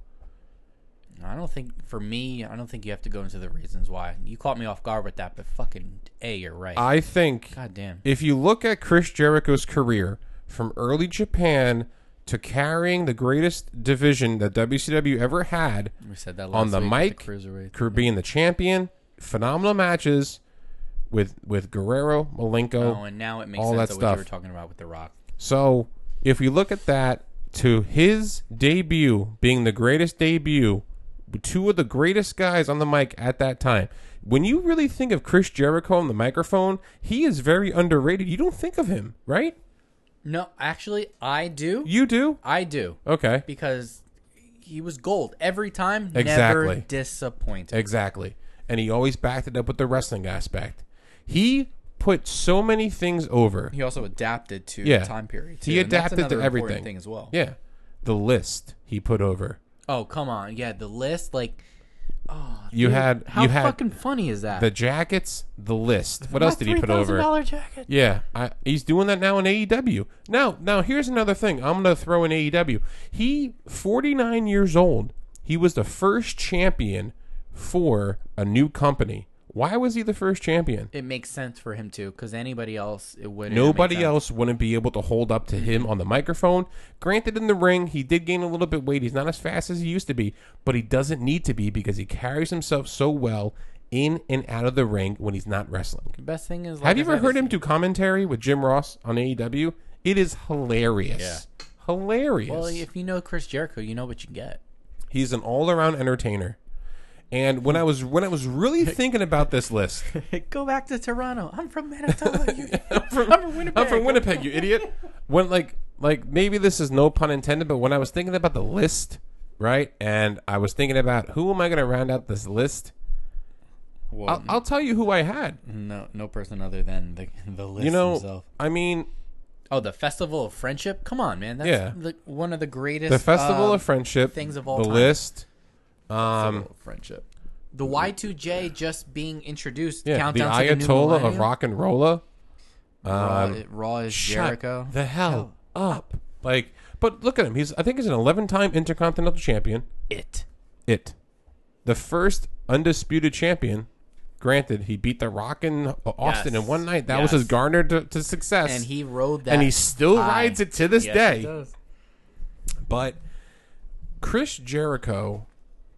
Speaker 2: I don't think for me, I don't think you have to go into the reasons why. You caught me off guard with that, but fucking a, you're right.
Speaker 1: I think
Speaker 2: God damn.
Speaker 1: if you look at Chris Jericho's career from early Japan to carrying the greatest division that WCW ever had,
Speaker 2: We said that last
Speaker 1: On the
Speaker 2: week with
Speaker 1: mic,
Speaker 2: cruiserweight.
Speaker 1: cr- being the champion, phenomenal matches with with Guerrero, Malenko,
Speaker 2: Oh, and now it makes
Speaker 1: all that
Speaker 2: sense that what
Speaker 1: stuff.
Speaker 2: you were talking about with The Rock.
Speaker 1: So if we look at that to his debut being the greatest debut, two of the greatest guys on the mic at that time. When you really think of Chris Jericho on the microphone, he is very underrated. You don't think of him, right?
Speaker 2: No, actually, I do.
Speaker 1: You Oh. do?
Speaker 2: I do
Speaker 1: Okay.
Speaker 2: because he was gold every time. Never
Speaker 1: Exactly.
Speaker 2: disappointed.
Speaker 1: Exactly. And he always backed it up with the wrestling aspect. He put so many things over.
Speaker 2: He also adapted to
Speaker 1: Yeah.
Speaker 2: the time period. Too,
Speaker 1: He
Speaker 2: and that's
Speaker 1: adapted to
Speaker 2: another important
Speaker 1: everything.
Speaker 2: thing as well.
Speaker 1: Yeah. The list he put over.
Speaker 2: Oh come on, yeah. The list, like, oh,
Speaker 1: You
Speaker 2: dude,
Speaker 1: had
Speaker 2: how
Speaker 1: you had
Speaker 2: fucking funny is that?
Speaker 1: the jackets, the list. What else did he put over?
Speaker 2: Dollar jacket.
Speaker 1: Yeah, I, he's doing that now in AEW. Now, now here's another thing. I'm gonna throw in AEW. He 49 years old. He was the first champion for a new company. Why was he the first champion?
Speaker 2: It makes sense for him too, because anybody else it would.
Speaker 1: Nobody else wouldn't be able to hold up to him on the microphone. Granted, in the ring, he did gain a little bit weight. He's not as fast as he used to be, but he doesn't need to be because he carries himself so well in and out of the ring when he's not wrestling.
Speaker 2: The best thing is, like
Speaker 1: Have
Speaker 2: I
Speaker 1: you ever
Speaker 2: said,
Speaker 1: heard
Speaker 2: is-
Speaker 1: him do commentary with Jim Ross on AEW? It is hilarious. Hilarious.
Speaker 2: Well, if you know Chris Jericho, you know what you get.
Speaker 1: He's an all-around entertainer. And when I was when I was really thinking about this list,
Speaker 2: Go back to Toronto. I'm from Manitoba. You, I'm,
Speaker 1: from-
Speaker 2: from, Winnipeg.
Speaker 1: I'm from Winnipeg, you idiot. When like like maybe this is no pun intended, but when I was thinking about the list, right? And I was thinking about who am I going to round out this list?
Speaker 2: Well,
Speaker 1: I'll, I'll tell you who I had.
Speaker 2: no, no person other than the the list
Speaker 1: You know,
Speaker 2: himself.
Speaker 1: I mean,
Speaker 2: Oh, the Festival of Friendship. Come on, man. That's
Speaker 1: Yeah.
Speaker 2: the, one of the greatest.
Speaker 1: the Festival
Speaker 2: um,
Speaker 1: of Friendship,
Speaker 2: things of all
Speaker 1: the
Speaker 2: time.
Speaker 1: list, Um,
Speaker 2: Festival of Friendship. The Y2J just being introduced.
Speaker 1: yeah, the
Speaker 2: countdown to the new
Speaker 1: Ayatollah of
Speaker 2: millennium.
Speaker 1: Rock and Rolla.
Speaker 2: Raw, Raw is
Speaker 1: Shut
Speaker 2: Jericho.
Speaker 1: the hell up. Like, but look at him. He's I think he's an 11-time Intercontinental Champion.
Speaker 2: It.
Speaker 1: It, the first undisputed champion. Granted, he beat The Rock in Austin
Speaker 2: Yes.
Speaker 1: in one night. That was
Speaker 2: Yes.
Speaker 1: his garner to, to success,
Speaker 2: And he rode that.
Speaker 1: and he still
Speaker 2: high.
Speaker 1: rides it to this
Speaker 2: Yes, he
Speaker 1: day.
Speaker 2: does.
Speaker 1: But Chris Jericho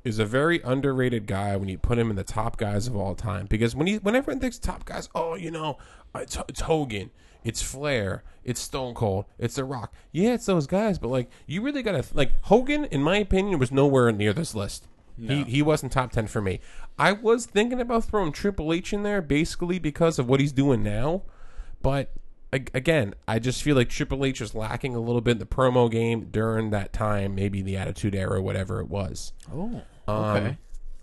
Speaker 1: is a very underrated guy when you put him in the top guys of all time because when he when everyone thinks top guys, oh, you know, it's, it's Hogan, it's Flair, it's Stone Cold, it's The Rock. Yeah, it's those guys, but like you really got to like Hogan in my opinion was nowhere near this list. He he wasn't top 10 for me. I was thinking about throwing Triple H in there basically because of what he's doing now, but ag- again, I just feel like Triple H is lacking a little bit in the promo game during that time, maybe the Attitude Era, whatever it was.
Speaker 2: Oh, okay.
Speaker 1: um,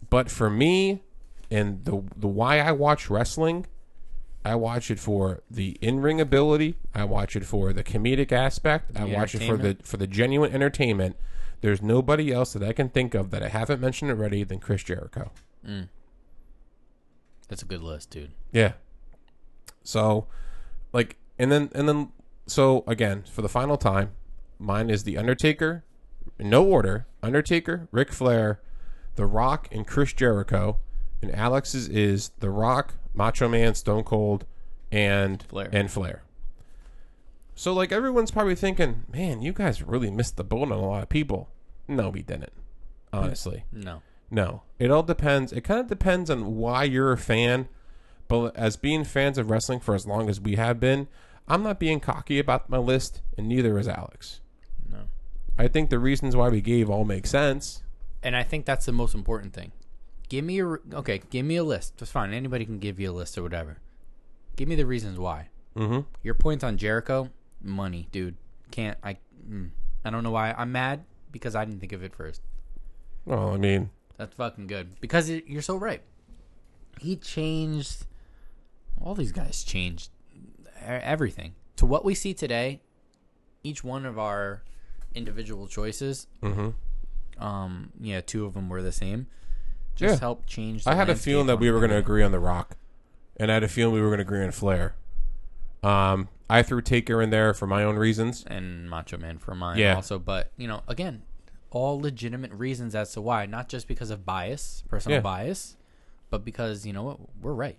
Speaker 1: But for me, and the the why I watch wrestling, I watch it for the in ring ability. I watch it for the comedic aspect. I watch it for the for the genuine entertainment. There's nobody else that I can think of that I haven't mentioned already than Chris Jericho.
Speaker 2: That's a good list, dude.
Speaker 1: Yeah. So, like, and then and then so again for the final time, mine is the Undertaker, in no order. Undertaker, Ric Flair, The Rock, and Chris Jericho, and Alex's is The Rock, Macho Man, Stone Cold, and
Speaker 2: Flair.
Speaker 1: and Flair. So like everyone's probably thinking, man, you guys really missed the boat on a lot of people. No, we didn't. Honestly.
Speaker 2: No.
Speaker 1: No, it all depends. It kind of depends on why you're a fan. But as being fans of wrestling for as long as we have been, I'm not being cocky about my list, and neither is Alex.
Speaker 2: No.
Speaker 1: I think the reasons why we gave all make sense.
Speaker 2: And I think that's the most important thing. Give me a re- okay. Give me a list. That's fine. Anybody can give you a list or whatever. Give me the reasons why.
Speaker 1: Mm-hmm.
Speaker 2: Your points on Jericho, money, dude. Can't I? Mm, I don't know why. I'm mad because I didn't think of it first.
Speaker 1: Well, I mean,
Speaker 2: That's fucking good because it, you're so right. He changed all these guys changed e- everything to what we see today. Each one of our individual choices,
Speaker 1: Mm-hmm.
Speaker 2: um, yeah, two of them were the same. Just
Speaker 1: Yeah.
Speaker 2: helped change. The
Speaker 1: I had a
Speaker 2: landscape
Speaker 1: feeling that
Speaker 2: on
Speaker 1: we were going to
Speaker 2: everything.
Speaker 1: agree on The Rock, and I had a feeling we were going to agree on Flair. Um, I threw Taker in there for my own reasons.
Speaker 2: and Macho Man for mine
Speaker 1: Yeah.
Speaker 2: also. But you know, again, all legitimate reasons as to why, not just because of bias, personal
Speaker 1: Yeah.
Speaker 2: bias, but because you know what, we're right.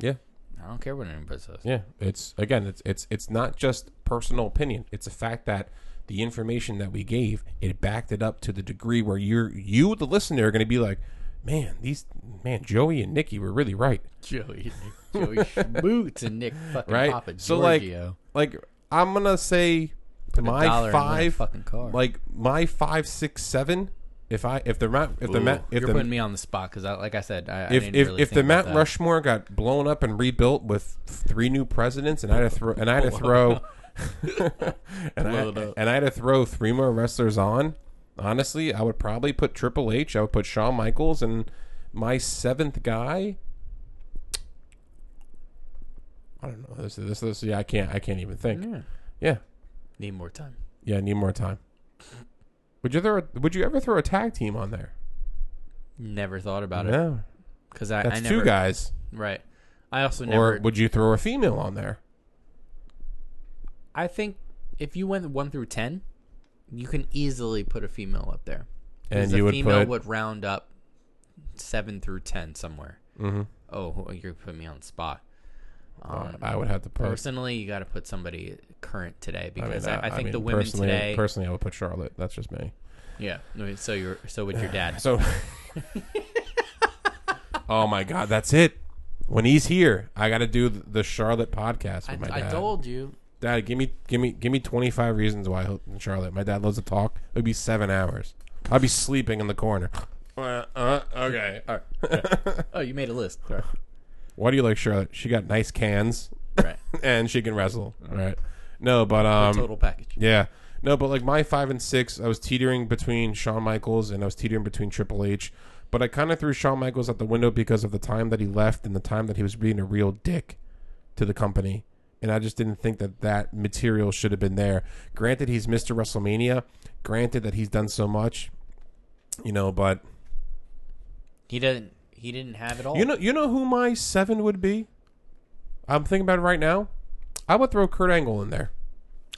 Speaker 1: Yeah,
Speaker 2: I don't care what anybody says.
Speaker 1: yeah. It's again, it's it's it's not just personal opinion. It's a fact that the information that we gave it backed it up to the degree where you're you the listener are going to be like, man, these man Joey and Nikki were really right.
Speaker 2: Joey, Joey Schmoots and Nick fucking
Speaker 1: Right?
Speaker 2: Papa Giorgio.
Speaker 1: So, like, Like I'm gonna say my
Speaker 2: dollar in my
Speaker 1: five
Speaker 2: fucking car.
Speaker 1: like my five six seven. If I if the Mount if the
Speaker 2: Ooh,
Speaker 1: Mount if
Speaker 2: you're
Speaker 1: the
Speaker 2: putting me on the spot because, I, like I said, I, I
Speaker 1: if
Speaker 2: didn't
Speaker 1: if,
Speaker 2: really
Speaker 1: if the
Speaker 2: think about
Speaker 1: Mount
Speaker 2: that.
Speaker 1: Rushmore got blown up and rebuilt with three new presidents, and I had to throw and I had to throw and, I,
Speaker 2: Blow it up.
Speaker 1: and I had to throw three more wrestlers on. Honestly, I would probably put Triple H. I would put Shawn Michaels, and my seventh guy. I don't know. This this this. Yeah, I can't. I can't even think.
Speaker 2: Yeah.
Speaker 1: Yeah,
Speaker 2: need more time.
Speaker 1: yeah. I need more time. Would you throw? Would you ever throw a tag team on there?
Speaker 2: Never thought about it
Speaker 1: No,
Speaker 2: because I,
Speaker 1: that's
Speaker 2: I never
Speaker 1: two guys.
Speaker 2: right. I also
Speaker 1: Or
Speaker 2: never.
Speaker 1: would you throw a female on there?
Speaker 2: I think if you went one through ten, you can easily put a female up there.
Speaker 1: and
Speaker 2: the
Speaker 1: you would
Speaker 2: female
Speaker 1: put
Speaker 2: would round up seven through ten somewhere.
Speaker 1: Mhm.
Speaker 2: Oh, who- you're putting me on the spot.
Speaker 1: Uh,
Speaker 2: Um,
Speaker 1: I would have to put.
Speaker 2: personally, you got to put somebody current today
Speaker 1: I, mean,
Speaker 2: because
Speaker 1: I-
Speaker 2: I, I
Speaker 1: I
Speaker 2: think
Speaker 1: mean,
Speaker 2: the women
Speaker 1: personally,
Speaker 2: today.
Speaker 1: Personally, I would put Charlotte. That's just me.
Speaker 2: yeah. I mean, So you're so with your dad.
Speaker 1: So, oh my God, that's it. When he's here, I got to do th- the Charlotte podcast
Speaker 2: I,
Speaker 1: with my
Speaker 2: I
Speaker 1: dad.
Speaker 2: told you.
Speaker 1: Dad, give me, give me, give me twenty five reasons why he'll- Charlotte. My dad loves to talk. It would be seven hours. I'd be sleeping in the corner. Uh, uh, okay. All right.
Speaker 2: Oh, you made a list. Right.
Speaker 1: Why do you like Charlotte? She got nice cans,
Speaker 2: right.
Speaker 1: and she can wrestle. All right. No, but um,
Speaker 2: Total package.
Speaker 1: Yeah. No, but like my five and six, I was teetering between Shawn Michaels and I was teetering between Triple H. But I kind of threw Shawn Michaels out the window because of the time that he left and the time that he was being a real dick to the company. And I just didn't think that that material should have been there. Granted, he's Mr. WrestleMania. Granted that he's done so much, you know. But
Speaker 2: He didn't. He didn't have it all.
Speaker 1: you know, you know who my seven would be. I'm thinking about it right now. I would throw Kurt Angle in there.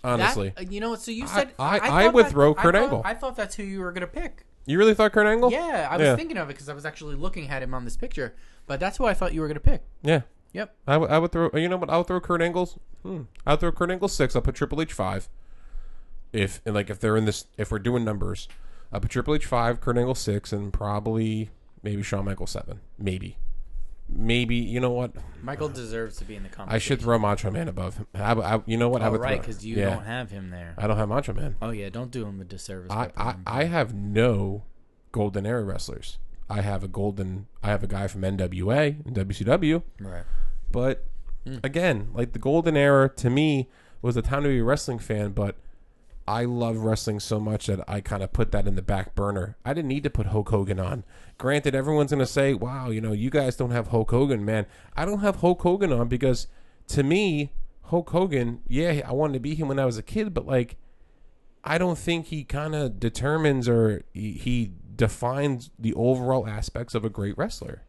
Speaker 2: That-
Speaker 1: Honestly,
Speaker 2: uh, you know what? So you said
Speaker 1: I- I
Speaker 2: thought
Speaker 1: would
Speaker 2: that-
Speaker 1: throw
Speaker 2: I
Speaker 1: Kurt
Speaker 2: thought-
Speaker 1: Angle.
Speaker 2: I thought that's who you were gonna pick.
Speaker 1: you really thought Kurt Angle?
Speaker 2: Yeah, I was
Speaker 1: Yeah.
Speaker 2: thinking of it because I was actually looking at him on this picture. But that's who I thought you were gonna pick.
Speaker 1: Yeah.
Speaker 2: Yep.
Speaker 1: I would- I would throw. You know what? I would throw Kurt Angle's. Hmm. I would throw Kurt Angle six. I'll put Triple H five. If and like if they're in this, if we're doing numbers, I put Triple H five, Kurt Angle six, and probably maybe Shawn Michaels seven. Maybe, maybe you know what?
Speaker 2: Michael deserves to be in the conversation.
Speaker 1: I should throw Macho Man above. him. I, would- I- you know what? I
Speaker 2: Oh,
Speaker 1: would
Speaker 2: right,
Speaker 1: throw-
Speaker 2: because you
Speaker 1: yeah.
Speaker 2: don't have him there.
Speaker 1: I don't have Macho Man.
Speaker 2: Oh yeah, don't do him a disservice. by
Speaker 1: I, I
Speaker 2: putting him-
Speaker 1: I have no golden era wrestlers. I have a golden. I have a guy from NWA and WCW.
Speaker 2: right.
Speaker 1: But again, like the golden era to me was the time to be a wrestling fan, but I love wrestling so much that I kind of put that in the back burner. I didn't need to put Hulk Hogan on. Granted, everyone's going to say, wow, you know, you guys don't have Hulk Hogan, man. I don't have Hulk Hogan on because to me, Hulk Hogan, yeah, I wanted to be him when I was a kid, but like, I don't think he kind of determines or he, he defines the overall aspects of a great wrestler.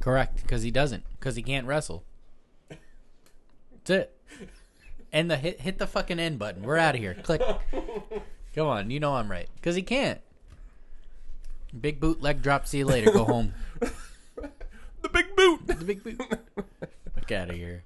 Speaker 2: Correct, because he doesn't, because he can't wrestle. That's it. And the hit hit the fucking end button. We're out of here. Click. Come on, you know I'm right, because he can't. Big boot, leg drop. See you later. Go home.
Speaker 1: The big boot.
Speaker 2: The big boot. Look out of here.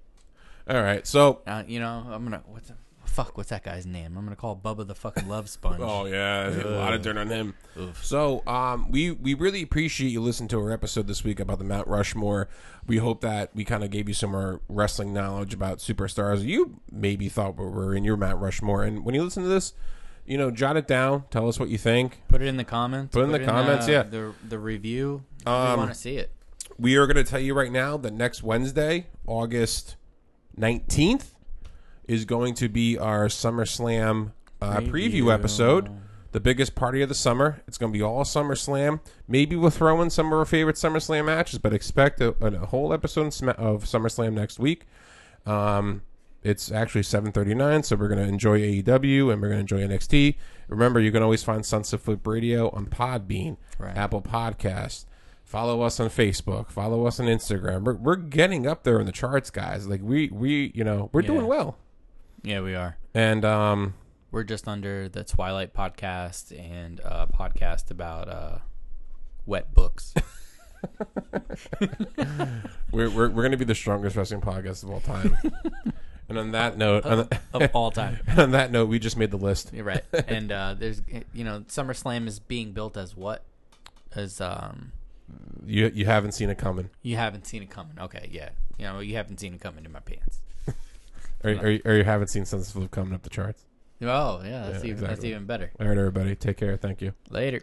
Speaker 1: All right. So
Speaker 2: Uh, you know I'm gonna what's the, fuck? What's that guy's name? I'm gonna call Bubba the fucking love sponge.
Speaker 1: Oh yeah, a lot of dirt on him. So um, we we really appreciate you listening to our episode this week about the Mount Rushmore. We hope that we kind of gave you some more wrestling knowledge about superstars you maybe thought were- were in your Mount Rushmore. And when you listen to this, you know, jot it down. Tell us what you think.
Speaker 2: Put it in the comments.
Speaker 1: Put it in the comments, yeah.
Speaker 2: The the review. we
Speaker 1: Um,
Speaker 2: want to see it.
Speaker 1: We are going to tell you right now that next Wednesday, August nineteenth, is going to be our SummerSlam uh, preview
Speaker 2: Preview.
Speaker 1: episode. the biggest party of the summer. It's going to be all SummerSlam. Maybe we'll throw in some of our favorite SummerSlam matches, but expect a, a whole episode of Sm- of SummerSlam next week. Um, it's actually 7:39, so we're going to enjoy AEW and we're going to enjoy NXT. Remember, you can always find Sunset Flip Radio on Podbean,
Speaker 2: Right.
Speaker 1: Apple Podcast. Follow us on Facebook. Follow us on Instagram. We're, we're getting up there in the charts, guys. Like we we you know we're doing
Speaker 2: Yeah.
Speaker 1: well.
Speaker 2: Yeah, we are.
Speaker 1: And um,
Speaker 2: We're just under the Twilight podcast and a podcast about uh, wet books.
Speaker 1: We're, we're, we're going to be the strongest wrestling podcast of all time. and on that note, on,
Speaker 2: of all time.
Speaker 1: on that note, we just made the list.
Speaker 2: You're right. And uh, there's, you know, SummerSlam is being built as what? As um,
Speaker 1: You you haven't seen it coming.
Speaker 2: you haven't seen it coming. Okay, yeah. You know, you haven't seen it coming in my pants.
Speaker 1: Or, or, or you haven't seen Sunset Flip coming up the charts.
Speaker 2: Oh yeah, that's
Speaker 1: Yeah,
Speaker 2: even that's
Speaker 1: exactly.
Speaker 2: even better.
Speaker 1: All right, everybody. Take care. Thank you.
Speaker 2: Later.